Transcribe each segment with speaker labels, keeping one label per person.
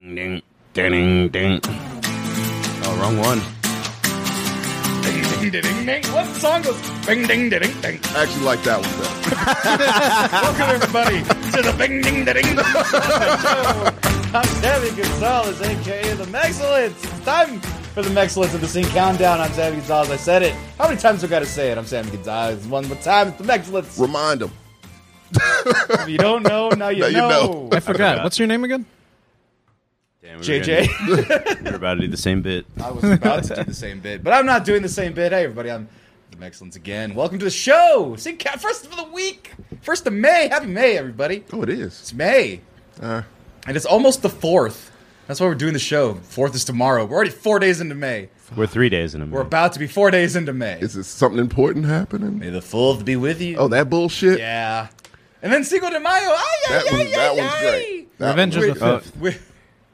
Speaker 1: Ding, ding, ding. Oh, wrong one.
Speaker 2: Ding, ding, ding, ding, ding. What song was Bing Ding Ding Ding? ding?
Speaker 3: I actually like that one better.
Speaker 2: Welcome everybody to the Bing Ding Ding. Ding.
Speaker 4: I'm Debbie Gonzalez, aka The Mexcellence. It's time for The Mexcellence of the Scene Countdown. I'm Sammy Gonzalez. I said it. How many times do I got to say it? I'm Sammy Gonzalez. One more time. It's The Mexcellence.
Speaker 3: Remind them.
Speaker 4: If you don't know, now you,
Speaker 3: Now you
Speaker 4: know.
Speaker 3: know.
Speaker 5: I forgot. What's your name again?
Speaker 1: Damn, we were
Speaker 4: JJ.
Speaker 1: gonna- we were about to do the same bit.
Speaker 4: I was about to do the same bit, but I'm not doing the same bit. Hey, everybody, I'm The Mexcellence again. Welcome to the show. Scene Count- First of the week. First of May. Happy May, everybody.
Speaker 3: Oh, it is.
Speaker 4: It's May. Uh. and it's almost the 4th. That's why we're doing the show. 4th is tomorrow. We're already four days into May.
Speaker 1: We're three days in a
Speaker 4: We're
Speaker 1: minute.
Speaker 4: about to be four days into May.
Speaker 3: Is it something important happening?
Speaker 4: May the fourth be with you.
Speaker 3: Oh, that bullshit.
Speaker 4: yeah. And then Cinco de Mayo. Ay,
Speaker 3: That,
Speaker 4: ay,
Speaker 3: one,
Speaker 4: ay,
Speaker 3: that
Speaker 4: ay,
Speaker 3: one's
Speaker 4: ay.
Speaker 3: great. That
Speaker 5: Revenge
Speaker 3: one's
Speaker 5: is
Speaker 3: great.
Speaker 5: the fifth.
Speaker 4: We-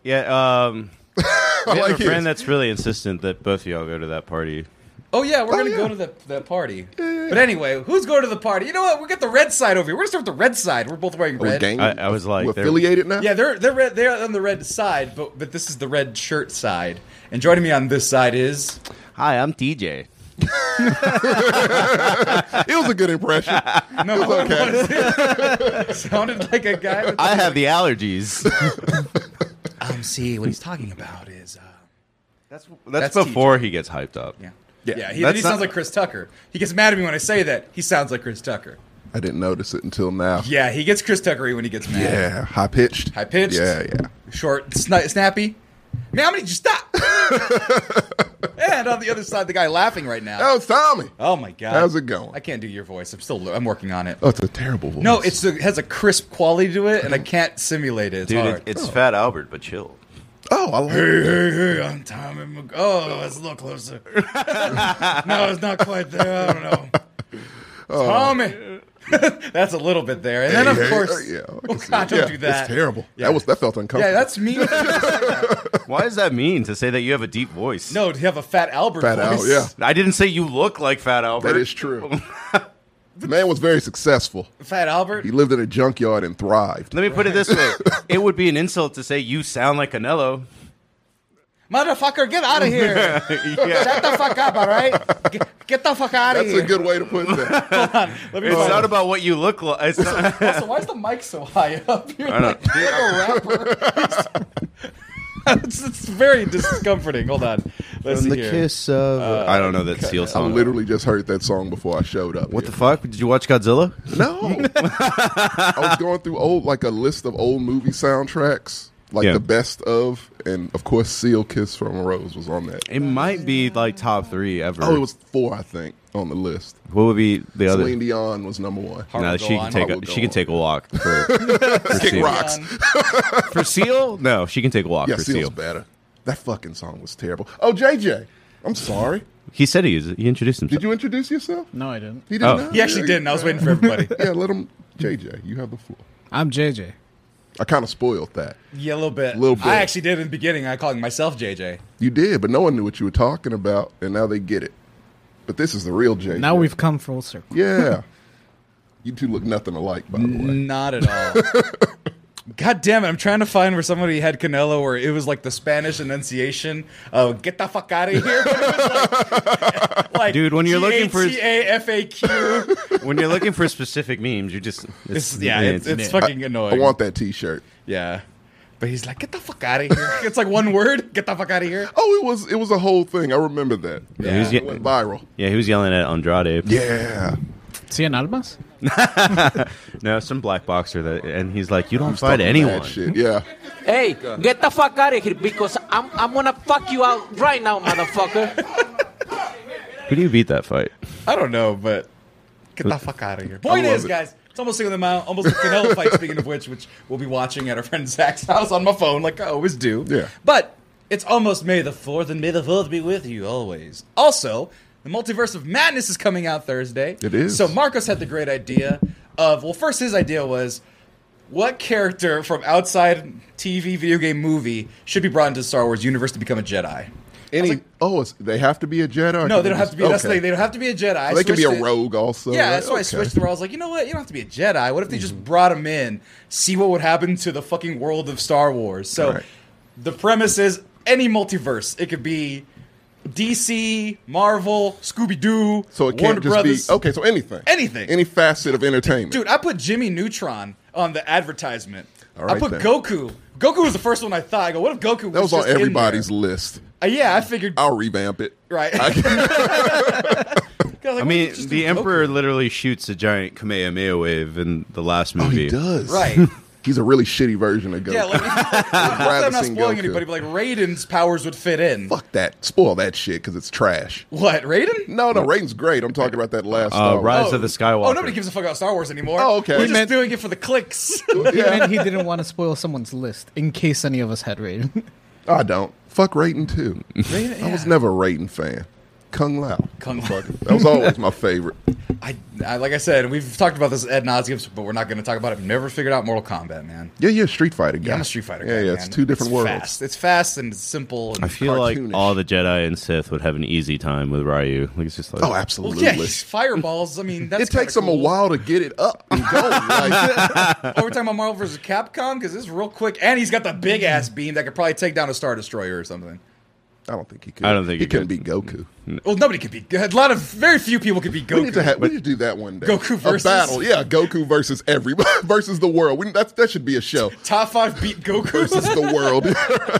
Speaker 1: Yeah, um,
Speaker 3: Oh, I
Speaker 1: we have
Speaker 3: like
Speaker 1: a friend
Speaker 3: it.
Speaker 1: that's really insistent that both of y'all go to that party.
Speaker 4: oh yeah, we're
Speaker 3: Oh,
Speaker 4: gonna
Speaker 3: yeah.
Speaker 4: go to the, the party. But anyway, who's going to the party? You know what? We got the red side over here. We're gonna start with the red side. We're both wearing
Speaker 3: Are Oh, we
Speaker 4: red.
Speaker 3: gang-
Speaker 1: I- I was like,
Speaker 3: we're
Speaker 1: they're-
Speaker 3: affiliated now.
Speaker 4: yeah, they're they're red, they're on the red side, but but this is the red shirt side. And joining me on this side is
Speaker 1: Hi, I'm TJ.
Speaker 3: it was a good impression.
Speaker 4: no okay. sounded like a guy. With
Speaker 1: I have the allergies.
Speaker 4: um, see what he's talking about is. Uh,
Speaker 1: that's
Speaker 4: That's
Speaker 1: that's, before he gets hyped up.
Speaker 4: Yeah. Yeah,
Speaker 3: Yeah.
Speaker 4: he, then he
Speaker 1: That's not-
Speaker 4: sounds like Chris Tucker. He gets mad at me when I say that. He sounds like Chris Tucker.
Speaker 3: I didn't notice it until now.
Speaker 4: Yeah, he gets Chris Tuckery when he gets mad.
Speaker 3: Yeah, high pitched.
Speaker 4: High pitched.
Speaker 3: Yeah, yeah.
Speaker 4: Short, sna- snappy. Man, how many did you stop? and on the other side, the guy laughing right now.
Speaker 3: That was Tommy.
Speaker 4: Oh my god.
Speaker 3: How's it going?
Speaker 4: I can't do your voice. I'm still I'm working on it.
Speaker 3: Oh, it's a terrible voice.
Speaker 4: No, it's it has a crisp quality to it, and I can't simulate it. It's
Speaker 1: Dude,
Speaker 4: hard.
Speaker 1: it, it's Fat Albert, but chill.
Speaker 3: Oh, I like
Speaker 4: Hey,
Speaker 3: it.
Speaker 4: hey, hey, I'm Tommy Mc- Oh, it's a little closer. no, it's not quite there. I don't know. Tommy. that's a little bit there. And then, of
Speaker 3: Oh. Hey, hey,
Speaker 4: course,
Speaker 3: hey, yeah, I
Speaker 4: oh,
Speaker 3: can see
Speaker 4: God,
Speaker 3: it.
Speaker 4: don't
Speaker 3: Yeah,
Speaker 4: do that.
Speaker 3: It's terrible.
Speaker 4: Yeah.
Speaker 3: That was that felt uncomfortable.
Speaker 4: Yeah, that's me.
Speaker 1: Why does that mean to say that you have a deep voice?
Speaker 4: no, to have a fat Albert
Speaker 3: Fat Al,
Speaker 4: voice.
Speaker 3: yeah.
Speaker 1: I didn't say you look like Fat Albert.
Speaker 3: that is true. the man was very successful.
Speaker 4: Fat Albert.
Speaker 3: He lived in a junkyard and thrived.
Speaker 1: Let me put it this way: it would be an insult to say you sound like Canelo.
Speaker 4: Motherfucker, get out of here.
Speaker 1: yeah.
Speaker 4: Shut the fuck up, all right? Get, get the fuck out of
Speaker 3: That's
Speaker 4: here.
Speaker 3: a good way to put that.
Speaker 4: Let me
Speaker 1: It's
Speaker 4: find-
Speaker 1: not about what you look like. It's not-
Speaker 4: Also, why is the mic so high up? You're
Speaker 1: I
Speaker 4: like,
Speaker 1: don't-
Speaker 4: you're like a rapper. it's, it's very discomforting. Hold on. Let's see here.
Speaker 1: of I don't know that Seal
Speaker 3: I
Speaker 1: song.
Speaker 3: literally just heard that song before I showed up.
Speaker 1: What the fuck? Did you watch Godzilla?
Speaker 3: No. I was going through old like a list of old movie soundtracks, like
Speaker 1: Yeah.
Speaker 3: the best of, and of course Seal Kiss from a Rose was on that.
Speaker 1: It might be like top three ever.
Speaker 3: Oh, it was four, I think, on the list.
Speaker 1: What would be the other?
Speaker 3: Celine Dion was number one.
Speaker 4: Heart
Speaker 1: No,
Speaker 4: will
Speaker 1: she
Speaker 4: go
Speaker 1: can
Speaker 4: on.
Speaker 1: take
Speaker 3: Heart will
Speaker 1: a, she
Speaker 3: go
Speaker 1: can
Speaker 3: on.
Speaker 1: take a walk for, for
Speaker 3: Kick
Speaker 1: Seal.
Speaker 3: rocks.
Speaker 1: for Seal. No, she can take a walk
Speaker 3: Yeah,
Speaker 1: for
Speaker 3: Seal's
Speaker 1: Seal.
Speaker 3: better. That fucking song was terrible. Oh, JJ, I'm sorry.
Speaker 1: He said he is. He introduced himself.
Speaker 3: Did you introduce yourself?
Speaker 5: No, I didn't.
Speaker 3: He did
Speaker 1: Oh.
Speaker 3: not.
Speaker 4: He actually didn't. I was waiting for everybody.
Speaker 3: Yeah, let him. JJ, you have the floor.
Speaker 5: I'm JJ.
Speaker 3: I kind of spoiled that.
Speaker 4: Yeah, a little bit.
Speaker 3: Little bit.
Speaker 4: I actually did in the beginning. I called myself JJ.
Speaker 3: You did, but no one knew what you were talking about, and now they get it. But this is the real JJ.
Speaker 5: Now we've come full circle.
Speaker 3: Yeah. you two look nothing alike, by the way.
Speaker 4: Not at all. God damn it! I'm trying to find where somebody had Canelo, where it was like the Spanish enunciation of "get the fuck out of here." It was like, like
Speaker 1: Dude, when you're looking for-
Speaker 4: T A F A Q,
Speaker 1: when you're looking for specific memes, you just
Speaker 4: It's- yeah, it's, it's fucking annoying.
Speaker 3: I want that t shirt.
Speaker 4: Yeah. But he's like, get the fuck out of here. It's like one word, get the fuck out of here.
Speaker 3: Oh, it was it was a whole thing. I remember that.
Speaker 1: Yeah, he was
Speaker 3: It
Speaker 1: ye-
Speaker 3: went viral.
Speaker 1: yeah, he was yelling at Andrade.
Speaker 3: Yeah.
Speaker 5: Cien almas?
Speaker 1: No, some black boxer that, and he's like, "You don't
Speaker 3: Stuff like
Speaker 1: fight
Speaker 3: that
Speaker 1: anyone."
Speaker 3: shit. Yeah.
Speaker 6: Hey, get the fuck out of here because I'm I'm gonna fuck you out right now, motherfucker.
Speaker 1: Who do you beat that fight?
Speaker 4: I don't know, but get the fuck out of here. Point
Speaker 3: I love
Speaker 4: is,
Speaker 3: it.
Speaker 4: guys, it's almost single the mile, almost a Canelo fight, speaking of which, which we'll be watching at our friend Zach's house on my phone, like I always do.
Speaker 3: Yeah.
Speaker 4: But it's almost May the 4th, and May the 4th be with you always. Also, the Multiverse of Madness is coming out Thursday.
Speaker 3: It is.
Speaker 4: So Marcos had the great idea of, well, first his idea was what character from outside TV, video game, movie should be brought into Star Wars universe to become a Jedi?
Speaker 3: Any oh, it's, they have to be a Jedi.
Speaker 4: No, they don't have to be. That's the
Speaker 3: Okay.
Speaker 4: thing. They don't have to be a Jedi. I
Speaker 3: They can be
Speaker 4: switched
Speaker 3: a
Speaker 4: it.
Speaker 3: rogue also.
Speaker 4: Yeah,
Speaker 3: right?
Speaker 4: that's why I
Speaker 3: Okay. Mm-hmm.
Speaker 4: switched them. I was like, you know what? You don't have to be a Jedi. What if they just brought him in, see what would happen to the fucking world of Star Wars? So
Speaker 3: Right.
Speaker 4: The premise is any multiverse. It could be DC, Marvel, Scooby Doo,
Speaker 3: So it
Speaker 4: Warner
Speaker 3: can't just
Speaker 4: Brothers.
Speaker 3: be Oh. okay. So anything,
Speaker 4: Anything.
Speaker 3: any facet of entertainment.
Speaker 4: Dude, I put Jimmy Neutron on the advertisement.
Speaker 3: All
Speaker 4: I
Speaker 3: right
Speaker 4: put
Speaker 3: then.
Speaker 4: Goku. Goku was the first one I thought. I go, what if Goku was
Speaker 3: that was on
Speaker 4: just in
Speaker 3: everybody's Oh.
Speaker 4: there?
Speaker 3: list.
Speaker 4: Uh, yeah, I figured.
Speaker 3: I'll revamp it.
Speaker 4: Right.
Speaker 3: I-
Speaker 1: I mean, the Emperor literally shoots a giant Kamehameha wave in the last
Speaker 3: oh,
Speaker 1: movie.
Speaker 3: he does.
Speaker 4: Right.
Speaker 3: He's a really shitty version of Goku.
Speaker 4: Yeah, like, I'm not
Speaker 3: Radisson
Speaker 4: spoiling
Speaker 3: Goku.
Speaker 4: anybody, but like Raiden's powers would fit in.
Speaker 3: Fuck that. Spoil that shit because it's trash.
Speaker 4: What, Raiden?
Speaker 3: No, no, Raiden's great. I'm talking about that last.
Speaker 1: Uh,
Speaker 3: Star
Speaker 1: Rise
Speaker 3: Wars.
Speaker 1: of the Skywalker.
Speaker 4: Oh, nobody gives a fuck about Star Wars anymore.
Speaker 3: Oh, okay.
Speaker 4: We're
Speaker 3: We
Speaker 4: just
Speaker 5: meant-
Speaker 4: doing it for the clicks.
Speaker 5: He meant he didn't want to spoil someone's list in case any of us had Raiden.
Speaker 3: I don't. Fuck Raiden too. I was never a Raiden fan. Kung Lao.
Speaker 4: Kung Lao.
Speaker 3: Fuck it. That was always my favorite.
Speaker 4: I, I, like I said, we've talked about this ad nauseum, but we're not going to talk about it. I've never figured out Mortal Kombat, man.
Speaker 3: Yeah, yeah, Street Fighter guy.
Speaker 4: Yeah, I'm a Street Fighter.
Speaker 3: Yeah,
Speaker 4: guy,
Speaker 3: yeah,
Speaker 4: man.
Speaker 3: it's two different
Speaker 4: it's
Speaker 3: worlds.
Speaker 4: Fast. It's fast and it's simple. And
Speaker 1: I feel like
Speaker 3: Cartoonish.
Speaker 1: all the Jedi and Sith would have an easy time with Ryu. Like it's just like
Speaker 3: Oh,
Speaker 4: well,
Speaker 3: absolutely.
Speaker 4: yeah, he's fireballs. I mean, that's
Speaker 3: it takes
Speaker 4: kinda
Speaker 3: them
Speaker 4: cool.
Speaker 3: a while to get it up and going. Like,
Speaker 4: Oh, we're talking about Marvel versus Capcom because it's real quick, and he's got the big
Speaker 3: Mm-hmm.
Speaker 4: ass beam that could probably take down a star destroyer or something.
Speaker 3: I don't think he could.
Speaker 1: I don't think
Speaker 3: he,
Speaker 1: he
Speaker 3: couldn't
Speaker 1: could. Mm-hmm.
Speaker 3: beat Goku.
Speaker 4: Well, nobody could be. A lot of very few people could be Goku.
Speaker 3: We need to have. We need to do that one day.
Speaker 4: Goku versus-
Speaker 3: a battle. Yeah, Goku versus everybody versus the world. We, that that should be a show
Speaker 4: Top five beat
Speaker 3: versus
Speaker 4: Goku.
Speaker 3: the world.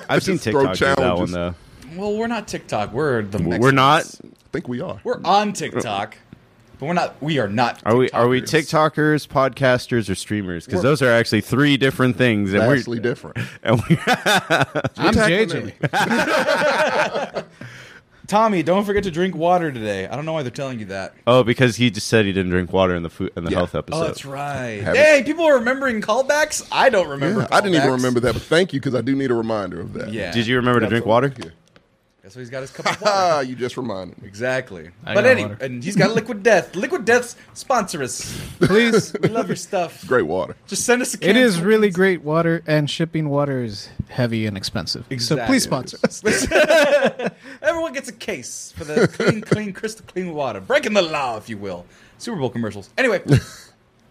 Speaker 1: I've seen
Speaker 3: Just throw
Speaker 1: TikTok do that one
Speaker 3: challenges.
Speaker 1: though.
Speaker 4: well, we're not TikTok. We're the.
Speaker 1: We're
Speaker 4: Mexicans.
Speaker 1: not.
Speaker 3: I think we are.
Speaker 4: We're on TikTok, but we're not. We are not.
Speaker 1: Are we are we TikTokers,
Speaker 4: TikTokers.
Speaker 1: podcasters, or streamers? Because
Speaker 4: We're-
Speaker 1: those are actually three different things. And we're,
Speaker 3: Vastly different.
Speaker 1: and we
Speaker 5: I'm
Speaker 3: tackling
Speaker 5: JJ.
Speaker 4: Tommy, don't forget to drink water today. I don't know why they're telling you that.
Speaker 1: oh, because he just said he didn't drink water in the food in the
Speaker 3: Yeah.
Speaker 1: health episode.
Speaker 4: Oh, that's right.
Speaker 3: Have
Speaker 4: Hey, people are remembering callbacks. I don't remember.
Speaker 3: Yeah, I didn't even
Speaker 4: callbacks.
Speaker 3: remember that, but thank you because I do need a reminder of that.
Speaker 4: Yeah.
Speaker 1: Did you remember to drink water?
Speaker 3: Yeah.
Speaker 4: That's why he's got his cup of water.
Speaker 3: Ah, you just reminded me.
Speaker 4: exactly.
Speaker 5: I
Speaker 4: but
Speaker 5: got
Speaker 4: anyway,
Speaker 5: water.
Speaker 4: and he's got Liquid Death. Liquid Death's sponsor us.
Speaker 5: Please.
Speaker 4: We love your stuff.
Speaker 3: Great water.
Speaker 4: Just send us a. Can
Speaker 5: It is really great water, and shipping water is heavy and expensive. So
Speaker 4: Exactly.
Speaker 5: please sponsor us.
Speaker 4: Everyone gets a case for the clean, clean, crystal clean water. Breaking the law, if you will. Super Bowl commercials. Anyway,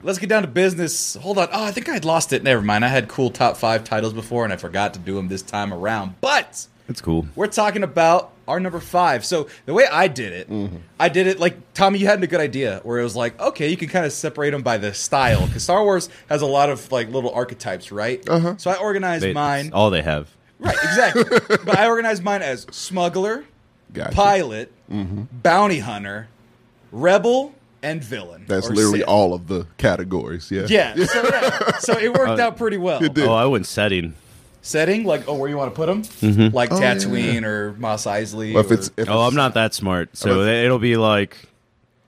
Speaker 4: let's get down to business. Hold on. Oh, I think I had lost it. Never mind. I had cool top five titles before, and I forgot to do them this time around. But
Speaker 1: It's cool.
Speaker 4: we're talking about our number five. So the way I did it,
Speaker 5: Mm-hmm.
Speaker 4: I did it like Tommy. You had a good idea where it was like, okay, you can kind of separate them by the style because Star Wars has a lot of like little archetypes, right? Uh-huh. So I organized
Speaker 1: They-
Speaker 4: mine.
Speaker 1: it's all they have.
Speaker 4: Right, exactly. but I organized mine as smuggler,
Speaker 3: Gotcha.
Speaker 4: pilot,
Speaker 3: Mm-hmm.
Speaker 4: bounty hunter, rebel, and villain.
Speaker 3: That's
Speaker 4: or
Speaker 3: literally
Speaker 4: Sith.
Speaker 3: all of the categories. Yeah.
Speaker 4: Yeah. So, yeah, so it worked out pretty well.
Speaker 3: Uh, It did.
Speaker 1: Oh, I went setting.
Speaker 4: Setting like oh, where you want to put them, like
Speaker 3: Oh, yeah.
Speaker 4: Tatooine or Mos Eisley.
Speaker 3: Well, if
Speaker 4: or-
Speaker 3: it's if
Speaker 1: Oh,
Speaker 3: it's- Oh,
Speaker 1: I'm not that smart. So it'll be like,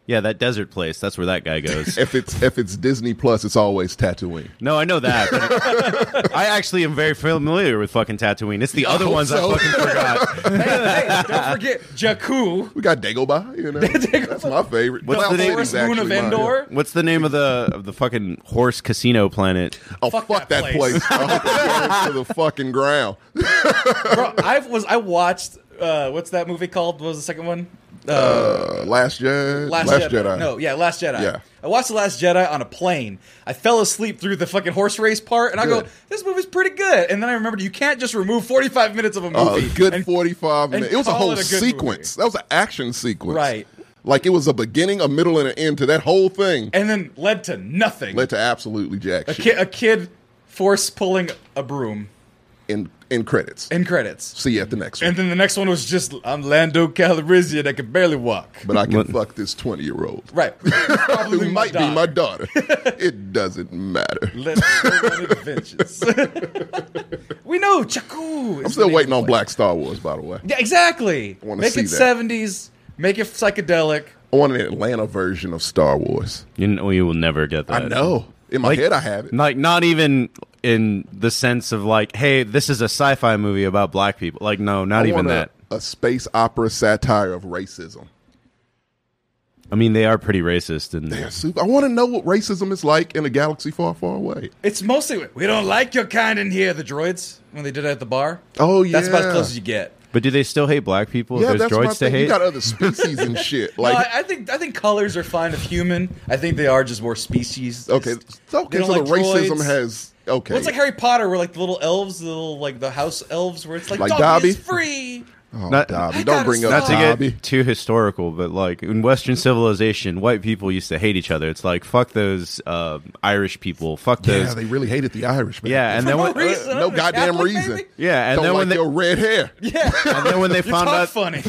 Speaker 1: yeah, that desert place. That's where that guy goes.
Speaker 3: if it's if it's Disney Plus, it's always Tatooine.
Speaker 1: No, I know that. but I actually am very familiar with fucking Tatooine. It's the other
Speaker 3: hope
Speaker 1: ones
Speaker 3: so.
Speaker 1: I fucking forgot.
Speaker 4: hey, hey, don't forget Jakku.
Speaker 3: We got Dagobah, you know. That's my favorite.
Speaker 1: What's
Speaker 3: Cloud
Speaker 1: the name?
Speaker 3: City's
Speaker 4: Forest Moon of
Speaker 3: actually mine.
Speaker 4: Endor.
Speaker 1: What's the name of the of the fucking horse casino planet?
Speaker 3: Oh,
Speaker 4: Fuck
Speaker 3: fuck,
Speaker 4: that
Speaker 3: that,
Speaker 4: place.
Speaker 3: place. I hope it burns to the fucking ground.
Speaker 4: Bro, I was I watched uh, what's that movie called? What was the second one? Uh,
Speaker 3: Uh, Last Jedi.
Speaker 4: Last, Jedi. No, yeah, Last Jedi.
Speaker 3: Yeah.
Speaker 4: I watched The Last Jedi on a plane. I fell asleep through the fucking horse race part, and I go,
Speaker 3: Good.
Speaker 4: this movie's pretty good. And then I remembered you can't just remove 45 minutes of a
Speaker 3: Uh,
Speaker 4: movie.
Speaker 3: good
Speaker 4: And-
Speaker 3: 45
Speaker 4: and
Speaker 3: minutes. It was a
Speaker 4: call
Speaker 3: whole
Speaker 4: it a good
Speaker 3: sequence. That was an action sequence.
Speaker 4: Right.
Speaker 3: Like it was a beginning, a middle, and an end to that whole thing.
Speaker 4: and then led to nothing.
Speaker 3: Led to absolutely jack
Speaker 4: a,
Speaker 3: shit.
Speaker 4: ki- a kid force pulling a broom
Speaker 3: in, in credits.
Speaker 4: in credits.
Speaker 3: See you at the next
Speaker 4: And
Speaker 3: one.
Speaker 4: then the next one was just, I'm Lando Calrissian that can barely walk.
Speaker 3: But I can
Speaker 1: What?
Speaker 3: fuck this 20 year old.
Speaker 4: Right. Probably
Speaker 3: Who
Speaker 4: my
Speaker 3: might be
Speaker 4: dog.
Speaker 3: my daughter. it doesn't matter.
Speaker 4: Let- let it vengeance. we know Jakku.
Speaker 3: I'm still waiting on Black Star Wars, by the way.
Speaker 4: Yeah, exactly.
Speaker 3: wanna
Speaker 4: Make
Speaker 3: see
Speaker 4: it
Speaker 3: that.
Speaker 4: seventies. Make it psychedelic.
Speaker 3: I want an Atlanta version of Star Wars.
Speaker 1: You, know, you will never get that.
Speaker 3: I know. In my
Speaker 1: Like-
Speaker 3: head, I have it.
Speaker 1: Like not even in the sense of like, hey, this is a sci-fi movie about black people. Like, no, not
Speaker 3: I
Speaker 1: even
Speaker 3: want a-
Speaker 1: that.
Speaker 3: A space opera satire of racism.
Speaker 1: I mean, they are pretty racist, and
Speaker 3: Yeah, super. I want to know what racism is like in a galaxy far, far away.
Speaker 4: It's mostly we don't like your kind in here. The droids when they did it at the bar.
Speaker 3: Oh, yeah.
Speaker 4: that's about as close as you get.
Speaker 1: but do they still hate black people? if there's droids to
Speaker 3: thing. You
Speaker 1: hate.
Speaker 3: got other species and shit.
Speaker 4: No,
Speaker 3: Like,
Speaker 4: I, I think I think colors are fine of human. I think they are just more species.
Speaker 3: okay, so,
Speaker 4: They
Speaker 3: okay,
Speaker 4: don't
Speaker 3: so
Speaker 4: like
Speaker 3: the racism
Speaker 4: droids.
Speaker 3: has Okay.
Speaker 4: Well, it's like Harry Potter, where like the little elves, the little like the house elves, where it's like,
Speaker 3: Like
Speaker 4: doggy
Speaker 3: Dobby?
Speaker 4: is free.
Speaker 3: oh,
Speaker 1: Not-
Speaker 3: Dobby,
Speaker 4: I
Speaker 3: don't
Speaker 4: gotta
Speaker 3: bring up
Speaker 1: Not to get
Speaker 3: Dobby.
Speaker 1: too historical, but like in Western civilization, white people used to hate each other. It's like fuck those uh, Irish people, fuck
Speaker 3: Yeah,
Speaker 1: those.
Speaker 3: they really hated the Irish. Man.
Speaker 1: Yeah, and then
Speaker 4: no
Speaker 1: when,
Speaker 4: reason.
Speaker 3: uh, no
Speaker 4: I'm a
Speaker 3: goddamn
Speaker 4: Catholic,
Speaker 3: reason.
Speaker 4: baby.
Speaker 1: yeah, and
Speaker 3: don't
Speaker 1: then
Speaker 3: like
Speaker 1: when they
Speaker 3: your red hair.
Speaker 4: Yeah,
Speaker 1: and then when they
Speaker 4: you
Speaker 1: found
Speaker 4: talk
Speaker 1: out
Speaker 4: funny.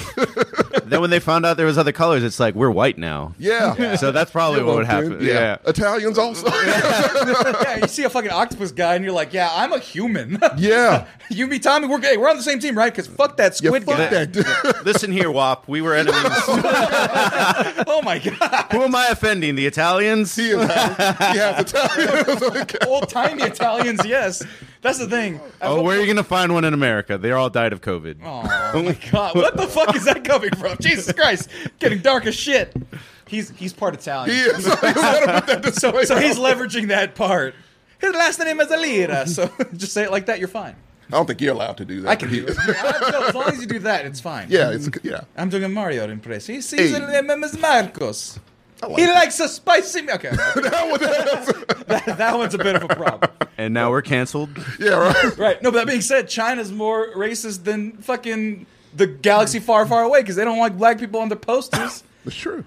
Speaker 1: then when they found out there was other colors, it's like we're white now.
Speaker 3: Yeah.
Speaker 1: So that's probably what would happen.
Speaker 3: Dude,
Speaker 1: Yeah.
Speaker 3: Italians also.
Speaker 4: yeah, you see a fucking octopus guy, and you're like, yeah, I'm a human.
Speaker 3: yeah.
Speaker 4: you be Tommy, we're gay. We're on the same team, right? Because fuck that
Speaker 3: Yeah,
Speaker 4: squid
Speaker 3: fuck
Speaker 4: guy.
Speaker 3: that dude.
Speaker 1: Listen here, Wop. We were enemies.
Speaker 4: Oh my god,
Speaker 1: Who am I offending? The Italians?
Speaker 3: He, is, he has Italians.
Speaker 4: old timey Italians. Yes, that's the thing.
Speaker 1: Oh, where are you going to find one in America? They all died of COVID.
Speaker 4: Oh my god, what the fuck is that coming from? Jesus Christ, getting dark as shit. He's he's part Italian.
Speaker 3: he is. You gotta put that disclaimer.
Speaker 4: So he's leveraging that part. His last name is Alira, so just say it like that, you're fine.
Speaker 3: I don't think you're allowed to do that.
Speaker 4: I can
Speaker 3: He
Speaker 4: do it.
Speaker 3: is.
Speaker 4: Yeah, no, as long as you do that, it's fine.
Speaker 3: Yeah, it's yeah.
Speaker 4: I'm doing a Mario impression. He sees
Speaker 3: Hey.
Speaker 4: his name is Marcos.
Speaker 3: like
Speaker 4: he
Speaker 3: it.
Speaker 4: likes a spicy. mi- Okay,
Speaker 3: That was-
Speaker 4: that, that one's a bit of a problem.
Speaker 1: And now we're canceled.
Speaker 3: yeah, right.
Speaker 4: Right. No, but that being said, China's more racist than fucking the galaxy far, far away because they don't like black people on their posters.
Speaker 3: That's true.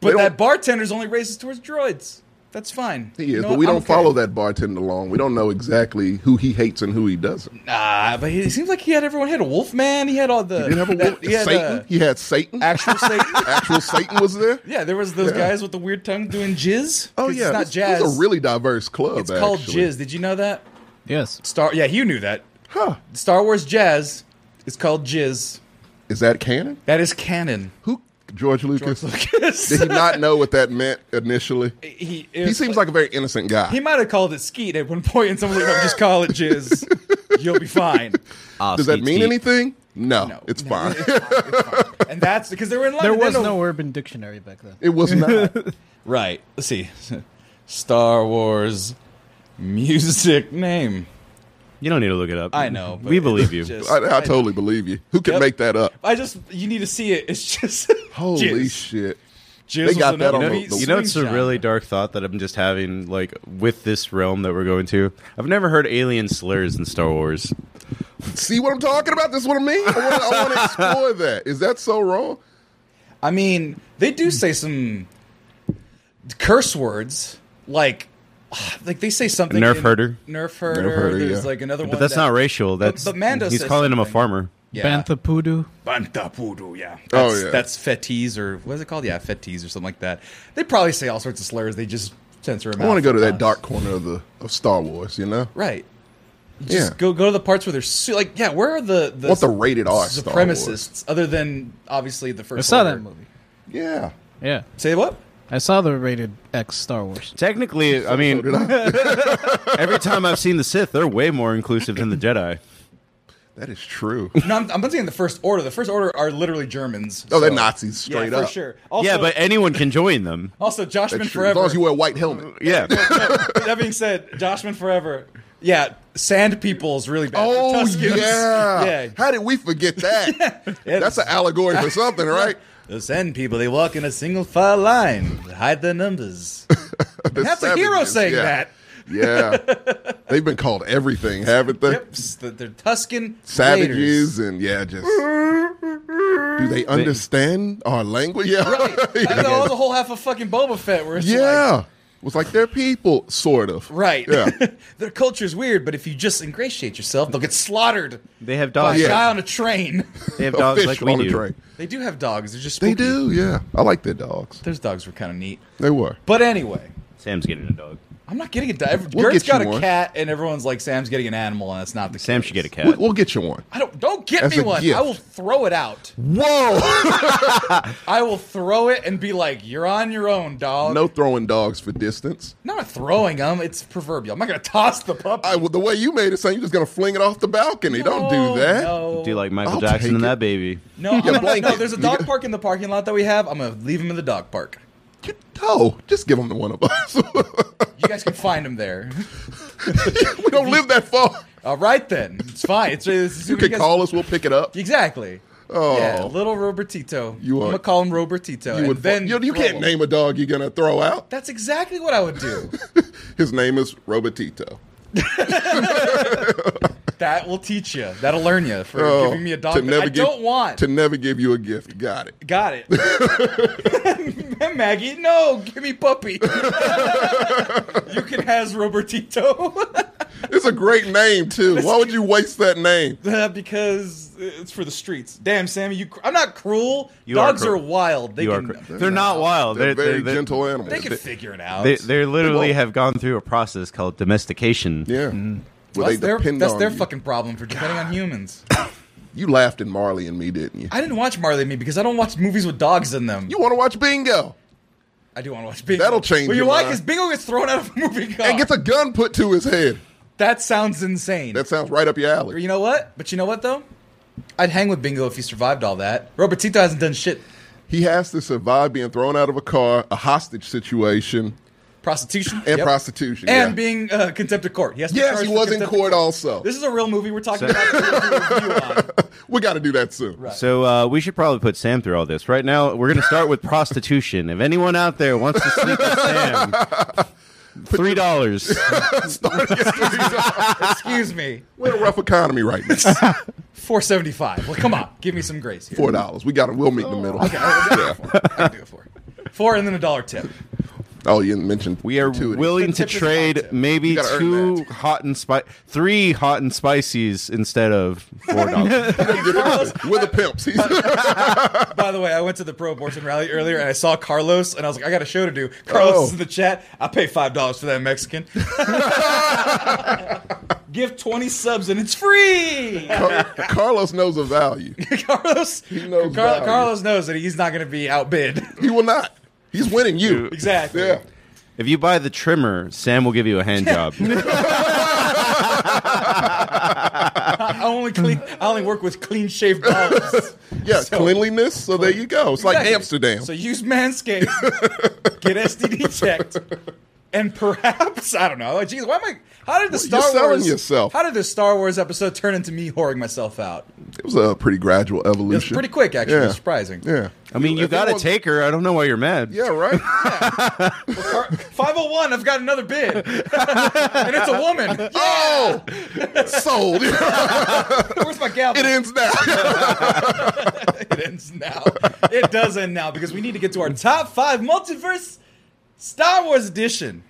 Speaker 4: But
Speaker 3: They
Speaker 4: that
Speaker 3: don't-
Speaker 4: bartender's only racist towards droids. That's fine.
Speaker 3: He is,
Speaker 4: You know
Speaker 3: but
Speaker 4: what?
Speaker 3: we
Speaker 4: I'm
Speaker 3: don't
Speaker 4: okay.
Speaker 3: follow that bartender along. We don't know exactly who he hates and who he doesn't.
Speaker 4: Nah, but he, it seems like he had everyone. He had a wolf man. He had all the.
Speaker 3: He didn't have a
Speaker 4: that-
Speaker 3: wolf.
Speaker 4: he had,
Speaker 3: Satan.
Speaker 4: uh,
Speaker 3: he had Satan.
Speaker 4: actual Satan.
Speaker 3: Actual Satan was there.
Speaker 4: yeah, there was those guys with the weird tongue doing jizz.
Speaker 3: Oh
Speaker 4: 'Cause
Speaker 3: yeah,
Speaker 4: it's not
Speaker 3: this-
Speaker 4: jazz.
Speaker 3: It was a really diverse club.
Speaker 4: it's called
Speaker 3: actually.
Speaker 4: jizz. Did you know that?
Speaker 5: Yes.
Speaker 4: Star. Yeah, you knew that.
Speaker 3: Huh?
Speaker 4: Star Wars jazz is called jizz.
Speaker 3: Is that canon?
Speaker 4: That is canon.
Speaker 3: Who? George Lucas. Did he not know what that meant initially?
Speaker 4: he,
Speaker 3: He seems like a very innocent guy.
Speaker 4: he might have called it skeet at one point, and someone like, "No, just call it jizz. You'll be fine.
Speaker 1: Ah,
Speaker 3: Does that
Speaker 1: skeet,
Speaker 3: mean
Speaker 1: skeet.
Speaker 3: anything? No,
Speaker 4: No,
Speaker 3: it's
Speaker 4: no,
Speaker 3: fine.
Speaker 4: And that's because they were in London.
Speaker 5: There
Speaker 4: They
Speaker 5: was
Speaker 4: don't-
Speaker 5: no Urban Dictionary back then.
Speaker 3: it was not.
Speaker 4: Right. Let's see. Star Wars music name.
Speaker 1: You don't need to look it up.
Speaker 4: I know. but
Speaker 1: We believe
Speaker 4: it's
Speaker 1: you.
Speaker 4: just-
Speaker 3: I, I totally believe you. Who can
Speaker 4: Yep.
Speaker 3: make that up?
Speaker 4: I just you need to see it. It's just
Speaker 3: Holy
Speaker 4: Jizz.
Speaker 3: shit!
Speaker 4: Jizz
Speaker 3: They
Speaker 4: was
Speaker 3: got that
Speaker 4: another
Speaker 3: on the-
Speaker 4: beat
Speaker 3: the-
Speaker 1: you know,
Speaker 4: swing
Speaker 1: it's a
Speaker 4: genre.
Speaker 1: really dark thought that I'm just having, like, with this realm that we're going to. I've never heard alien slurs in Star Wars.
Speaker 3: See what I'm talking about? This is what I mean. I wanna- I want to explore that. Is that so wrong?
Speaker 4: I mean, they do say some curse words like like they say something
Speaker 1: Nerf
Speaker 4: in-
Speaker 1: herder.
Speaker 4: Nerf herder.
Speaker 3: Nerf herder,
Speaker 4: There's
Speaker 3: yeah.
Speaker 4: like another one.
Speaker 1: But that's
Speaker 4: that-
Speaker 1: not racial. That's
Speaker 4: but Mando
Speaker 1: he's
Speaker 4: says
Speaker 1: calling him a
Speaker 4: something.
Speaker 1: farmer.
Speaker 4: Yeah.
Speaker 5: Bantha Poodoo.
Speaker 4: Bantapudu, yeah.
Speaker 3: Oh,
Speaker 4: That's,
Speaker 3: yeah.
Speaker 4: That's fetis or what is it called? Yeah, fetis or something like that. They probably say all sorts of slurs. They just censor them.
Speaker 3: I want to go to that dark corner of the of Star Wars. You know,
Speaker 4: Right.
Speaker 3: yeah.
Speaker 4: Just go go to the parts where they're su- like, yeah, where are the the,
Speaker 3: What the rated R Star Wars?
Speaker 4: supremacists other than obviously the first?
Speaker 5: I saw that
Speaker 4: Order?
Speaker 5: movie.
Speaker 3: Yeah.
Speaker 5: Yeah.
Speaker 4: Say what?
Speaker 5: I saw the rated X Star Wars.
Speaker 1: Technically, I mean, every time I've seen the Sith, they're way more inclusive than the Jedi.
Speaker 3: That is true.
Speaker 4: No, I'm, I'm not saying the first order. The first order are literally Germans.
Speaker 3: Oh, they're
Speaker 4: so-
Speaker 3: Nazis
Speaker 4: Yeah,
Speaker 3: straight
Speaker 4: for
Speaker 3: up.
Speaker 4: sure. Also,
Speaker 1: yeah, but anyone can join them.
Speaker 4: also Joshman
Speaker 3: That's true.
Speaker 4: forever. Mm-hmm.
Speaker 3: As long as you wear a white helmet.
Speaker 1: Yeah.
Speaker 4: that being said, Joshman forever. Yeah, sand people is really bad.
Speaker 3: Oh
Speaker 4: Tuscans.
Speaker 3: yeah.
Speaker 4: yeah.
Speaker 3: How did we forget that? That's an allegory for something, right?
Speaker 4: The sand people, they walk in a single file line, hide their numbers.
Speaker 3: The
Speaker 4: That's a hero
Speaker 3: savages,
Speaker 4: saying
Speaker 3: yeah.
Speaker 4: that.
Speaker 3: Yeah, they've been called everything, haven't they?
Speaker 4: Yep, s- the- they're Tuscan raiders.
Speaker 3: Savages and yeah, just do they understand our language? Yeah,
Speaker 4: Right. I mean, that was a whole half of fucking Boba Fett where it's
Speaker 3: yeah.
Speaker 4: like,
Speaker 3: it was like they're people, sort of.
Speaker 4: right.
Speaker 3: Yeah.
Speaker 4: Their culture's weird, but if you just ingratiate yourself, they'll get slaughtered
Speaker 1: They have
Speaker 4: by
Speaker 1: dogs.
Speaker 4: a
Speaker 3: Yeah.
Speaker 4: guy on a train.
Speaker 1: They have
Speaker 3: A
Speaker 1: dogs
Speaker 3: fish
Speaker 1: like
Speaker 3: on
Speaker 1: we
Speaker 3: a
Speaker 1: do.
Speaker 3: tray.
Speaker 4: they do have dogs. They're just
Speaker 3: They do.
Speaker 4: spooky.
Speaker 3: Yeah, I like their dogs.
Speaker 4: Those dogs were kind of neat.
Speaker 3: They were.
Speaker 4: But anyway,
Speaker 1: Sam's getting a dog.
Speaker 4: I'm not getting a dog.
Speaker 3: We'll get
Speaker 4: Gert's
Speaker 3: you
Speaker 4: got a
Speaker 3: one.
Speaker 4: cat, and everyone's like, Sam's getting an animal, and that's not the
Speaker 1: Sam
Speaker 4: case.
Speaker 1: should get a cat.
Speaker 3: We- We'll get you one.
Speaker 4: I don't don't get
Speaker 3: As
Speaker 4: me
Speaker 3: a
Speaker 4: one.
Speaker 3: gift.
Speaker 4: I will throw it out.
Speaker 3: Whoa!
Speaker 4: I will throw it and be like, "You're on your own, dog."
Speaker 3: no throwing dogs for distance.
Speaker 4: I'm not throwing them. It's proverbial. I'm not gonna toss the puppy.
Speaker 3: I, well, the way you made it sound, you're just gonna fling it off the balcony. Don't
Speaker 4: No,
Speaker 3: do that.
Speaker 4: No,
Speaker 1: Do you like Michael
Speaker 3: I'll take
Speaker 1: Jackson and
Speaker 3: it.
Speaker 1: that baby?
Speaker 4: No, I'm gonna- no.
Speaker 3: blanket.
Speaker 4: There's a dog park in the parking lot that we have. I'm gonna leave him in the dog park.
Speaker 3: You- No, just give them to one of us. we
Speaker 4: You guys can find him there.
Speaker 3: don't live that far.
Speaker 4: All right then, it's fine. It's, it's
Speaker 3: You can
Speaker 4: guys-
Speaker 3: call us. We'll pick it up.
Speaker 4: Exactly.
Speaker 3: Oh.
Speaker 4: yeah, little Robertito.
Speaker 3: You
Speaker 4: I'm
Speaker 3: are-
Speaker 4: gonna call him Robertito,
Speaker 3: You
Speaker 4: and
Speaker 3: would.
Speaker 4: then
Speaker 3: you, you
Speaker 4: throw
Speaker 3: can't
Speaker 4: him.
Speaker 3: name a dog you're gonna throw out.
Speaker 4: That's exactly what I would do.
Speaker 3: His name is Robotito.
Speaker 4: That will teach you. That'll learn you for
Speaker 3: Oh,
Speaker 4: giving me a dog. that I
Speaker 3: give-
Speaker 4: don't want.
Speaker 3: to never give you a gift. Got it.
Speaker 4: Got it. Maggie, no, give me puppy. you can has Robertito
Speaker 3: It's a great name too. Why would you waste that name?
Speaker 4: Uh, because it's for the streets. Damn, Sammy, you. Cr- I'm not cruel.
Speaker 1: You are
Speaker 4: Dogs
Speaker 1: cruel.
Speaker 4: are wild. They
Speaker 1: you are
Speaker 4: can.
Speaker 1: cor- they're not wild.
Speaker 3: They're,
Speaker 1: They're,
Speaker 3: very
Speaker 1: they're, they're,
Speaker 3: gentle animals.
Speaker 4: They can figure it out.
Speaker 1: they, they literally
Speaker 3: Well-
Speaker 1: have gone through a process called domestication.
Speaker 3: yeah.
Speaker 1: Mm.
Speaker 3: Well,
Speaker 4: that's
Speaker 3: they
Speaker 4: their,
Speaker 3: depend
Speaker 4: that's
Speaker 3: on
Speaker 4: their
Speaker 3: you.
Speaker 4: fucking problem for depending on humans.
Speaker 3: You laughed at Marley and me, didn't you?
Speaker 4: I didn't watch Marley and Me because I don't watch movies with dogs in them.
Speaker 3: You want to watch Bingo
Speaker 4: I do want to watch Bingo.
Speaker 3: That'll change
Speaker 4: What you
Speaker 3: your
Speaker 4: like
Speaker 3: mind.
Speaker 4: is Bingo gets thrown out of a movie car.
Speaker 3: and gets a gun put to his head.
Speaker 4: that sounds insane.
Speaker 3: That sounds right up your alley.
Speaker 4: You know what? But you know what though? I'd hang with Bingo if he survived all that. Robertito hasn't done shit.
Speaker 3: He has to survive being thrown out of a car, a hostage situation,
Speaker 4: Prostitution
Speaker 3: and
Speaker 4: Yep.
Speaker 3: prostitution.
Speaker 4: and
Speaker 3: yeah.
Speaker 4: being uh, contempt of court. Yes,
Speaker 3: yes, he was in court also.
Speaker 4: This is a real movie we're talking about. a real review on.
Speaker 3: we got to do that soon.
Speaker 1: So uh, we should probably put Sam through all this. Right now, we're going to start with prostitution. If anyone out there wants to sleep with Sam, three dollars.
Speaker 4: Excuse me,
Speaker 3: We're in a rough economy right now.
Speaker 4: four seventy five. Well, come on, give me some grace here.
Speaker 3: Four dollars. We got to. We'll meet
Speaker 4: Oh,
Speaker 3: in the middle. Yeah.
Speaker 4: I can do it for four, and then a dollar tip.
Speaker 3: Oh, you didn't mention.
Speaker 1: We are
Speaker 3: gratuity.
Speaker 1: willing to
Speaker 4: tip is
Speaker 1: trade
Speaker 4: hot tip.
Speaker 1: maybe
Speaker 3: You gotta earn
Speaker 1: two
Speaker 3: that.
Speaker 1: hot and spicy, three hot and spices instead of four dollars.
Speaker 3: We're the pimps. He's-
Speaker 4: By the way, I went to the pro abortion rally earlier and I saw Carlos and I was like, I got a show to do. Carlos
Speaker 3: Oh.
Speaker 4: is in the chat. I pay five dollars for that Mexican. Give twenty subs and it's free.
Speaker 3: Car- Carlos knows a value.
Speaker 4: Carlos,
Speaker 3: knows
Speaker 4: Car-
Speaker 3: value.
Speaker 4: Carlos knows that he's not going to be outbid.
Speaker 3: He will not. He's winning you.
Speaker 4: exactly.
Speaker 3: Yeah.
Speaker 1: if you buy the trimmer, Sam will give you a hand job.
Speaker 4: I only clean. I only work with clean shaved dogs.
Speaker 3: Yeah. cleanliness. So there you go. It's like
Speaker 4: Exactly.
Speaker 3: Amsterdam.
Speaker 4: So use Manscaped, get STD checked, and perhaps I don't know. Like, Jeez, why am I? How did the Star
Speaker 3: You're selling
Speaker 4: Wars
Speaker 3: yourself.
Speaker 4: How did the Star Wars episode turn into me whoring myself out?
Speaker 3: it was a pretty gradual
Speaker 4: It was
Speaker 3: evolution.
Speaker 4: pretty quick, actually.
Speaker 3: Yeah.
Speaker 4: Surprising.
Speaker 3: Yeah.
Speaker 1: I mean, you
Speaker 3: if they
Speaker 1: got to
Speaker 3: want-
Speaker 1: take her. I don't know why you're mad.
Speaker 3: Yeah. Right.
Speaker 4: Five hundred one. I've got another bid, and it's a woman.
Speaker 3: oh, sold. it
Speaker 4: Where's my gavel?
Speaker 3: ends now.
Speaker 4: It ends now. It does end now because we need to get to our top five multiverse Star Wars edition.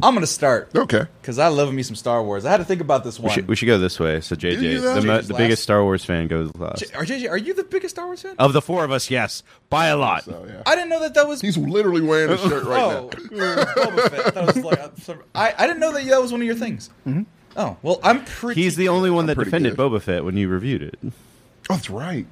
Speaker 4: I'm gonna start
Speaker 3: okay.
Speaker 4: because I love me some Star Wars. I had to think about this
Speaker 1: We
Speaker 4: one.
Speaker 1: should, we should go this way. So
Speaker 3: you
Speaker 1: JJ,
Speaker 3: know?
Speaker 1: the, mo-
Speaker 4: JJ's
Speaker 1: the
Speaker 4: last.
Speaker 1: biggest Star Wars fan, goes last.
Speaker 4: J- are, JJ, are you the biggest Star Wars fan?
Speaker 3: Oh.
Speaker 1: of the four of us, yes, by a lot.
Speaker 3: So yeah.
Speaker 4: I didn't know that that was.
Speaker 3: He's literally wearing a shirt right
Speaker 4: oh,
Speaker 3: now.
Speaker 4: Boba Fett. I, thought it was like- I'm sorry. I, I didn't know that that was one of your things.
Speaker 3: Mm-hmm.
Speaker 4: Oh well, I'm pretty.
Speaker 1: He's the only one that
Speaker 3: pretty
Speaker 1: defended
Speaker 3: good.
Speaker 1: Boba Fett when you reviewed it.
Speaker 3: Oh, that's right.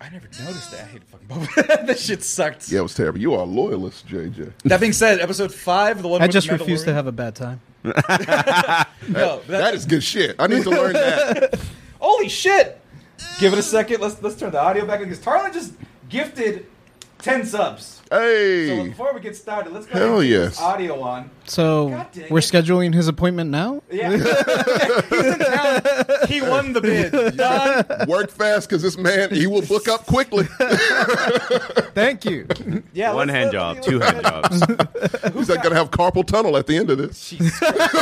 Speaker 4: I never noticed that. I hate fucking Boba. Fett. that shit sucked.
Speaker 3: Yeah, it was terrible. You are a loyalist, JJ.
Speaker 4: That being said, episode five, the one
Speaker 5: I
Speaker 4: with
Speaker 5: just
Speaker 4: the
Speaker 5: refuse to
Speaker 4: Mandalorian-
Speaker 5: have a bad time.
Speaker 4: No, that-
Speaker 3: That is good shit. I need to learn that.
Speaker 4: Holy shit! Give it a second. Let's let's turn the audio back on because Tarlin just gifted ten subs. So
Speaker 3: Hey,
Speaker 4: before we get started, let's go
Speaker 3: Hell
Speaker 4: ahead and get
Speaker 3: yes.
Speaker 4: this audio on.
Speaker 5: So
Speaker 4: God dang
Speaker 5: we're
Speaker 4: it.
Speaker 5: scheduling his appointment now.
Speaker 4: Yeah, He's in town. He won the bid. Done.
Speaker 3: work fast because this man he will book up quickly.
Speaker 5: Thank you.
Speaker 4: Yeah,
Speaker 1: One hand
Speaker 4: let's- let-
Speaker 1: job,
Speaker 4: let me-
Speaker 1: two
Speaker 4: let's-
Speaker 1: hand jobs.
Speaker 3: He's like gonna have carpal tunnel at the end of this.
Speaker 4: Jesus Christ.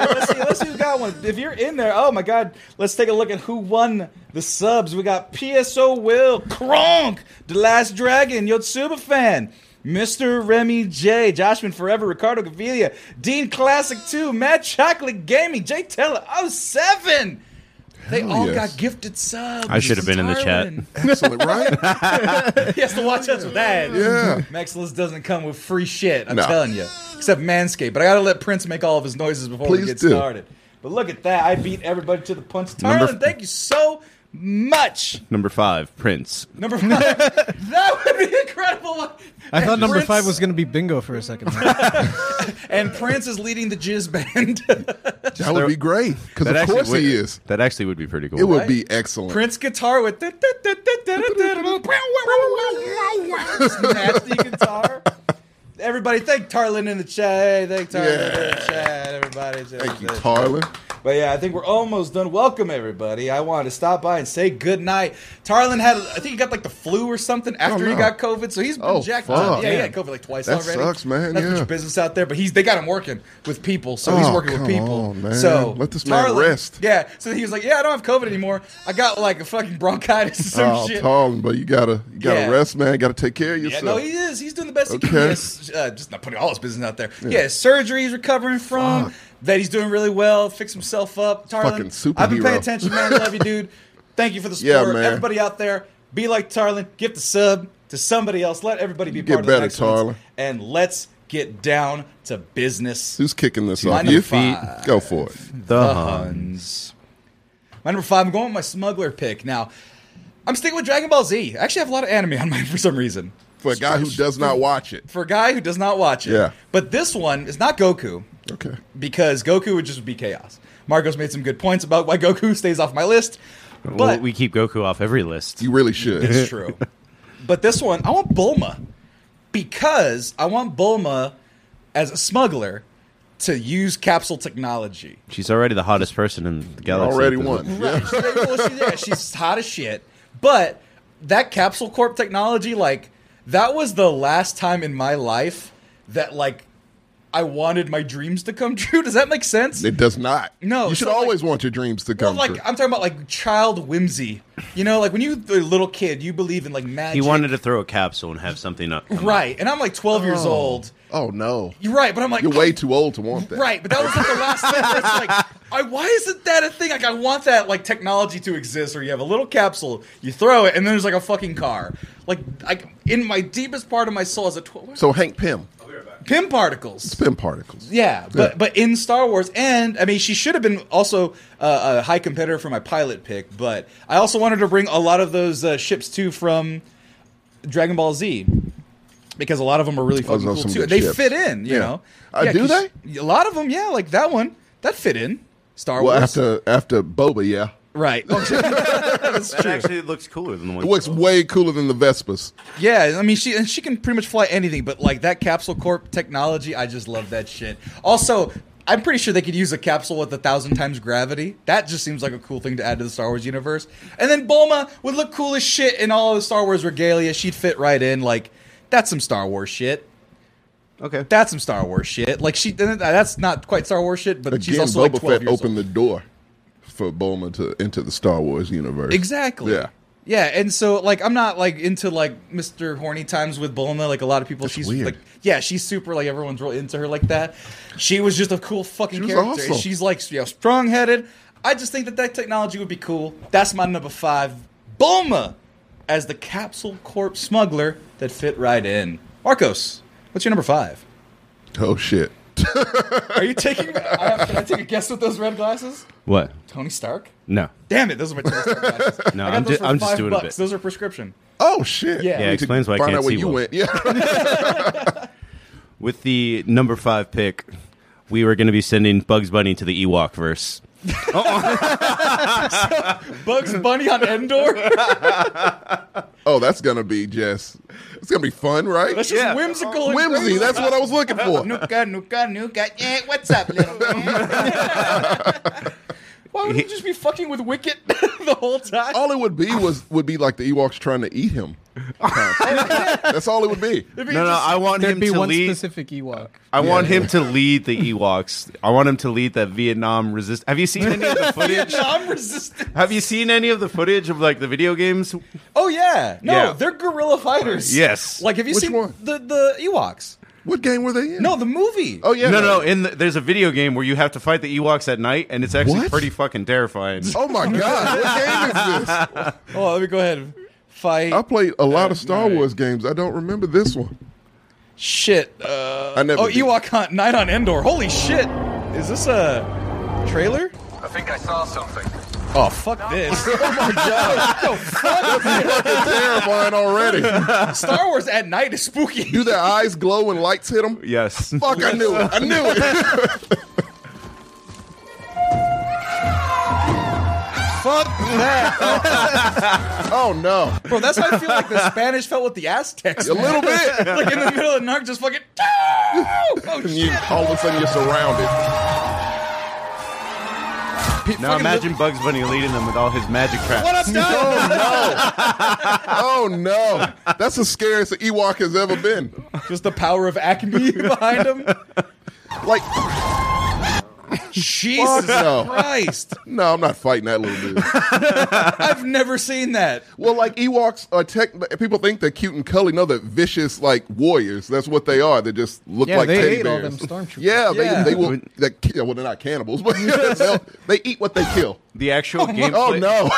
Speaker 4: let's, see, let's see who got one. If you're in there, oh my God, let's take a look at who won the subs. We got PSO Will, Kronk, The Last Dragon, Yotsuba Fan, Mr. Remy J, Joshman Forever, Ricardo Gavilia, Dean Classic 2, Matt Chocolate Gaming, Jay Teller, Oh seven. They all
Speaker 3: yes.
Speaker 4: got gifted subs.
Speaker 1: I should have been in the chat.
Speaker 4: Darling.
Speaker 3: Excellent, right?
Speaker 4: he has to watch us with that.
Speaker 3: Yeah.
Speaker 4: Maxless doesn't come with free shit. I'm
Speaker 3: No.
Speaker 4: telling you, except Manscaped. But I gotta let Prince make all of his noises before we
Speaker 3: Please
Speaker 4: get
Speaker 3: do.
Speaker 4: started. But look at that! I beat everybody to the punch.
Speaker 1: Number
Speaker 4: Tarlin,
Speaker 1: f-
Speaker 4: thank you so much.
Speaker 1: Number five, Prince.
Speaker 4: Number five, that would be incredible.
Speaker 5: I thought number
Speaker 4: Prince-
Speaker 5: five was going to be bingo for a second.
Speaker 4: And Prince is leading the Jizz Band.
Speaker 3: That would be great because of course
Speaker 1: would,
Speaker 3: he is.
Speaker 1: That actually would be pretty cool.
Speaker 3: It would be excellent.
Speaker 4: Prince guitar with nasty guitar. Everybody, thank Tarlin in the chat. Hey, thank Tarlin in the
Speaker 3: Yeah.
Speaker 4: chat. Everybody,
Speaker 3: Thank you, Tarlin.
Speaker 4: But yeah, I think we're almost done. Welcome everybody. I wanted to stop by and say good night. Tarlin had, I think he got like the flu or something after he
Speaker 3: Oh, no.
Speaker 4: got COVID, so he's been
Speaker 3: Oh,
Speaker 4: jacked up.
Speaker 3: fuck.
Speaker 4: Yeah, he had COVID like twice
Speaker 3: That
Speaker 4: already.
Speaker 3: sucks, man,
Speaker 4: That's
Speaker 3: yeah.
Speaker 4: much business out there, but he's they got him working with people, so he's
Speaker 3: Oh,
Speaker 4: working with
Speaker 3: come
Speaker 4: people.
Speaker 3: on, man.
Speaker 4: So
Speaker 3: Let this man rest.
Speaker 4: Yeah. So he was like, yeah, I don't have COVID anymore. I got like a fucking bronchitis or some
Speaker 3: Oh,
Speaker 4: shit.
Speaker 3: Tom, but you gotta you gotta
Speaker 4: Yeah.
Speaker 3: rest, man. You gotta take care of
Speaker 4: Yeah,
Speaker 3: yourself.
Speaker 4: no, he is. He's doing the best he can.
Speaker 3: Okay.
Speaker 4: Yes, uh, just not putting all his business out there. Yeah, surgery he's recovering from. That he's doing really well. Fix himself up. Tarlin,
Speaker 3: Fucking
Speaker 4: I've been paying
Speaker 3: superhero.
Speaker 4: attention, man. Love you, dude. Thank you for the
Speaker 3: Yeah,
Speaker 4: support.
Speaker 3: man.
Speaker 4: Everybody out there, be like Tarlin. Give the sub to somebody else. Let everybody be
Speaker 3: Get
Speaker 4: part
Speaker 3: better,
Speaker 4: of the
Speaker 3: Tarlin.
Speaker 4: excellence. And let's get down to business.
Speaker 3: Who's kicking this
Speaker 4: My
Speaker 3: off?
Speaker 4: number
Speaker 3: You
Speaker 4: five.
Speaker 3: go for it.
Speaker 1: The Hun.
Speaker 4: Huns. My number five, I'm going with my smuggler pick. Now, I'm sticking with Dragon Ball Z. I actually have a lot of anime on mine for some reason.
Speaker 3: For a guy who does not watch it.
Speaker 4: For a guy who does not watch it.
Speaker 3: Yeah.
Speaker 4: But this one is not Goku
Speaker 3: Okay.
Speaker 4: because Goku would just be chaos. Marcos made some good points about why Goku stays off my list. But
Speaker 1: Well, we keep Goku off every list.
Speaker 3: You really should.
Speaker 4: it's true. but this one, I want Bulma because I want Bulma as a smuggler to use capsule technology.
Speaker 1: She's already the hottest person in the galaxy.
Speaker 3: Already
Speaker 1: at the-
Speaker 3: won. Yeah.
Speaker 4: Right. She's, well, she's, yeah, she's hot as shit. But that Capsule Corp technology, like, that was the last time in my life that, like, I wanted my dreams to come true. Does that make sense?
Speaker 3: It does not.
Speaker 4: No,
Speaker 3: You should
Speaker 4: so, like-
Speaker 3: always want your dreams to
Speaker 4: Well,
Speaker 3: come
Speaker 4: like,
Speaker 3: true.
Speaker 4: I'm talking about, like, child whimsy. You know, like, when you a little kid, you believe in, like, magic.
Speaker 1: He wanted to throw a capsule and have something up. come up.
Speaker 4: Right. And I'm, like, 12 years old.
Speaker 3: Oh no.
Speaker 4: You're right, but I'm like,
Speaker 3: You're way too old to want that.
Speaker 4: Right, but that was like the last thing. That's like, I, why isn't that a thing? Like, I want that like technology to exist, or you have a little capsule, you throw it, and then there's like a fucking car. Like, I, in my deepest part of my soul, as a twelve,
Speaker 3: So Hank Pym.
Speaker 4: pin particles.
Speaker 3: Pym particles.
Speaker 4: Yeah, but
Speaker 3: Yeah.
Speaker 4: but in Star Wars, and I mean, she should have been also uh, a high competitor for my pilot pick. But I also wanted to bring a lot of those uh, ships too from Dragon Ball Z. Because a lot of them are really fucking
Speaker 3: Oh, those are
Speaker 4: cool
Speaker 3: some
Speaker 4: too.
Speaker 3: good
Speaker 4: They
Speaker 3: ships.
Speaker 4: fit in, you
Speaker 3: Yeah.
Speaker 4: know.
Speaker 3: Uh, do
Speaker 4: 'cause A lot of them, yeah. Like that one, that fit in. Star
Speaker 3: Well
Speaker 4: Wars,
Speaker 3: after after Boba, yeah.
Speaker 4: right? That's
Speaker 1: That
Speaker 4: true.
Speaker 1: actually looks cooler than the one.
Speaker 3: It looks way cooler than the Vespas.
Speaker 4: Yeah, I mean, she and she can pretty much fly anything, but like that capsule corp technology, I just love that shit. Also, I'm pretty sure they could use a capsule with a thousand times gravity. That just seems like a cool thing to add to the Star Wars universe. And then Bulma would look cool as shit in all the Star Wars regalia. She'd fit right in. Like, that's some Star Wars shit.
Speaker 1: Okay.
Speaker 4: That's some Star Wars shit. Like she, that's not quite Star Wars shit, but she's
Speaker 3: Again,
Speaker 4: also
Speaker 3: Boba
Speaker 4: like 12
Speaker 3: Fett
Speaker 4: years
Speaker 3: opened
Speaker 4: old.
Speaker 3: the door for Bulma to enter the Star Wars universe.
Speaker 4: Exactly.
Speaker 3: Yeah.
Speaker 4: Yeah, and so like I'm not like into like Mr. Horny times with Bulma. Like a lot of people, she's
Speaker 3: weird.
Speaker 4: like, yeah, she's super like everyone's real into her like that. She was just a cool fucking
Speaker 3: She was
Speaker 4: character.
Speaker 3: awesome.
Speaker 4: She's like you know, strong headed. I just think that that technology would be cool. That's my number five, Bulma, as the capsule corp smuggler that fit right in. Marcos, what's your number five?
Speaker 3: Oh shit.
Speaker 4: Are you taking? I, can I take a guess with those red glasses?
Speaker 1: What?
Speaker 4: Tony Stark.
Speaker 1: No.
Speaker 4: Damn it, those are my Tony Stark glasses.
Speaker 1: No,
Speaker 4: I got
Speaker 1: I'm,
Speaker 4: those
Speaker 1: ju-
Speaker 4: for
Speaker 1: I'm
Speaker 4: five
Speaker 1: just doing a
Speaker 4: bucks.
Speaker 1: bit.
Speaker 4: Those are prescription.
Speaker 3: Oh shit.
Speaker 4: Yeah. Yeah,
Speaker 3: We need
Speaker 1: explains
Speaker 3: to
Speaker 1: why I
Speaker 3: find
Speaker 1: can't
Speaker 3: out where
Speaker 1: see
Speaker 3: you
Speaker 1: well.
Speaker 3: went. Yeah.
Speaker 1: With the number five pick, we were going to be sending Bugs Bunny to the Ewok verse.
Speaker 4: Bugs Bunny on Endor?
Speaker 3: oh, that's gonna be just it's gonna be fun, right?
Speaker 4: That's just
Speaker 1: Yeah.
Speaker 4: whimsical. and
Speaker 3: Whimsy,
Speaker 4: crazy.
Speaker 3: that's what I was looking for.
Speaker 4: Nuka, nuka, nuka. Yeah, what's up, little man? Why would he just be fucking with Wicket the whole time?
Speaker 3: All it would be was would be like the Ewoks trying to eat him. That's all it would be.
Speaker 1: No, no, I want
Speaker 5: There'd
Speaker 1: him
Speaker 5: be
Speaker 1: to
Speaker 5: one
Speaker 1: lead.
Speaker 5: specific Ewok.
Speaker 1: I want him to lead the Ewoks. I want him to lead the Vietnam resist. Have you seen any of the footage?
Speaker 4: I'm resistant.
Speaker 1: Have you seen any of the footage of like the video games?
Speaker 4: Oh yeah, no,
Speaker 1: Yeah.
Speaker 4: they're guerrilla fighters.
Speaker 1: Yes.
Speaker 4: Like, have you
Speaker 3: Which
Speaker 4: seen
Speaker 3: one?
Speaker 4: the the Ewoks?
Speaker 3: What game were they in?
Speaker 4: No, the movie.
Speaker 3: Oh yeah.
Speaker 1: No, no. In the, there's a video game where you have to fight the Ewoks at night, and it's actually
Speaker 3: What?
Speaker 1: pretty fucking terrifying.
Speaker 3: Oh my god, what game is this?
Speaker 4: Oh, let me go ahead. and Fight.
Speaker 3: I played a lot of Star Wars games. I don't remember this one.
Speaker 4: Shit. Uh,
Speaker 3: I never
Speaker 4: Oh,
Speaker 3: did.
Speaker 4: Ewok hunt night on Endor. Holy shit! Is this a trailer?
Speaker 2: I think I saw something.
Speaker 4: Oh fuck this! oh my god! No, fuck
Speaker 3: Fucking terrifying already.
Speaker 4: Star Wars at night is spooky.
Speaker 3: Do their eyes glow and lights hit them?
Speaker 1: Yes.
Speaker 3: Fuck, I knew it. I knew it.
Speaker 4: Fuck that,
Speaker 3: Oh no,
Speaker 4: bro. That's how I feel like the Spanish felt with the Aztecs.
Speaker 3: a little bit.
Speaker 4: like in the middle of Narc, just fucking. Oh
Speaker 3: And you,
Speaker 4: shit!
Speaker 3: all of a sudden you're surrounded. Pe-
Speaker 1: Now
Speaker 3: fucking
Speaker 1: imagine Bugs Bunny leading them with all his magic crap.
Speaker 4: What up, Doug?
Speaker 3: Oh no, that's the scariest the Ewok has ever been.
Speaker 4: Just the power of acme behind him.
Speaker 3: Like,
Speaker 4: Jesus
Speaker 3: no.
Speaker 4: Christ!
Speaker 3: no, I'm not fighting that little dude.
Speaker 4: I've never seen that.
Speaker 3: Well, like Ewoks are tech. People think they're cute and cuddly. No, they're vicious, like warriors. That's what they are. They just look
Speaker 5: Yeah,
Speaker 3: like
Speaker 5: they
Speaker 3: teddy
Speaker 5: ate all
Speaker 3: bears.
Speaker 5: them stormtroopers.
Speaker 3: yeah, they
Speaker 4: Yeah.
Speaker 3: they will. They, ki- well, they're not cannibals, but they'll- they eat what they kill.
Speaker 1: The actual gameplay.
Speaker 3: Oh no!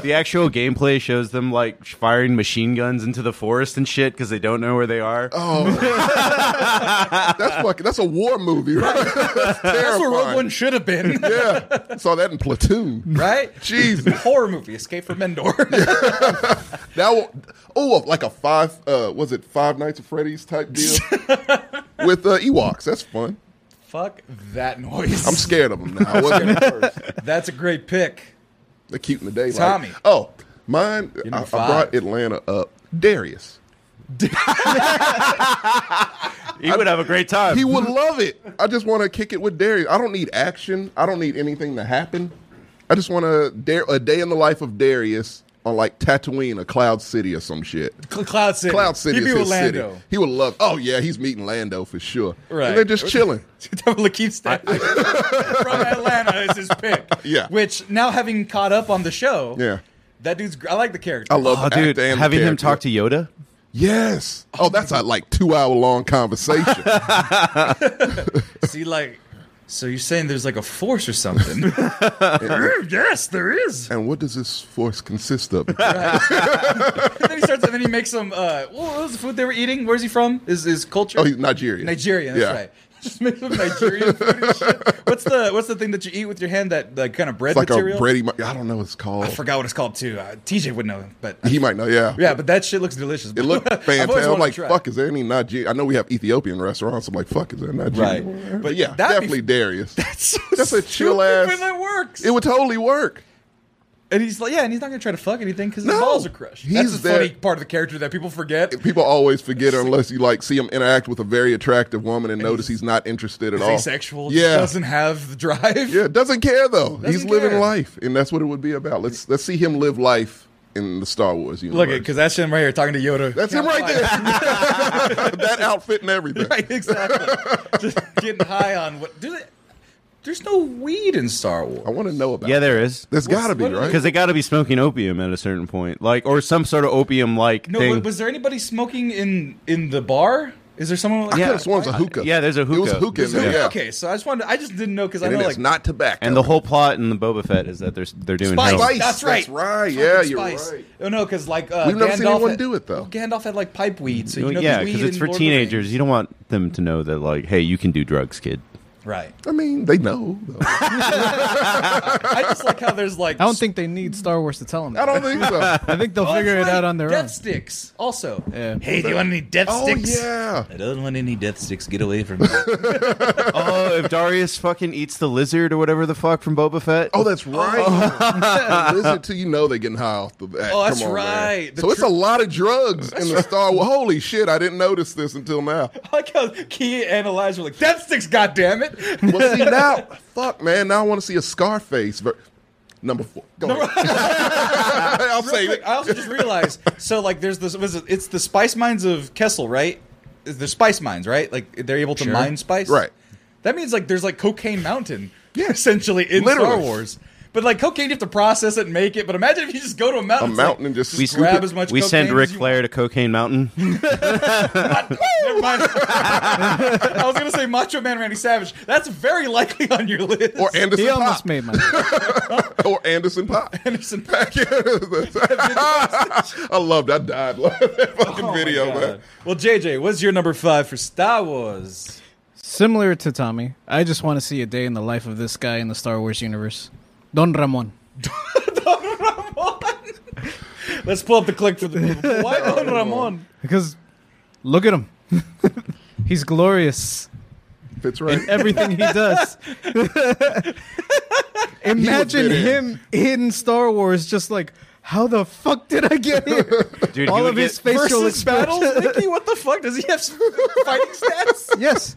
Speaker 1: The actual gameplay shows them like firing machine guns into the forest and shit because they don't know where they are.
Speaker 3: Oh, that's fucking. That's a war movie, right? that's
Speaker 4: That's what Rogue
Speaker 3: terrifying.
Speaker 4: One should have been,
Speaker 3: yeah, saw that in Platoon.
Speaker 4: right?
Speaker 3: Jesus,
Speaker 4: Horror movie, Escape from Endor.
Speaker 3: that one, oh, like a five. Uh, was it Five Nights at Freddy's type deal with uh, Ewoks? That's fun.
Speaker 4: Fuck that noise.
Speaker 3: I'm scared of them now. I wasn't at first.
Speaker 4: That's a great pick.
Speaker 3: They're cute in the day.
Speaker 4: Tommy.
Speaker 3: Like, oh, mine.
Speaker 4: You're
Speaker 3: I, I
Speaker 4: number
Speaker 3: brought
Speaker 4: five.
Speaker 3: Atlanta up. Darius.
Speaker 1: he would have a great time.
Speaker 3: He would love it. I just want to kick it with Darius. I don't need action. I don't need anything to happen. I just want to dare a day in the life of Darius on like Tatooine, a Cloud City, or some shit.
Speaker 4: Cl- Cloud City.
Speaker 3: Cloud City
Speaker 4: He'd be
Speaker 3: is his
Speaker 4: Orlando.
Speaker 3: city. He would love. Oh yeah, he's meeting Lando for sure.
Speaker 4: Right.
Speaker 3: And they're just chilling.
Speaker 4: Double Lakeith Stanfield from Atlanta is his pick.
Speaker 3: Yeah.
Speaker 4: Which now having caught up on the show,
Speaker 3: Yeah.
Speaker 4: that dude's. gr- I like the character.
Speaker 3: I love
Speaker 1: oh,
Speaker 3: the
Speaker 1: dude,
Speaker 3: actor and the
Speaker 1: having him
Speaker 3: character.
Speaker 1: talk to Yoda.
Speaker 3: Yes. Oh, that's a like two hour long conversation.
Speaker 4: See, like, so you're saying there's like a force or something? yes, there is.
Speaker 3: and what does this force consist of?
Speaker 4: And then he starts, and then he makes some. Uh, what was the food they were eating? Where's he from? Is his culture?
Speaker 3: Oh, he's Nigerian.
Speaker 4: Nigerian. That's
Speaker 3: Yeah.
Speaker 4: right. Just make some Nigerian food and shit. What's the What's the thing that you eat with your hand? That like kind of bread
Speaker 3: It's like
Speaker 4: material.
Speaker 3: a Brady. Mo- I don't know what it's called.
Speaker 4: I forgot what it's called too. Uh, TJ would know, but
Speaker 3: He might know. Yeah.
Speaker 4: yeah, but that shit looks delicious.
Speaker 3: It looked
Speaker 4: I've always
Speaker 3: fantastic.
Speaker 4: wanted
Speaker 3: I'm
Speaker 4: to
Speaker 3: like,
Speaker 4: try.
Speaker 3: fuck, is there any Nigerian? I know we have Ethiopian restaurants. I'm like, fuck, is there Nigerian?
Speaker 4: Right.
Speaker 3: But
Speaker 4: But
Speaker 3: yeah,
Speaker 4: that'd
Speaker 3: definitely
Speaker 4: be-
Speaker 3: Darius.
Speaker 4: So
Speaker 3: That's a chill
Speaker 4: stupid,
Speaker 3: ass-
Speaker 4: But it works.
Speaker 3: It would totally work.
Speaker 4: and he's like, yeah, and he's not gonna try to fuck anything because
Speaker 3: No.
Speaker 4: his balls are crushed.
Speaker 3: He's
Speaker 4: That's the
Speaker 3: there-
Speaker 4: funny part of the character that people forget.
Speaker 3: People always forget it unless you like see him interact with a very attractive woman and notice he's not interested at
Speaker 4: He's
Speaker 3: all.
Speaker 4: asexual. just
Speaker 3: Yeah.
Speaker 4: doesn't have the drive.
Speaker 3: yeah, doesn't care though. he's
Speaker 4: Doesn't
Speaker 3: living
Speaker 4: care.
Speaker 3: life, and that's what it would be about. Let's let's see him live life in the Star Wars universe.
Speaker 4: Look at because that's him right here talking to Yoda.
Speaker 3: that's him right there. that outfit and everything.
Speaker 4: right, exactly. Just getting high on what? Do they, there's no weed in Star
Speaker 3: I
Speaker 4: Wars.
Speaker 3: want to know about.
Speaker 1: Yeah,
Speaker 3: it.
Speaker 1: there is.
Speaker 3: there's got to be
Speaker 4: what are
Speaker 3: right.
Speaker 1: Because they got to be smoking opium at a certain point, like or some sort of opium like
Speaker 4: No,
Speaker 1: thing.
Speaker 4: wa- was there anybody smoking in in the bar? Is there someone? Like
Speaker 3: I could
Speaker 1: Yeah.
Speaker 3: have sworn it was a hookah.
Speaker 1: Yeah, there's a
Speaker 3: It was
Speaker 1: hookah.
Speaker 3: hookah in
Speaker 1: There's a
Speaker 3: there. Yeah.
Speaker 4: Okay, so I just wanted. I just didn't know because I
Speaker 3: And
Speaker 4: know
Speaker 3: it
Speaker 4: like
Speaker 3: is not tobacco.
Speaker 1: and the whole plot in the Boba Fett is that they're they're doing
Speaker 4: Spice.
Speaker 1: heroin.
Speaker 3: Spice.
Speaker 4: That's right.
Speaker 3: That's right.
Speaker 4: Fucking
Speaker 3: Yeah, you're
Speaker 4: spice.
Speaker 3: right.
Speaker 4: Oh no, because like uh,
Speaker 3: We've never seen
Speaker 4: Gandalf
Speaker 3: anyone
Speaker 4: had-
Speaker 3: do it, though.
Speaker 4: Well, Gandalf had like pipe weed, so you know
Speaker 1: yeah,
Speaker 4: there's
Speaker 1: because
Speaker 4: weed
Speaker 1: it's
Speaker 4: in
Speaker 1: for
Speaker 4: Lord of the Rings.
Speaker 1: teenagers. You don't want them to know that, like, hey, you can do drugs, kid.
Speaker 4: right?
Speaker 3: I mean, they know. Though.
Speaker 4: I just like how there's like
Speaker 5: I don't think they need Star Wars to tell them.
Speaker 3: I don't think so.
Speaker 5: I think they'll
Speaker 4: Oh, that's
Speaker 5: figure it
Speaker 4: right,
Speaker 5: out on their
Speaker 4: death
Speaker 5: own.
Speaker 4: sticks. Also,
Speaker 5: Yeah.
Speaker 4: hey, do you want any death
Speaker 3: oh
Speaker 4: sticks?
Speaker 3: yeah.
Speaker 4: I don't want any death sticks. Get away from me.
Speaker 1: oh, if Darius fucking eats the lizard or whatever the fuck from Boba Fett.
Speaker 3: Oh, that's right. Listen to you know they're getting high off the back.
Speaker 4: Oh, that's
Speaker 3: Come on, man.
Speaker 4: right. The
Speaker 3: so it's
Speaker 4: tr-
Speaker 3: a lot of drugs in the Star Wars. Holy shit! I didn't notice this until now.
Speaker 4: I like how Key and Elijah were like death sticks. God damn it!
Speaker 3: Well, see now, fuck, man. Now I want to see a Scarface. Ver- Number four. Go ahead. I'll
Speaker 4: Real
Speaker 3: save
Speaker 4: quick,
Speaker 3: it.
Speaker 4: I also just realized. So like, there's this. Was it, it's the spice mines of Kessel, right? Is There's spice mines, right? Like they're able to mine spice,
Speaker 3: Right.
Speaker 4: That means like there's like cocaine mountain,
Speaker 3: Yeah.
Speaker 4: essentially in Star
Speaker 3: Literally.
Speaker 4: Wars. But like cocaine, you have to process it and make it. But imagine if you just go to a
Speaker 3: A
Speaker 4: mountain, it's
Speaker 3: mountain
Speaker 4: like,
Speaker 3: and just
Speaker 1: we
Speaker 3: scoop
Speaker 4: grab
Speaker 3: it.
Speaker 4: as much.
Speaker 1: we send
Speaker 4: cocaine
Speaker 1: Ric
Speaker 4: as you-
Speaker 1: Flair to Cocaine Mountain.
Speaker 4: Never mind. I was gonna say Macho Man Randy Savage. That's very likely on your list.
Speaker 3: or Anderson
Speaker 5: He almost
Speaker 3: Pop.
Speaker 5: made my. list.
Speaker 3: or Anderson Pop.
Speaker 4: Anderson Paak.
Speaker 3: I loved. I died. laughing at that fucking
Speaker 4: Oh my
Speaker 3: video,
Speaker 4: God.
Speaker 3: man.
Speaker 4: Well, JJ, what's your number five for Star Wars?
Speaker 5: Similar to Tommy, I just want to see a day in the life of this guy in the Star Wars universe, Don Ramon.
Speaker 4: Let's pull up the click for the people. Why
Speaker 3: Oh,
Speaker 4: Don Ramon?
Speaker 5: Because look at him. He's glorious
Speaker 3: Fits right.
Speaker 5: in everything he does. Imagine
Speaker 3: fit in.
Speaker 5: him in Star Wars just like how the fuck did I get here?
Speaker 1: Dude, he
Speaker 5: All
Speaker 1: would
Speaker 5: of his
Speaker 1: get-
Speaker 5: facial
Speaker 4: Versus battles,
Speaker 5: expressions.
Speaker 4: Nikki? What the fuck? Does he have fighting stats?
Speaker 5: yes.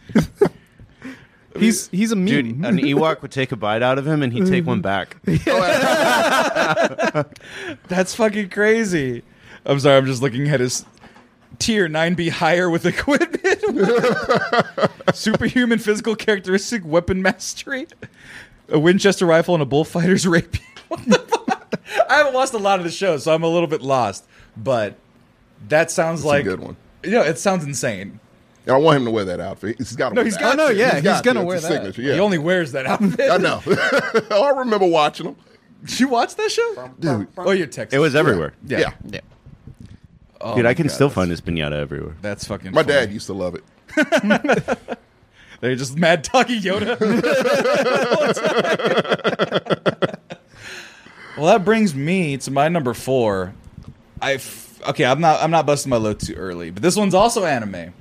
Speaker 5: He's he's a meme.
Speaker 1: Dude, an Ewok would take a bite out of him and he'd take one back.
Speaker 4: That's fucking crazy. I'm sorry, I'm just looking at his tier 9B higher with equipment. Superhuman physical characteristic, weapon mastery, a Winchester rifle, and a bullfighter's rapier. What the fuck? I haven't watched a lot of the show, so I'm a little bit lost. But that sounds
Speaker 3: a
Speaker 4: like
Speaker 3: good one.
Speaker 4: You know, it sounds insane.
Speaker 3: And I want him to wear that outfit. He's got.
Speaker 4: No, he's got
Speaker 5: Oh, no, yeah, he's gonna wear
Speaker 3: it's his
Speaker 5: that.
Speaker 3: Signature, yeah.
Speaker 4: He only wears that outfit.
Speaker 3: I know. I remember watching him.
Speaker 4: Did you watch that show?
Speaker 3: Dude.
Speaker 4: Oh, you're texting.
Speaker 1: It was everywhere.
Speaker 3: Yeah.
Speaker 5: yeah.
Speaker 4: Oh
Speaker 1: Dude,
Speaker 4: my
Speaker 1: I can
Speaker 4: God,
Speaker 1: still
Speaker 4: that's-
Speaker 1: find his pinata everywhere.
Speaker 4: That's fucking.
Speaker 3: My
Speaker 4: funny.
Speaker 3: dad used to love it.
Speaker 4: They're just mad talking Yoda. well, that brings me to my number four. I f- okay, I'm not I'm not busting my load too early, but this one's also anime.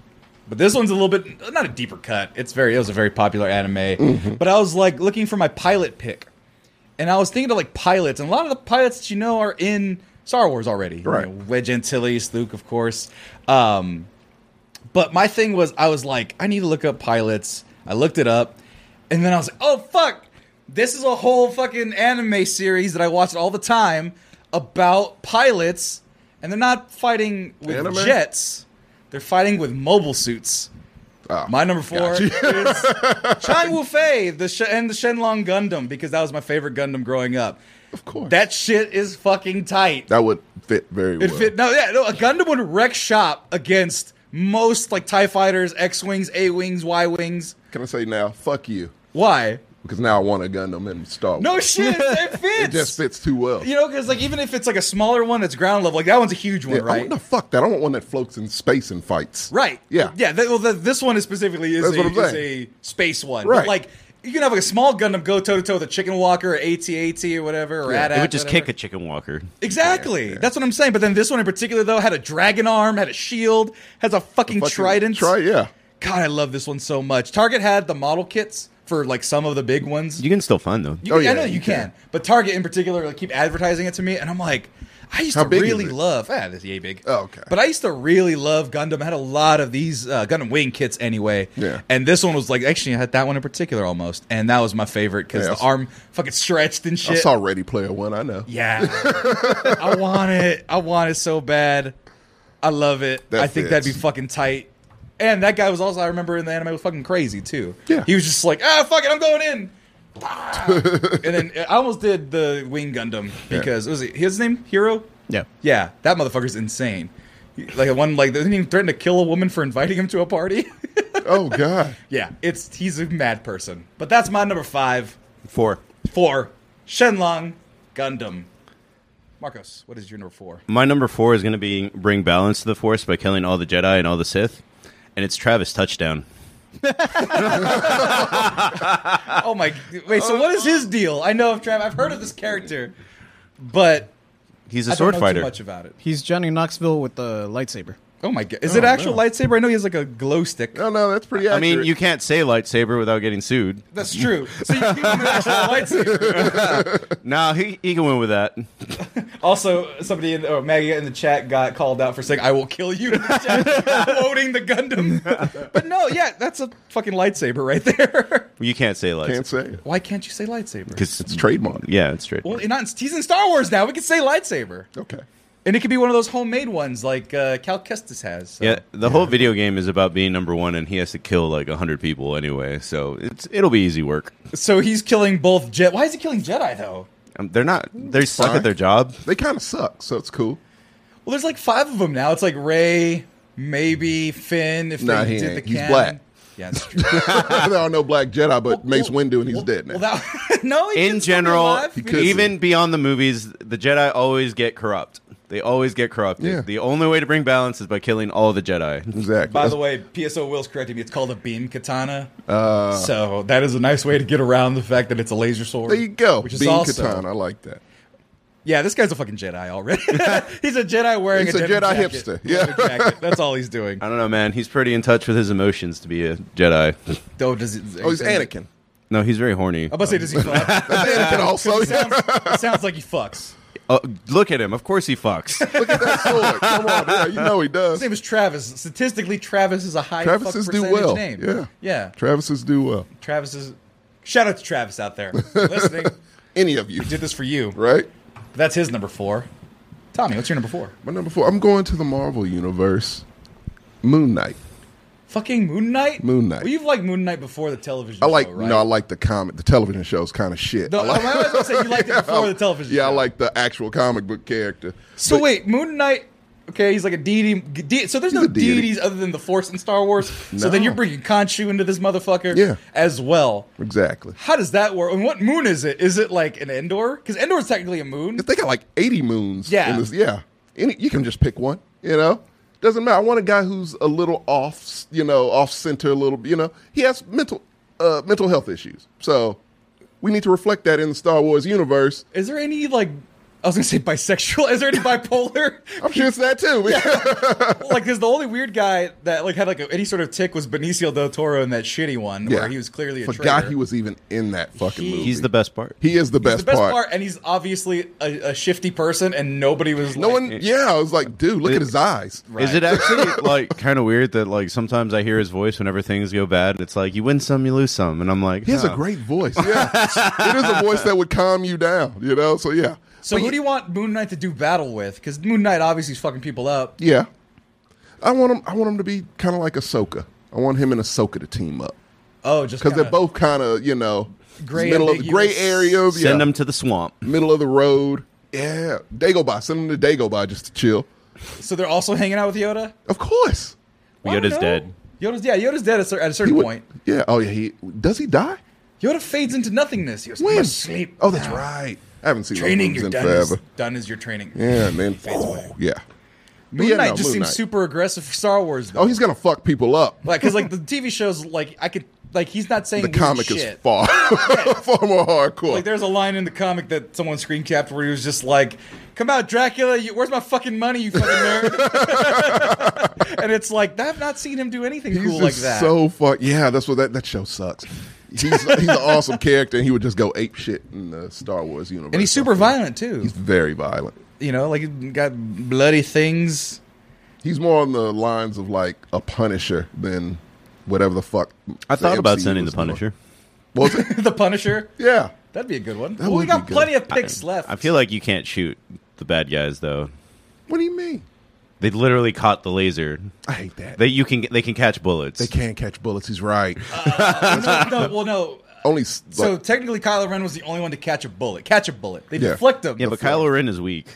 Speaker 4: But this one's a little bit not a deeper cut. It's very it was a very popular anime.
Speaker 3: Mm-hmm.
Speaker 4: But I was like looking for my pilot pick, and I was thinking of like pilots, and a lot of the pilots that you know are in Star Wars already.
Speaker 3: Right.
Speaker 4: You know, Wedge Antilles, Luke, of course. Um, but my thing was, I was like, I need to look up pilots. I looked it up, and then I was like, oh fuck, this is a whole fucking anime series that I watched all the time about pilots, and they're not fighting with
Speaker 3: Anime?
Speaker 4: jets; they're fighting with mobile suits.
Speaker 3: Ah,
Speaker 4: My number four is Chan Wu Fei, the Sh- and the Shenlong Gundam because that was my favorite Gundam growing up.
Speaker 3: Of course.
Speaker 4: That shit is fucking tight.
Speaker 3: that would fit very
Speaker 4: It
Speaker 3: well.
Speaker 4: fit no, yeah, no. A Gundam would wreck shop against most like Tie Fighters, X Wings, A Wings, Y Wings.
Speaker 3: Can I say now? Fuck you,
Speaker 4: Why?
Speaker 3: because now I want a Gundam and Star Wars.
Speaker 4: No shit, it fits.
Speaker 3: it just fits too well.
Speaker 4: You know, because like even if it's like a smaller one that's ground level, like that one's a huge one,
Speaker 3: Yeah, I
Speaker 4: right?
Speaker 3: want to fuck that. I want one that floats in space and fights.
Speaker 4: Right.
Speaker 3: Yeah.
Speaker 4: Yeah. That, well, th this one is specifically is,
Speaker 3: That's
Speaker 4: a,
Speaker 3: what I'm
Speaker 4: is
Speaker 3: saying.
Speaker 4: a space one. But
Speaker 3: Right.
Speaker 4: like you can have like a small Gundam go toe to toe with a Chicken Walker or AT-AT or whatever or
Speaker 3: Yeah.
Speaker 4: AT-AT,
Speaker 3: It
Speaker 1: It would just
Speaker 4: whatever.
Speaker 1: kick a chicken walker.
Speaker 4: Exactly. That's what I'm saying. But then this one in particular though had a dragon arm, had a shield, has a fucking,
Speaker 3: Fucking
Speaker 4: trident.
Speaker 3: Try. Yeah.
Speaker 4: God, I love this one so much. Target had the model kits for like some of the big ones.
Speaker 1: You can still find them.
Speaker 4: You
Speaker 3: Oh,
Speaker 4: can- I
Speaker 3: yeah,
Speaker 4: know you,
Speaker 3: you
Speaker 4: can.
Speaker 3: can.
Speaker 4: but Target in particular like, keep advertising it to me, and I'm like, I used
Speaker 3: How
Speaker 4: to
Speaker 3: big is
Speaker 4: really
Speaker 3: it?
Speaker 4: love. Ah, this is yay big.
Speaker 3: Oh, okay.
Speaker 4: But I used to really love Gundam. I had a lot of these uh, Gundam Wing kits anyway.
Speaker 3: Yeah.
Speaker 4: And this one was like actually I had that one in particular almost, and that was my favorite because
Speaker 3: Yeah, I
Speaker 4: the
Speaker 3: saw-
Speaker 4: arm fucking stretched and shit.
Speaker 3: I saw Ready Player One. I know.
Speaker 4: Yeah. I want it. I want it so bad. I love it.
Speaker 3: That
Speaker 4: I think that'd be
Speaker 3: fits.
Speaker 4: fucking tight. And that guy was also, I remember in the anime, was fucking crazy too.
Speaker 3: Yeah.
Speaker 4: He was just like, ah, fuck it, I'm going in. Ah. and then I almost did the Wing Gundam because, was it his name? Hero?
Speaker 5: Yeah.
Speaker 4: Yeah, that motherfucker's insane. He- Like one, like didn't even threaten to kill a woman for inviting him to a party.
Speaker 3: Oh God.
Speaker 4: yeah, it's he's a mad person. But that's my number five.
Speaker 1: Four.
Speaker 4: Four, Shenlong Gundam. Marcos, what is your number four?
Speaker 1: My number four is going to be Bring Balance to the Force by killing all the Jedi and all the Sith. And it's Travis Touchdown.
Speaker 4: Oh my! Wait, so what is his deal? I know of Trav. I've heard of this character, but
Speaker 1: He's a
Speaker 4: I don't
Speaker 1: sword
Speaker 4: know too
Speaker 1: fighter.
Speaker 4: much about it.
Speaker 5: He's Johnny Knoxville with the lightsaber.
Speaker 4: Oh my god! Is it actual lightsaber? I know he has like a glow stick.
Speaker 3: No, no, that's pretty
Speaker 1: I
Speaker 3: accurate.
Speaker 1: mean, you can't say lightsaber without getting sued.
Speaker 4: That's true. So you can give him an actual lightsaber.
Speaker 1: Nah, he, he can win with that.
Speaker 4: Also, somebody in oh, Maggie in the chat got called out for saying "I will kill you" in the chat, quoting the Gundam. But no, yeah, that's a fucking lightsaber right there.
Speaker 1: You can't say
Speaker 3: can't
Speaker 1: lightsaber.
Speaker 3: say it.
Speaker 4: Why can't you say lightsaber?
Speaker 3: It's
Speaker 1: Because,
Speaker 3: trademark.
Speaker 1: yeah, it's straight.
Speaker 4: Well, you're not, he's in Star Wars now. We can say lightsaber.
Speaker 3: Okay.
Speaker 4: And it could be one of those homemade ones like uh, Cal Kestis has. so.
Speaker 1: Yeah, the whole video game is about being number one, and he has to kill like hundred people anyway. So it's it'll be easy work.
Speaker 4: So he's killing both Jedi. Why is he killing Jedi, though?
Speaker 1: Um, they're not they suck
Speaker 3: fine.
Speaker 1: at their job.
Speaker 3: They kind of suck, so it's cool.
Speaker 4: Well, there's like five of them now. It's like Ray, maybe Finn, if
Speaker 3: Nah,
Speaker 4: they
Speaker 3: he
Speaker 4: did
Speaker 3: ain't.
Speaker 4: the
Speaker 3: He's
Speaker 4: canon.
Speaker 3: black.
Speaker 4: Yeah, that's true.
Speaker 3: there are no black Jedi, but Mace Windu, and he's
Speaker 4: Well-
Speaker 3: dead now.
Speaker 4: Well, that, no, he
Speaker 1: In
Speaker 4: can still be
Speaker 1: general,
Speaker 4: alive.
Speaker 3: he could-
Speaker 1: even beyond the movies, the Jedi always get corrupt. They always get corrupted.
Speaker 3: Yeah.
Speaker 1: The only way to bring balance is by killing all the Jedi.
Speaker 3: exactly.
Speaker 4: By
Speaker 3: That's-
Speaker 4: the way, PSO Will's correcting me. It's called a beam katana.
Speaker 3: Uh.
Speaker 4: so that is a nice way to get around the fact that it's a laser sword.
Speaker 3: there you go.
Speaker 4: Which is
Speaker 3: Bean
Speaker 4: also,
Speaker 3: Katana. I like that.
Speaker 4: Yeah, this guy's a fucking Jedi already. he's a Jedi wearing
Speaker 3: He's
Speaker 4: a,
Speaker 3: a
Speaker 4: denim
Speaker 3: Jedi
Speaker 4: jacket.
Speaker 3: hipster. Yeah.
Speaker 4: Leather jacket. That's all he's doing.
Speaker 1: I don't know, man. He's pretty in touch with his emotions to be a Jedi.
Speaker 4: Oh, does he,
Speaker 3: Oh, he's Anakin.
Speaker 1: no, he's very horny.
Speaker 4: I'm about to say, does he fuck?
Speaker 3: That's Anakin also.
Speaker 4: It sounds, it sounds like he fucks.
Speaker 1: Uh, look at him. Of course he fucks.
Speaker 3: Look at that sword. Come on, yeah, you know he
Speaker 4: His
Speaker 3: does.
Speaker 4: name is Travis. Statistically, Travis is a high fuck
Speaker 3: Travis's do
Speaker 4: percentage
Speaker 3: well.
Speaker 4: name.
Speaker 3: Yeah.
Speaker 4: yeah.
Speaker 3: Travis's do uh, well.
Speaker 4: Travis is. Shout out to Travis out there listening.
Speaker 3: Any of you,
Speaker 4: We did this for you.
Speaker 3: right?
Speaker 4: That's his number four. Tommy, what's your number four?
Speaker 3: My number four. I'm going to the Marvel universe. Moon Knight.
Speaker 4: Fucking Moon Knight.
Speaker 3: Moon Knight.
Speaker 4: Well, you've liked Moon Knight before the television.
Speaker 3: I like
Speaker 4: show, right?
Speaker 3: no, I like the comic. The television show's kind of shit.
Speaker 4: The-
Speaker 3: I like,
Speaker 4: I was gonna say you liked it before the television.
Speaker 3: yeah, I
Speaker 4: show.
Speaker 3: like the actual comic book character.
Speaker 4: So
Speaker 3: But
Speaker 4: wait, Moon Knight. Okay, he's like a deity. de- so there's
Speaker 3: He's
Speaker 4: no
Speaker 3: a deity.
Speaker 4: deities other than the Force in Star Wars. So then
Speaker 3: No.
Speaker 4: you're bringing Khonshu into this motherfucker.
Speaker 3: Yeah.
Speaker 4: As well.
Speaker 3: exactly.
Speaker 4: How does that work? And what moon is it? Is it like an Endor? Because Endor is technically a moon.
Speaker 3: If they got like 80 moons.
Speaker 4: Yeah.
Speaker 3: in this- yeah. Any, you can just pick one. You know, doesn't matter. I want a guy who's a little off. You know, off center a little. You know, he has mental uh, mental health issues. So we need to reflect that in the Star Wars universe.
Speaker 4: Is there any like? I was gonna say bisexual. Is there any bipolar?
Speaker 3: I'm sure it's that too.
Speaker 4: like, because the only weird guy that like had like a, any sort of tick was Benicio del Toro in that shitty one
Speaker 3: Yeah.
Speaker 4: where he was clearly a
Speaker 3: Forgot
Speaker 4: traitor.
Speaker 3: he was even in that fucking
Speaker 4: He-
Speaker 3: movie.
Speaker 1: He's the best part.
Speaker 3: He is the
Speaker 4: He's
Speaker 3: best,
Speaker 4: the best part.
Speaker 3: part.
Speaker 4: and he's obviously a, a shifty person, and nobody was.
Speaker 3: No
Speaker 4: like,
Speaker 3: one. Yeah, I was like, dude, look at his eyes.
Speaker 1: Is it actually like kind of weird that like sometimes I hear his voice whenever things go bad? It's like you win some, you lose some, and I'm like,
Speaker 3: He has
Speaker 1: huh.
Speaker 3: a great voice. Yeah, it is a voice that would calm you down. You know. So yeah.
Speaker 4: So who do you want Moon Knight to do battle with? Because Moon Knight obviously is fucking people up.
Speaker 3: Yeah. I want him. I want him to be kind of like Ahsoka. I want him and Ahsoka to team up
Speaker 4: Oh, just
Speaker 3: because they're
Speaker 4: kinda-
Speaker 3: both kind of you know
Speaker 4: Gray
Speaker 3: middle of the gray
Speaker 4: ambiguous.
Speaker 3: areas.
Speaker 1: Send
Speaker 3: yeah,
Speaker 1: him to the swamp.
Speaker 3: middle of the road. Yeah, Dagobah. Send him to Dagobah just to chill.
Speaker 4: So they're also hanging out with Yoda.
Speaker 3: Of course.
Speaker 4: Well, I don't
Speaker 1: Yoda's
Speaker 4: know.
Speaker 1: dead.
Speaker 4: Yoda's yeah. Yoda's dead at, cer- at a certain
Speaker 3: He would-
Speaker 4: point.
Speaker 3: Yeah. Oh yeah. He does he die?
Speaker 4: Yoda fades into nothingness. He goes,
Speaker 3: When?
Speaker 4: "You must sleep.
Speaker 3: Oh, that's
Speaker 4: now.
Speaker 3: right. I haven't seen those
Speaker 4: Training,
Speaker 3: movies
Speaker 4: you're
Speaker 3: in
Speaker 4: done. Is,
Speaker 3: forever.
Speaker 4: done is your training.
Speaker 3: Yeah, and then Oh,
Speaker 4: Fades away.
Speaker 3: yeah.
Speaker 4: Moon
Speaker 3: Yeah,
Speaker 4: Knight
Speaker 3: no,
Speaker 4: just
Speaker 3: Moon
Speaker 4: seems
Speaker 3: Knight.
Speaker 4: super aggressive for Star Wars though.
Speaker 3: Oh, he's gonna fuck people up.
Speaker 4: like because like the TV shows like I could like he's not saying
Speaker 3: the
Speaker 4: weird
Speaker 3: comic
Speaker 4: shit.
Speaker 3: is far far more hardcore.
Speaker 4: Like there's a line in the comic that someone screen capped where he was just like, "Come out, Dracula! You, where's my fucking money, you fucking nerd?" and it's like I've not seen him do anything
Speaker 3: he's
Speaker 4: cool
Speaker 3: just
Speaker 4: like that.
Speaker 3: so fuck. Yeah, that's what that that show sucks. He's he's an awesome character, and he would just go ape shit in the Star Wars universe.
Speaker 4: and he's super violent too.
Speaker 3: He's very violent.
Speaker 4: you know, like he got bloody things.
Speaker 3: He's more on the lines of like a Punisher than whatever the fuck.
Speaker 1: I
Speaker 3: the
Speaker 1: thought about
Speaker 3: MCU
Speaker 1: sending the
Speaker 3: was
Speaker 1: Punisher.
Speaker 3: doing. Was it?
Speaker 4: the Punisher.
Speaker 3: Yeah.
Speaker 4: That'd be a good one.
Speaker 3: That
Speaker 4: Well, we
Speaker 3: would
Speaker 4: got
Speaker 3: be good.
Speaker 4: plenty of picks left.
Speaker 1: I feel like you can't shoot the bad guys though.
Speaker 3: What do you mean?
Speaker 1: They literally caught the laser.
Speaker 3: I hate that.
Speaker 1: They you can they can catch bullets.
Speaker 3: They can't catch bullets. He's right.
Speaker 4: no, no, well, no.
Speaker 3: Only s- like,
Speaker 4: Uh, So technically, Kylo Ren was the only one to catch a bullet. Catch a bullet. They
Speaker 3: Yeah.
Speaker 4: deflect him.
Speaker 1: yeah, but Kylo Ren is weak.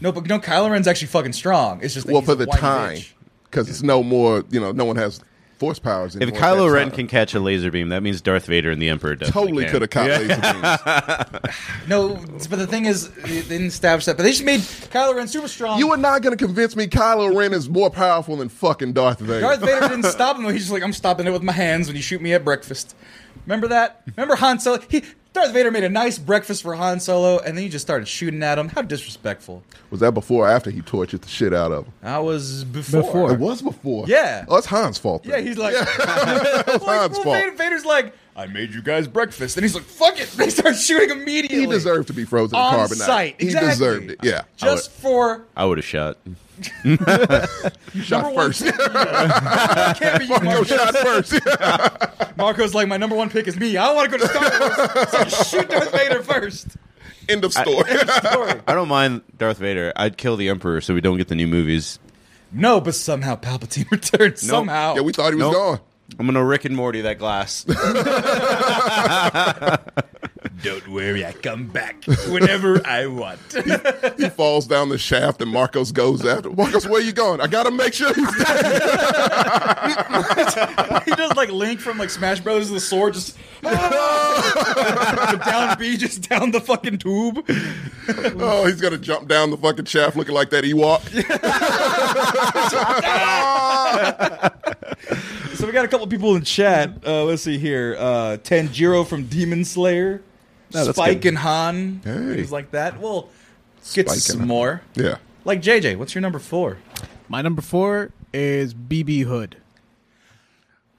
Speaker 4: No, but no, Kylo Ren's actually fucking strong. It's just that
Speaker 3: well
Speaker 4: he's
Speaker 3: for
Speaker 4: a
Speaker 3: the
Speaker 4: whiny
Speaker 3: time
Speaker 4: bitch.
Speaker 3: because it's no more. You know, no one has force powers.
Speaker 1: If
Speaker 3: anymore at
Speaker 1: Kylo
Speaker 3: that
Speaker 1: Ren
Speaker 3: time.
Speaker 1: can catch a laser beam, that means Darth Vader and the Emperor definitely
Speaker 3: totally
Speaker 1: can.
Speaker 3: could have caught laser beams.
Speaker 4: No, but the thing is, they didn't establish that. But they just made Kylo Ren super strong.
Speaker 3: You are not going to convince me Kylo Ren is more powerful than fucking Darth Vader.
Speaker 4: Darth Vader didn't stop him. though. He's just like, I'm stopping it with my hands when you shoot me at breakfast. Remember that? Remember Han Solo? He, Darth Vader made a nice breakfast for Han Solo, and then he just started shooting at him. How disrespectful!
Speaker 3: was that before or after he tortured the shit out of him?
Speaker 4: That was before.
Speaker 5: Before.
Speaker 3: It was before.
Speaker 4: Yeah.
Speaker 3: Oh, it's Han's fault.
Speaker 4: Yeah,
Speaker 3: then.
Speaker 4: he's like,
Speaker 3: was
Speaker 4: Well,
Speaker 3: Han's
Speaker 4: well,
Speaker 3: fault.
Speaker 4: Vader, Vader's like, I made you guys breakfast, and he's like, fuck it. They start shooting immediately.
Speaker 3: He deserved to be frozen in
Speaker 4: on
Speaker 3: carbonite.
Speaker 4: site.
Speaker 3: He
Speaker 4: exactly.
Speaker 3: deserved it. Yeah.
Speaker 4: just for
Speaker 1: I would have shot.
Speaker 3: you shot
Speaker 4: number one
Speaker 3: first.
Speaker 4: pick- I can't be you,
Speaker 3: Marco
Speaker 4: Marcos.
Speaker 3: shot first.
Speaker 4: Marco's like, my number one pick is me. I want to go to Star Wars. so shoot Darth Vader first.
Speaker 3: End of story.
Speaker 1: I don't mind Darth Vader. I'd kill the Emperor so we don't get the new movies.
Speaker 4: No, but somehow Palpatine returns. Somehow.
Speaker 3: yeah, we thought he was
Speaker 1: Nope.
Speaker 3: gone.
Speaker 1: I'm gonna Rick and Morty that glass.
Speaker 4: Don't worry, I come back whenever I want.
Speaker 3: He falls down the shaft and Marcos goes after. Marcos, where you going? I got to make sure he's dead.
Speaker 4: he does like Link from like Smash Brothers with the sword, just down B, just down the fucking tube.
Speaker 3: Oh, he's going to jump down the fucking shaft looking like that Ewok.
Speaker 4: So we got a couple people in chat. Uh, let's see here. Uh, Tanjiro from Demon Slayer,
Speaker 1: that's
Speaker 4: Spike
Speaker 1: good.
Speaker 4: and Han,
Speaker 3: Hey.
Speaker 4: things like that. We'll get
Speaker 3: Spike
Speaker 4: some
Speaker 3: and Han.
Speaker 4: more.
Speaker 3: yeah.
Speaker 4: Like JJ, what's your number four?
Speaker 5: My number four is BB Hood.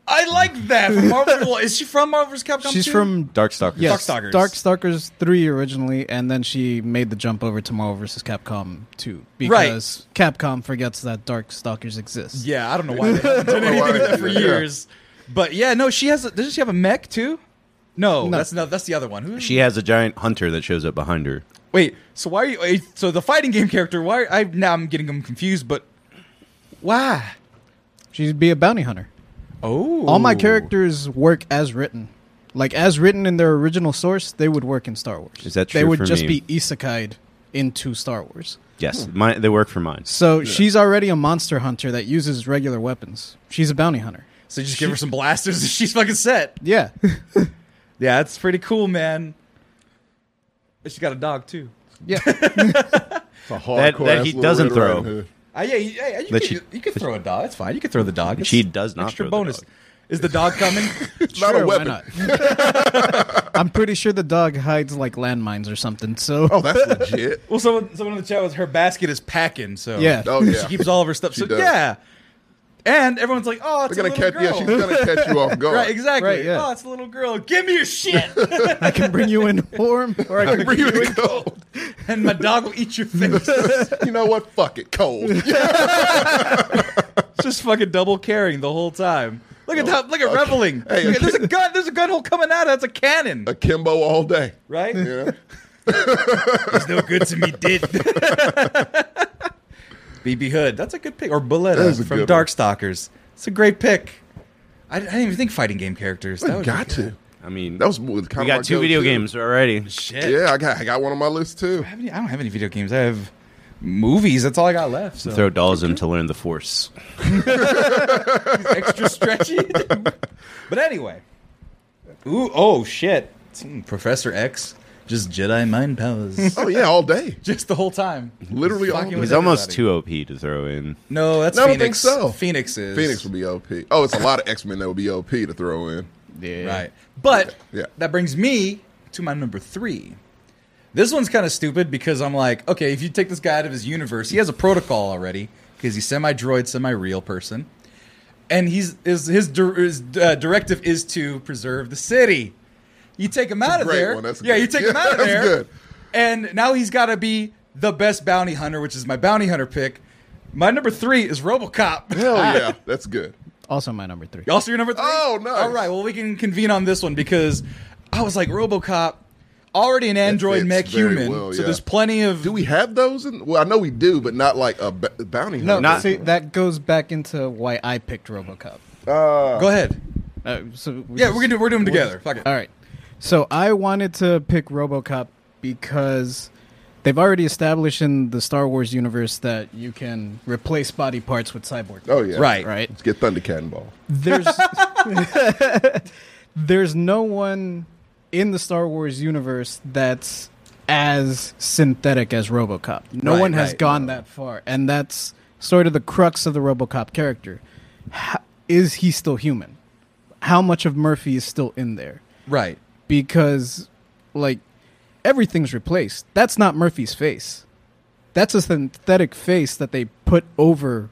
Speaker 4: I I like that. From Marvel, is she from Marvel's Capcom?
Speaker 5: She's
Speaker 4: 2?
Speaker 5: from
Speaker 1: Darkstalkers.
Speaker 5: yes,
Speaker 4: Darkstalkers.
Speaker 5: Darkstalkers three originally, and then she made the jump over to Marvel vs. Capcom two
Speaker 4: Right.
Speaker 5: because Capcom forgets that Darkstalkers exist.
Speaker 4: Yeah, I don't know why they haven't done anything with that for
Speaker 3: Yeah.
Speaker 4: years. But yeah, no, she has. A, doesn't she have a mech too? No,
Speaker 5: No.
Speaker 4: that's no, that's the other one. Who?
Speaker 1: She has a giant hunter that shows up behind her.
Speaker 4: Wait, so why are you? wait, So the fighting game character? Why? I now I'm getting them confused. But why?
Speaker 5: She'd be a bounty hunter.
Speaker 4: Oh,
Speaker 5: All my characters work as written. Like as written in their original source, they would work in Star Wars.
Speaker 1: Is that
Speaker 5: They
Speaker 1: true
Speaker 5: would
Speaker 1: for
Speaker 5: just
Speaker 1: me?
Speaker 5: be isekai'd into Star Wars.
Speaker 1: Yes,
Speaker 3: Hmm.
Speaker 1: mine they work for mine.
Speaker 5: So she's already a monster hunter that uses regular weapons. She's a bounty hunter.
Speaker 4: So just give her some blasters, and she's fucking set.
Speaker 5: Yeah.
Speaker 4: Yeah, that's pretty cool, man. But she got a dog too.
Speaker 5: yeah.
Speaker 3: It's a hardcore
Speaker 1: That- that
Speaker 3: ass
Speaker 1: he
Speaker 3: little
Speaker 1: doesn't
Speaker 3: Red
Speaker 1: throw.
Speaker 3: Riding Hood.
Speaker 4: Uh, yeah, yeah, yeah, you,
Speaker 1: That
Speaker 4: could,
Speaker 1: she-
Speaker 4: you could throw a dog. That's fine. You could throw the dog. It's
Speaker 1: She does not
Speaker 4: extra
Speaker 1: throw the
Speaker 4: bonus.
Speaker 1: dog.
Speaker 4: Is the dog coming?
Speaker 3: It's not a
Speaker 5: Sure, why
Speaker 3: weapon.
Speaker 5: not? I'm pretty sure the dog hides like landmines or something. So
Speaker 3: Oh, that's legit.
Speaker 4: well, someone someone in the chat was her basket is packing, so
Speaker 5: yeah.
Speaker 3: Oh yeah,
Speaker 4: she keeps all of her stuff.
Speaker 3: She
Speaker 4: so
Speaker 3: does.
Speaker 4: yeah, and everyone's like, "Oh, it's
Speaker 3: They're
Speaker 4: a
Speaker 3: gonna
Speaker 4: little
Speaker 3: catch.
Speaker 4: girl."
Speaker 3: Yeah, she's gonna catch you off guard.
Speaker 4: Right, exactly.
Speaker 5: Right, yeah.
Speaker 4: Oh, it's a little girl. Give me your shit,
Speaker 5: I can bring you in warm or I can
Speaker 3: Bring you in cold.
Speaker 4: and my dog will eat your face.
Speaker 3: You know what? Fuck it, cold.
Speaker 4: Just fucking double carrying the whole time. Look at that! Look at reveling.
Speaker 3: Hey,
Speaker 4: Look at-
Speaker 3: Oh, okay.
Speaker 4: there's a gun. There's a gun hole coming out. That's a cannon,
Speaker 3: Akimbo all day.
Speaker 4: right?
Speaker 3: You know?
Speaker 4: It's no good to me, did. BB Hood. That's a good pick. Or Boletta
Speaker 3: is a
Speaker 4: from
Speaker 3: good one.
Speaker 4: Darkstalkers. It's a great pick. I, I didn't even think fighting game characters. That
Speaker 3: I
Speaker 4: was
Speaker 3: got
Speaker 4: good.
Speaker 3: to.
Speaker 1: I mean,
Speaker 3: That was kind of
Speaker 1: we got two video games already.
Speaker 4: Shit.
Speaker 3: Yeah, I got I got one on my list too.
Speaker 4: I, have any- I don't have any video games. I have movies. That's all I got left. So
Speaker 1: Throw dolls in to learn the force.
Speaker 4: extra stretchy. but anyway. Ooh, oh shit. Hmm, Professor X, just Jedi mind powers.
Speaker 3: Oh yeah, all day.
Speaker 4: just the whole time.
Speaker 3: Literally
Speaker 4: Fucking
Speaker 3: all
Speaker 4: with
Speaker 1: He's
Speaker 3: day.
Speaker 1: almost
Speaker 4: everybody.
Speaker 1: too OP to throw in.
Speaker 4: No, that's
Speaker 3: No, I don't
Speaker 4: Phoenix.
Speaker 3: think so.
Speaker 4: Phoenix is
Speaker 3: Phoenix would be OP. Oh, it's a lot of X Men that would be OP to throw in.
Speaker 4: Right. But
Speaker 3: Yeah.
Speaker 4: that brings me to my number three. This one's kind of stupid because I'm like, okay, if you take this guy out of his universe, he has a protocol already because he's semi droid, semi real person, and he's is his, dir- his uh, directive is to preserve the city. You take him out of
Speaker 3: great
Speaker 4: there,
Speaker 3: one. That's
Speaker 4: yeah.
Speaker 3: good.
Speaker 4: You take
Speaker 3: Yeah,
Speaker 4: him out of
Speaker 3: that's
Speaker 4: there,
Speaker 3: good.
Speaker 4: and now he's got to be the best bounty hunter, which is my bounty hunter pick. My number three is RoboCop.
Speaker 3: Hell yeah, that's good.
Speaker 5: Also my number three.
Speaker 4: Also, your number three.
Speaker 3: Oh, nice.
Speaker 4: All right. Well, we can convene on this one because I was like RoboCop, already an android
Speaker 3: fits
Speaker 4: mech
Speaker 3: very
Speaker 4: human.
Speaker 3: well,
Speaker 4: So
Speaker 3: yeah.
Speaker 4: there's plenty of.
Speaker 3: Do we have those? In, well, I know we do, but not like a b- bounty
Speaker 5: No,
Speaker 3: hunter.
Speaker 1: Not-
Speaker 5: see that goes back into why I picked RoboCop.
Speaker 4: Go ahead.
Speaker 5: Uh, so we
Speaker 4: Yeah,
Speaker 5: just-
Speaker 4: we're gonna do, we're doing them together. Fuck it.
Speaker 5: All right. So I wanted to pick RoboCop because they've already established in the Star Wars universe that you can replace body parts with cyborg.
Speaker 3: Oh yeah,
Speaker 4: Right.
Speaker 5: Right.
Speaker 3: Let's get Thunder Cannonball.
Speaker 5: There's there's no one in the Star Wars universe that's as synthetic as RoboCop. No
Speaker 4: Right,
Speaker 5: one has
Speaker 4: right.
Speaker 5: gone that far, and that's sort of the crux of the RoboCop character. How, is he still human? How much of Murphy is still in there?
Speaker 4: Right.
Speaker 5: because like everything's replaced. That's not Murphy's face. That's a synthetic face that they put over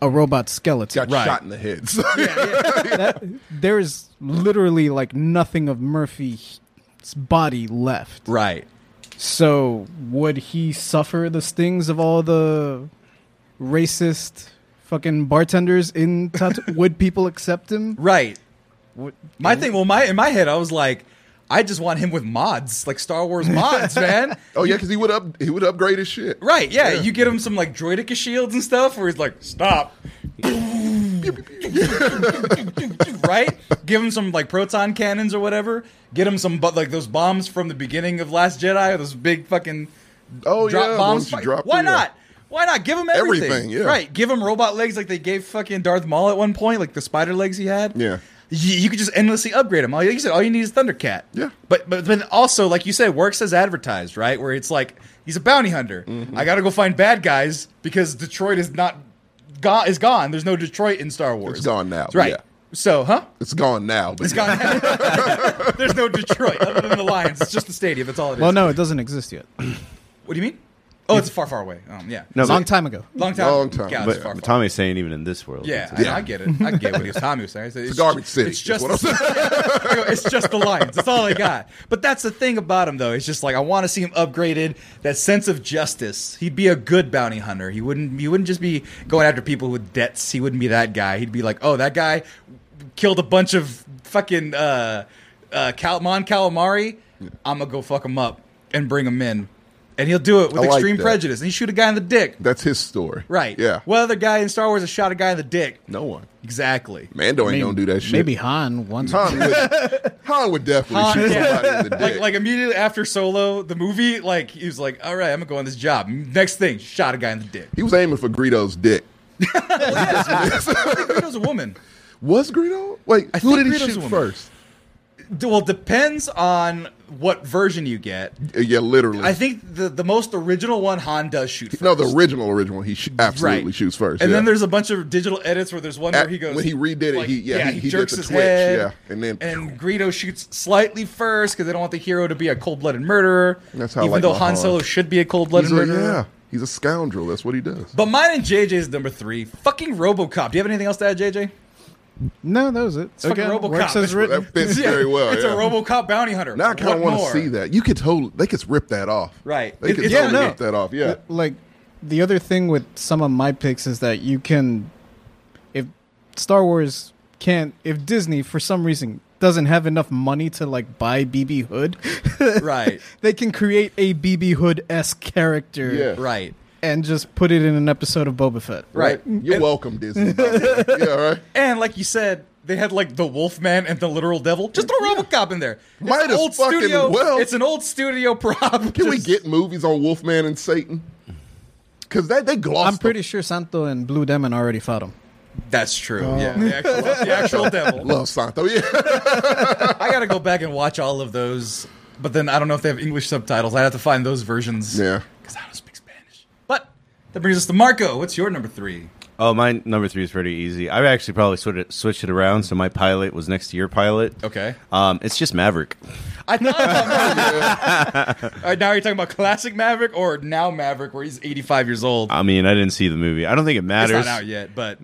Speaker 5: a robot skeleton.
Speaker 3: Got shot in the head. So
Speaker 5: There is literally like nothing of Murphy's body left.
Speaker 4: Right.
Speaker 5: So would he suffer the stings of all the racist fucking bartenders in Tatooine? would people accept him?
Speaker 4: Right.
Speaker 5: Would-
Speaker 4: My thing. Well, my in my head, I was like, I just want him with mods, like Star Wars mods, man.
Speaker 3: oh yeah, because he would up he would upgrade his shit.
Speaker 4: Right, yeah, you get him some like droidica shields and stuff where he's like, stop. right? Give him some like proton cannons or whatever. Get him some, but like those bombs from the beginning of Last Jedi or those big fucking
Speaker 3: Oh
Speaker 4: drop
Speaker 3: yeah,
Speaker 4: bombs.
Speaker 3: once you drop
Speaker 4: Why
Speaker 3: them, yeah.
Speaker 4: not? Why not? Give him everything.
Speaker 3: Everything, yeah.
Speaker 4: Right. Give him robot legs like they gave fucking Darth Maul at one point, like the spider legs he had.
Speaker 3: Yeah.
Speaker 4: You, you could just endlessly upgrade him. All you, like you said, all you need is Thundercat.
Speaker 3: Yeah.
Speaker 4: But but then also, like you said, works as advertised, right? Where it's like he's a bounty hunter.
Speaker 3: Mm-hmm.
Speaker 4: I got to go find bad guys because Detroit is not gone. Is gone. There's no Detroit in Star Wars.
Speaker 3: It's gone now.
Speaker 4: Right.
Speaker 3: Yeah.
Speaker 4: So huh?
Speaker 3: It's gone now. But
Speaker 4: It's gone. There's no Detroit other than the Lions. It's just the stadium. That's all it is.
Speaker 5: Well, no, it doesn't exist yet.
Speaker 4: What do you mean? Oh, it's far, far away. Um, yeah.
Speaker 1: No,
Speaker 5: Long
Speaker 1: but-
Speaker 5: time ago.
Speaker 4: Long time.
Speaker 3: Long time.
Speaker 4: God, it's
Speaker 1: But
Speaker 4: far, far.
Speaker 1: Tommy's saying even in this world.
Speaker 4: Yeah,
Speaker 1: it's-
Speaker 4: I, I get it. I get what he was, Tommy was saying. I said, It's,
Speaker 3: garbage city,
Speaker 4: It's
Speaker 3: is
Speaker 4: just,
Speaker 3: what I'm saying.
Speaker 4: I go, it's just the Lions. That's all I got. But that's the thing about him, though. It's just like I want to see him upgraded. That sense of justice. He'd be a good bounty hunter. He wouldn't. He wouldn't just be going after people with debts. He wouldn't be that guy. He'd be like, oh, that guy killed a bunch of fucking uh, uh, Cal- Mon Calamari. I'm gonna go fuck him up and bring him in, and he'll do it with
Speaker 3: I like
Speaker 4: extreme
Speaker 3: that.
Speaker 4: prejudice. And he shoot a guy in the dick.
Speaker 3: That's his story.
Speaker 4: Right.
Speaker 3: Yeah.
Speaker 4: What other guy in Star Wars has shot a guy in the dick?
Speaker 3: No one.
Speaker 4: Exactly.
Speaker 3: Mando ain't gonna do that shit.
Speaker 5: Maybe Han once.
Speaker 3: Han would, Han would definitely
Speaker 4: Han-
Speaker 3: shoot
Speaker 4: yeah.
Speaker 3: somebody in the dick.
Speaker 4: Like, like immediately after Solo, the movie, like he was like, "All right, I'm gonna go on this job." Next thing, shot a guy in the dick.
Speaker 3: he was aiming for Greedo's dick.
Speaker 4: I think Greedo's a woman.
Speaker 3: Was Greedo? Wait,
Speaker 4: I
Speaker 3: who
Speaker 4: think
Speaker 3: did he
Speaker 4: Greedo's a
Speaker 3: shoot
Speaker 4: woman.
Speaker 3: first?
Speaker 4: D- Well, depends on what version you get.
Speaker 3: Uh, Yeah, literally.
Speaker 4: I think the the most original one Han does shoot. First.
Speaker 3: no, the original original he sh- absolutely shoots first.
Speaker 4: And
Speaker 3: yeah.
Speaker 4: then there's a bunch of digital edits where there's one
Speaker 3: At-
Speaker 4: where he goes
Speaker 3: when he redid it,
Speaker 4: like,
Speaker 3: he- yeah, he- he did
Speaker 4: jerks
Speaker 3: the
Speaker 4: his
Speaker 3: twitch,
Speaker 4: head,
Speaker 3: yeah, and then-
Speaker 4: and Greedo shoots slightly first because they don't want the hero to be a cold blooded murderer.
Speaker 3: That's how I
Speaker 4: even
Speaker 3: like
Speaker 4: though
Speaker 3: my
Speaker 4: Han
Speaker 3: Han.
Speaker 4: Solo should be a cold blooded
Speaker 3: he's a,
Speaker 4: murderer.
Speaker 3: yeah, he's a scoundrel. That's what he does.
Speaker 4: But mine and JJ's number three. Fucking RoboCop. Do you have anything else to add, JJ?
Speaker 5: No, that was it.
Speaker 4: fucking RoboCop.
Speaker 5: works as
Speaker 3: that
Speaker 5: written.
Speaker 3: fits
Speaker 4: Yeah,
Speaker 3: very well.
Speaker 4: It's
Speaker 3: yeah.
Speaker 4: a RoboCop bounty hunter.
Speaker 3: Now I kind of want to
Speaker 4: more?
Speaker 3: see that. You could totally, they could rip that off.
Speaker 4: Right.
Speaker 3: They
Speaker 4: It-
Speaker 3: could
Speaker 4: it's-
Speaker 3: totally
Speaker 5: yeah, no.
Speaker 3: rip that off. Yeah.
Speaker 5: Like the other thing with some of my picks is that you can, if Star Wars can't, if Disney for some reason doesn't have enough money to like buy BB Hood,
Speaker 4: Right.
Speaker 5: they can create a BB Hood esque character
Speaker 3: Yeah.
Speaker 4: Right.
Speaker 5: and just put it in an episode of Boba Fett.
Speaker 4: Right.
Speaker 3: You're welcome, Disney. by the way. yeah, right.
Speaker 4: And like you said, they had like the Wolfman and the literal devil. Just throw RoboCop in there. It's
Speaker 3: Might
Speaker 4: an
Speaker 3: as fucking
Speaker 4: studio.
Speaker 3: well.
Speaker 4: It's an old studio prop.
Speaker 3: Can we get movies on Wolfman and Satan? Because that they glossed.
Speaker 5: I'm pretty sure Santo and Blue Demon already fought him.
Speaker 4: That's true. Yeah.
Speaker 1: Oh.
Speaker 4: The actual, the actual devil.
Speaker 3: love Santo. Yeah,
Speaker 4: I gotta go back and watch all of those. But then I don't know if they have English subtitles. I have to find those versions.
Speaker 3: yeah.
Speaker 4: Because I don't speak Spanish. But that brings us to Marco. What's your number three?
Speaker 1: Oh, my number three is pretty easy. I actually probably sort of switched it around, so my pilot was next to your pilot.
Speaker 4: Okay.
Speaker 1: Um, it's just Maverick.
Speaker 4: I thought about Maverick. All right, Uh, now you're talking about classic Maverick or now Maverick, where he's 85 years old.
Speaker 1: I mean, I didn't see the movie. I don't think it
Speaker 4: it's
Speaker 1: matters.
Speaker 4: not out yet, but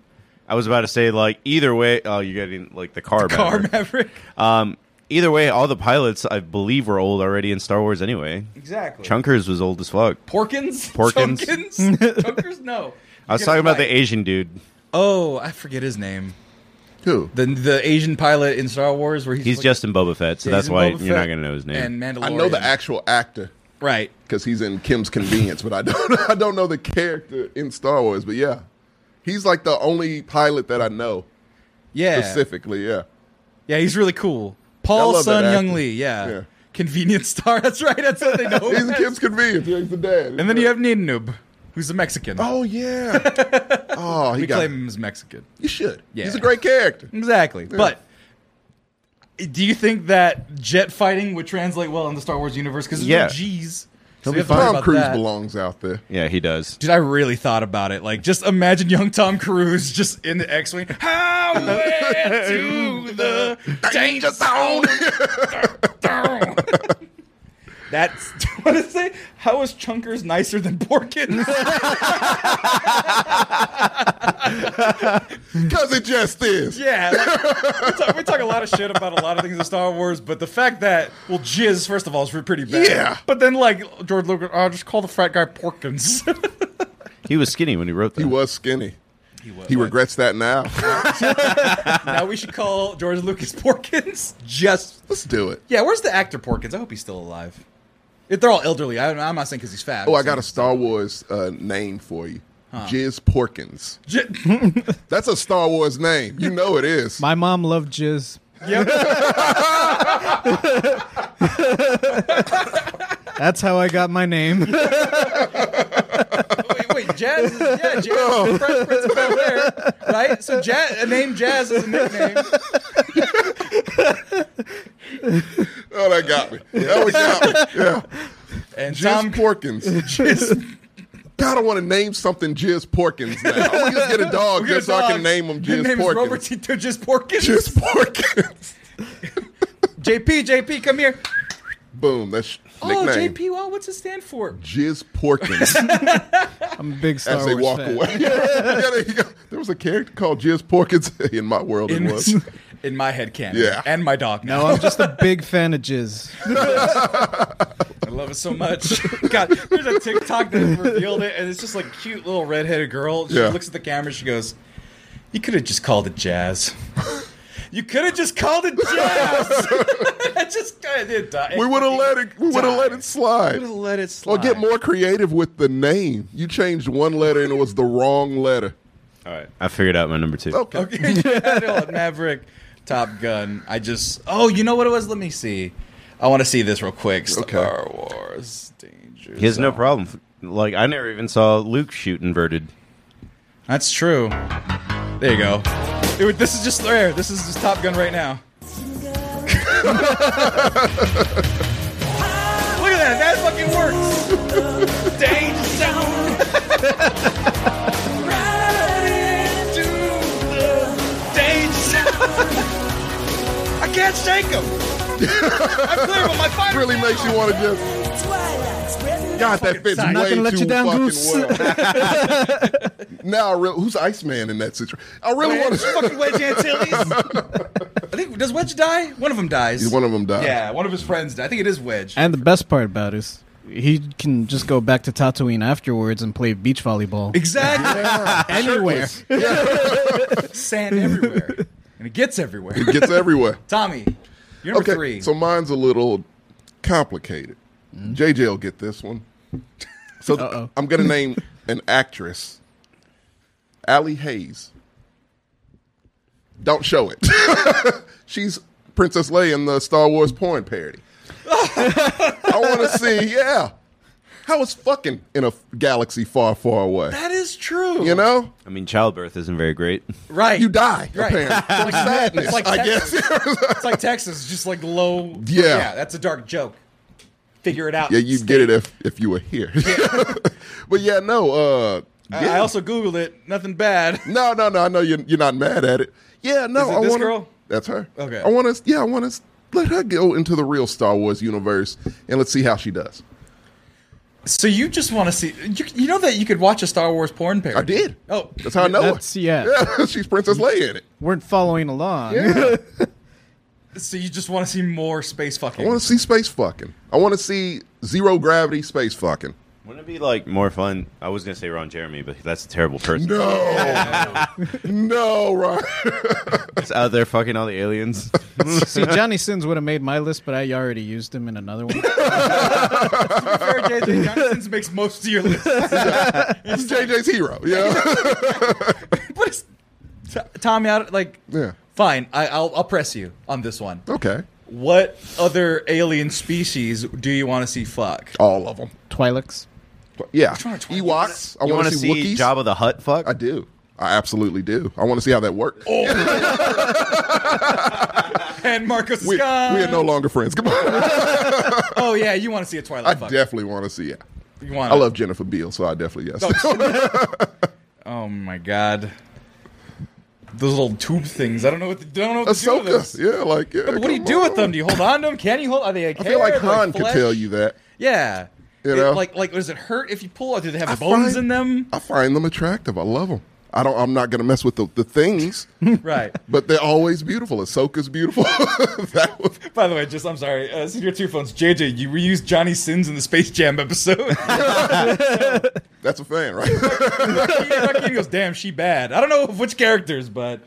Speaker 1: I was about to say like either way. Oh, you're getting like the car.
Speaker 4: Car
Speaker 1: Maverick.
Speaker 4: Maverick.
Speaker 1: Um, either way, all the pilots I believe were old already in Star Wars anyway.
Speaker 4: Exactly.
Speaker 1: Chunkers was old as fuck.
Speaker 4: Porkins.
Speaker 1: Porkins.
Speaker 4: Chunkins. Chunkers. No.
Speaker 1: I was talking about the Asian dude.
Speaker 4: Oh, I forget his name.
Speaker 3: Who?
Speaker 4: The the Asian pilot in Star Wars, where he's
Speaker 1: He's
Speaker 4: like-
Speaker 1: just in Boba Fett, so
Speaker 4: Yeah,
Speaker 1: that's
Speaker 4: he's in
Speaker 1: why
Speaker 4: Boba
Speaker 1: you're not
Speaker 4: Fett
Speaker 1: gonna know his name.
Speaker 4: and Mandalorian.
Speaker 3: I know the actual actor
Speaker 4: Right.
Speaker 3: because he's in Kim's Convenience, but I don't. I don't know the character in Star Wars. But yeah, he's like the only pilot that I know
Speaker 4: Yeah.
Speaker 3: specifically. Yeah.
Speaker 4: Yeah, he's really cool. Paul
Speaker 3: love that
Speaker 4: Sun Young
Speaker 3: actor.
Speaker 4: Lee. Yeah.
Speaker 3: Yeah.
Speaker 4: Convenience star. That's right. That's what they know. him
Speaker 3: He's in
Speaker 4: as.
Speaker 3: Kim's Convenience. Yeah, he's the dad.
Speaker 4: And then you have Ninoob, who's a Mexican.
Speaker 3: Oh yeah. Oh, he
Speaker 4: we
Speaker 3: got.
Speaker 4: claim him as Mexican.
Speaker 3: You should.
Speaker 4: Yeah.
Speaker 3: He's a great character.
Speaker 4: Exactly. But do you think that jet fighting would translate well in the Star Wars universe? Because there's
Speaker 1: Yeah.
Speaker 4: no G's. So
Speaker 1: He'll
Speaker 4: we
Speaker 1: be
Speaker 4: have to worry
Speaker 3: Tom
Speaker 4: about
Speaker 3: Cruise
Speaker 4: that.
Speaker 3: belongs out there.
Speaker 1: yeah, he does.
Speaker 4: Dude, I really thought about it. Like, just imagine young Tom Cruise just in the X-wing. Highway to the danger zone. That's what is it? How is Chunkers nicer than Porkins?
Speaker 3: Because it just is.
Speaker 4: Yeah, like, we, talk, we talk a lot of shit about a lot of things in Star Wars, but the fact that well, jizz first of all is pretty bad.
Speaker 3: Yeah.
Speaker 4: but then like George Lucas, oh, just call the frat guy Porkins.
Speaker 1: He was skinny when he wrote that.
Speaker 3: He was skinny. He, regrets that now.
Speaker 4: now we should call George Lucas Porkins. Just
Speaker 3: Let's do it.
Speaker 4: yeah, where's the actor Porkins? I hope he's still alive. If they're all elderly, I don't, I'm not saying because he's fat.
Speaker 3: Oh,
Speaker 4: I'm
Speaker 3: I got a
Speaker 4: saying-
Speaker 3: Star Wars uh, name for you. Jizz Porkins.
Speaker 4: J-
Speaker 3: That's a Star Wars name. You know it is.
Speaker 5: My mom loved Jizz.
Speaker 4: yep.
Speaker 5: That's how I got my name.
Speaker 4: wait, wait, Jazz. Is, yeah, Jazz.
Speaker 3: Oh.
Speaker 4: is Fresh Prince of Bel Air, right? So Jazz, a name Jazz is a nickname.
Speaker 3: oh, that got me. That one got me. Yeah.
Speaker 4: And
Speaker 3: Jizz
Speaker 4: Tom
Speaker 3: Porkins.
Speaker 4: Cruise.
Speaker 3: God, I want to name something Jizz Porkins now. I'm going to just get a dog just so I can name him
Speaker 4: His
Speaker 3: Jizz
Speaker 4: name is
Speaker 3: Porkins.
Speaker 4: Robertito Jizz Porkins.
Speaker 3: Jizz Porkins.
Speaker 4: JP, JP, come here.
Speaker 3: Boom. That's
Speaker 4: Oh,
Speaker 3: nickname.
Speaker 4: JPL, what's it stand for?
Speaker 3: Jizz Porkins
Speaker 5: I'm a big Star
Speaker 3: as they
Speaker 5: Wars
Speaker 3: walk
Speaker 5: fan.
Speaker 3: away. Yeah, there you go. There was a character called Jizz Porkins in my world.
Speaker 4: In,
Speaker 3: it was.
Speaker 4: in my head canon.
Speaker 3: Yeah.
Speaker 4: And my dog now.
Speaker 5: No, I'm just a big fan of Jizz.
Speaker 4: I love it so much. God, there's a TikTok that revealed it, and it's just like cute little redheaded girl. She
Speaker 3: Yeah.
Speaker 4: looks at the camera, she goes, "You could have just called it jazz. you could have just called it jazz. it just it died.
Speaker 3: We would have let it. We would have let it
Speaker 4: We
Speaker 3: slide.
Speaker 4: would have let it slide.
Speaker 3: Or get more creative with the name. You changed one letter and it was the wrong letter.
Speaker 1: All right, I figured out my number two.
Speaker 4: Oh,
Speaker 3: Okay.
Speaker 4: Okay, Shadow, Maverick, Top Gun. I just. Oh, you know what it was? Let me see. I want to see this real quick. Star Wars. Danger.
Speaker 1: He has no
Speaker 4: Zone.
Speaker 1: problem. Like I never even saw Luke shoot inverted.
Speaker 4: That's true. There you go. It would- this is just there. This is just Top Gun right now. Look at that. That fucking works. Danger zone. Right into the danger zone. I can't shake him. I'm clear with my fire.
Speaker 3: Really makes you want to just. God, that fits
Speaker 5: not
Speaker 3: way
Speaker 5: gonna let
Speaker 3: too
Speaker 5: you down,
Speaker 3: fucking
Speaker 5: Goose.
Speaker 3: well. now, I really, who's Iceman in that situation? I really want
Speaker 4: Wedge,
Speaker 3: to.
Speaker 4: fucking Wedge Antilles. I think does Wedge die? One of them dies.
Speaker 3: One of them died.
Speaker 4: Yeah, one of his friends. died. I think it is Wedge.
Speaker 5: And the best part about it is he can just go back to Tatooine afterwards and play beach volleyball.
Speaker 4: Exactly.
Speaker 5: Anywhere.
Speaker 4: Sand everywhere, and it gets everywhere.
Speaker 3: It gets everywhere.
Speaker 4: Tommy, you're number
Speaker 3: Okay,
Speaker 4: three. Mm-hmm.
Speaker 3: so mine's a little complicated. JJ will get this one. So th-
Speaker 5: Uh-oh.
Speaker 3: I'm going to name an actress, Allie Hayes. Don't show it. She's Princess Leia in the Star Wars porn parody. I want to see, yeah. How is fucking in a f- galaxy far, far away?
Speaker 4: that is true.
Speaker 3: you know?
Speaker 1: I mean, childbirth isn't very great.
Speaker 4: right?
Speaker 3: You die,
Speaker 4: Right.
Speaker 3: apparently. From sadness,
Speaker 4: like
Speaker 3: I
Speaker 4: Texas.
Speaker 3: guess.
Speaker 4: It's like Texas, just like low.
Speaker 3: Yeah.
Speaker 4: that's a dark joke. Figure it out.
Speaker 3: Yeah, you'd get it if if you were here. but yeah, no. Uh,
Speaker 4: I- I
Speaker 3: yeah.
Speaker 4: also googled it. Nothing bad.
Speaker 3: no, no, no. I know you're you're not mad at it. Yeah, no.
Speaker 4: Is it
Speaker 3: I
Speaker 4: this
Speaker 3: wanna,
Speaker 4: girl?
Speaker 3: That's her.
Speaker 4: Okay.
Speaker 3: I want to. Yeah, I want to let her go into the real Star Wars universe and let's see how she does.
Speaker 4: So you just want to see? You, you know that you could watch a Star Wars porn parody.
Speaker 3: I did.
Speaker 4: Oh,
Speaker 3: That's how I know
Speaker 5: That's-
Speaker 3: her.
Speaker 5: yeah.
Speaker 3: Yeah, she's Princess Leia in it.
Speaker 5: Weren't following along.
Speaker 3: Yeah.
Speaker 4: so you just want to see more space
Speaker 3: I
Speaker 4: fucking?
Speaker 3: want to see space fucking. I want to see zero gravity space fucking.
Speaker 1: Wouldn't it be like more fun? I was gonna say Ron Jeremy, but that's a terrible person.
Speaker 3: No, no, Ron.
Speaker 1: It's out there fucking all the aliens.
Speaker 5: See, Johnny Sins would have made my list, but I already used him in another one.
Speaker 4: Fair JJ Johnson's makes most of your list.
Speaker 3: It's JJ's hero. Yeah,
Speaker 4: But it's T- Tommy out like
Speaker 3: yeah.
Speaker 4: fine, I, I'll I'll press you on this one.
Speaker 3: Okay,
Speaker 4: What other alien species do you want to see fuck?
Speaker 3: all of them.
Speaker 5: Twilix.
Speaker 3: Yeah,
Speaker 4: trying to twirl
Speaker 3: Ewoks. I
Speaker 1: you
Speaker 3: want
Speaker 1: want
Speaker 3: to see, Wookiees.
Speaker 1: Jabba the Hutt? Fuck.
Speaker 3: I do. I absolutely do. I want to see how that works.
Speaker 4: Oh, And Marcus
Speaker 3: we, we
Speaker 4: Scott.
Speaker 3: are no longer friends. Come on.
Speaker 4: oh yeah, you want to see a Twilight
Speaker 3: I
Speaker 4: fuck.
Speaker 3: definitely want to see it.
Speaker 4: you want
Speaker 3: I love Jennifer Beal, so I definitely yes.
Speaker 4: Oh my god. Those little tube things. I don't know what to, don't know what to do with
Speaker 3: Ahsoka.
Speaker 4: those.
Speaker 3: Yeah, like yeah.
Speaker 4: But what do you
Speaker 3: come
Speaker 4: do with
Speaker 3: on.
Speaker 4: them? Do you hold on to them? Can you hold? Are they? Like
Speaker 3: I feel like Han could
Speaker 4: flesh?
Speaker 3: tell you that.
Speaker 4: Yeah.
Speaker 3: You
Speaker 4: It-
Speaker 3: know?
Speaker 4: like like does it hurt if you pull? Or do they have
Speaker 3: I
Speaker 4: bones
Speaker 3: find-
Speaker 4: in them?
Speaker 3: I find them attractive. I love them. I don't. I'm not gonna mess with the, the things,
Speaker 4: Right.
Speaker 3: but they're always beautiful. Ahsoka's beautiful. that was,
Speaker 4: By the way, just I'm sorry. Uh, since your two phones, JJ, you reused Johnny Sins in the Space Jam episode.
Speaker 3: that's a fan, right?
Speaker 4: He goes, "Damn, she bad." I don't know which characters, but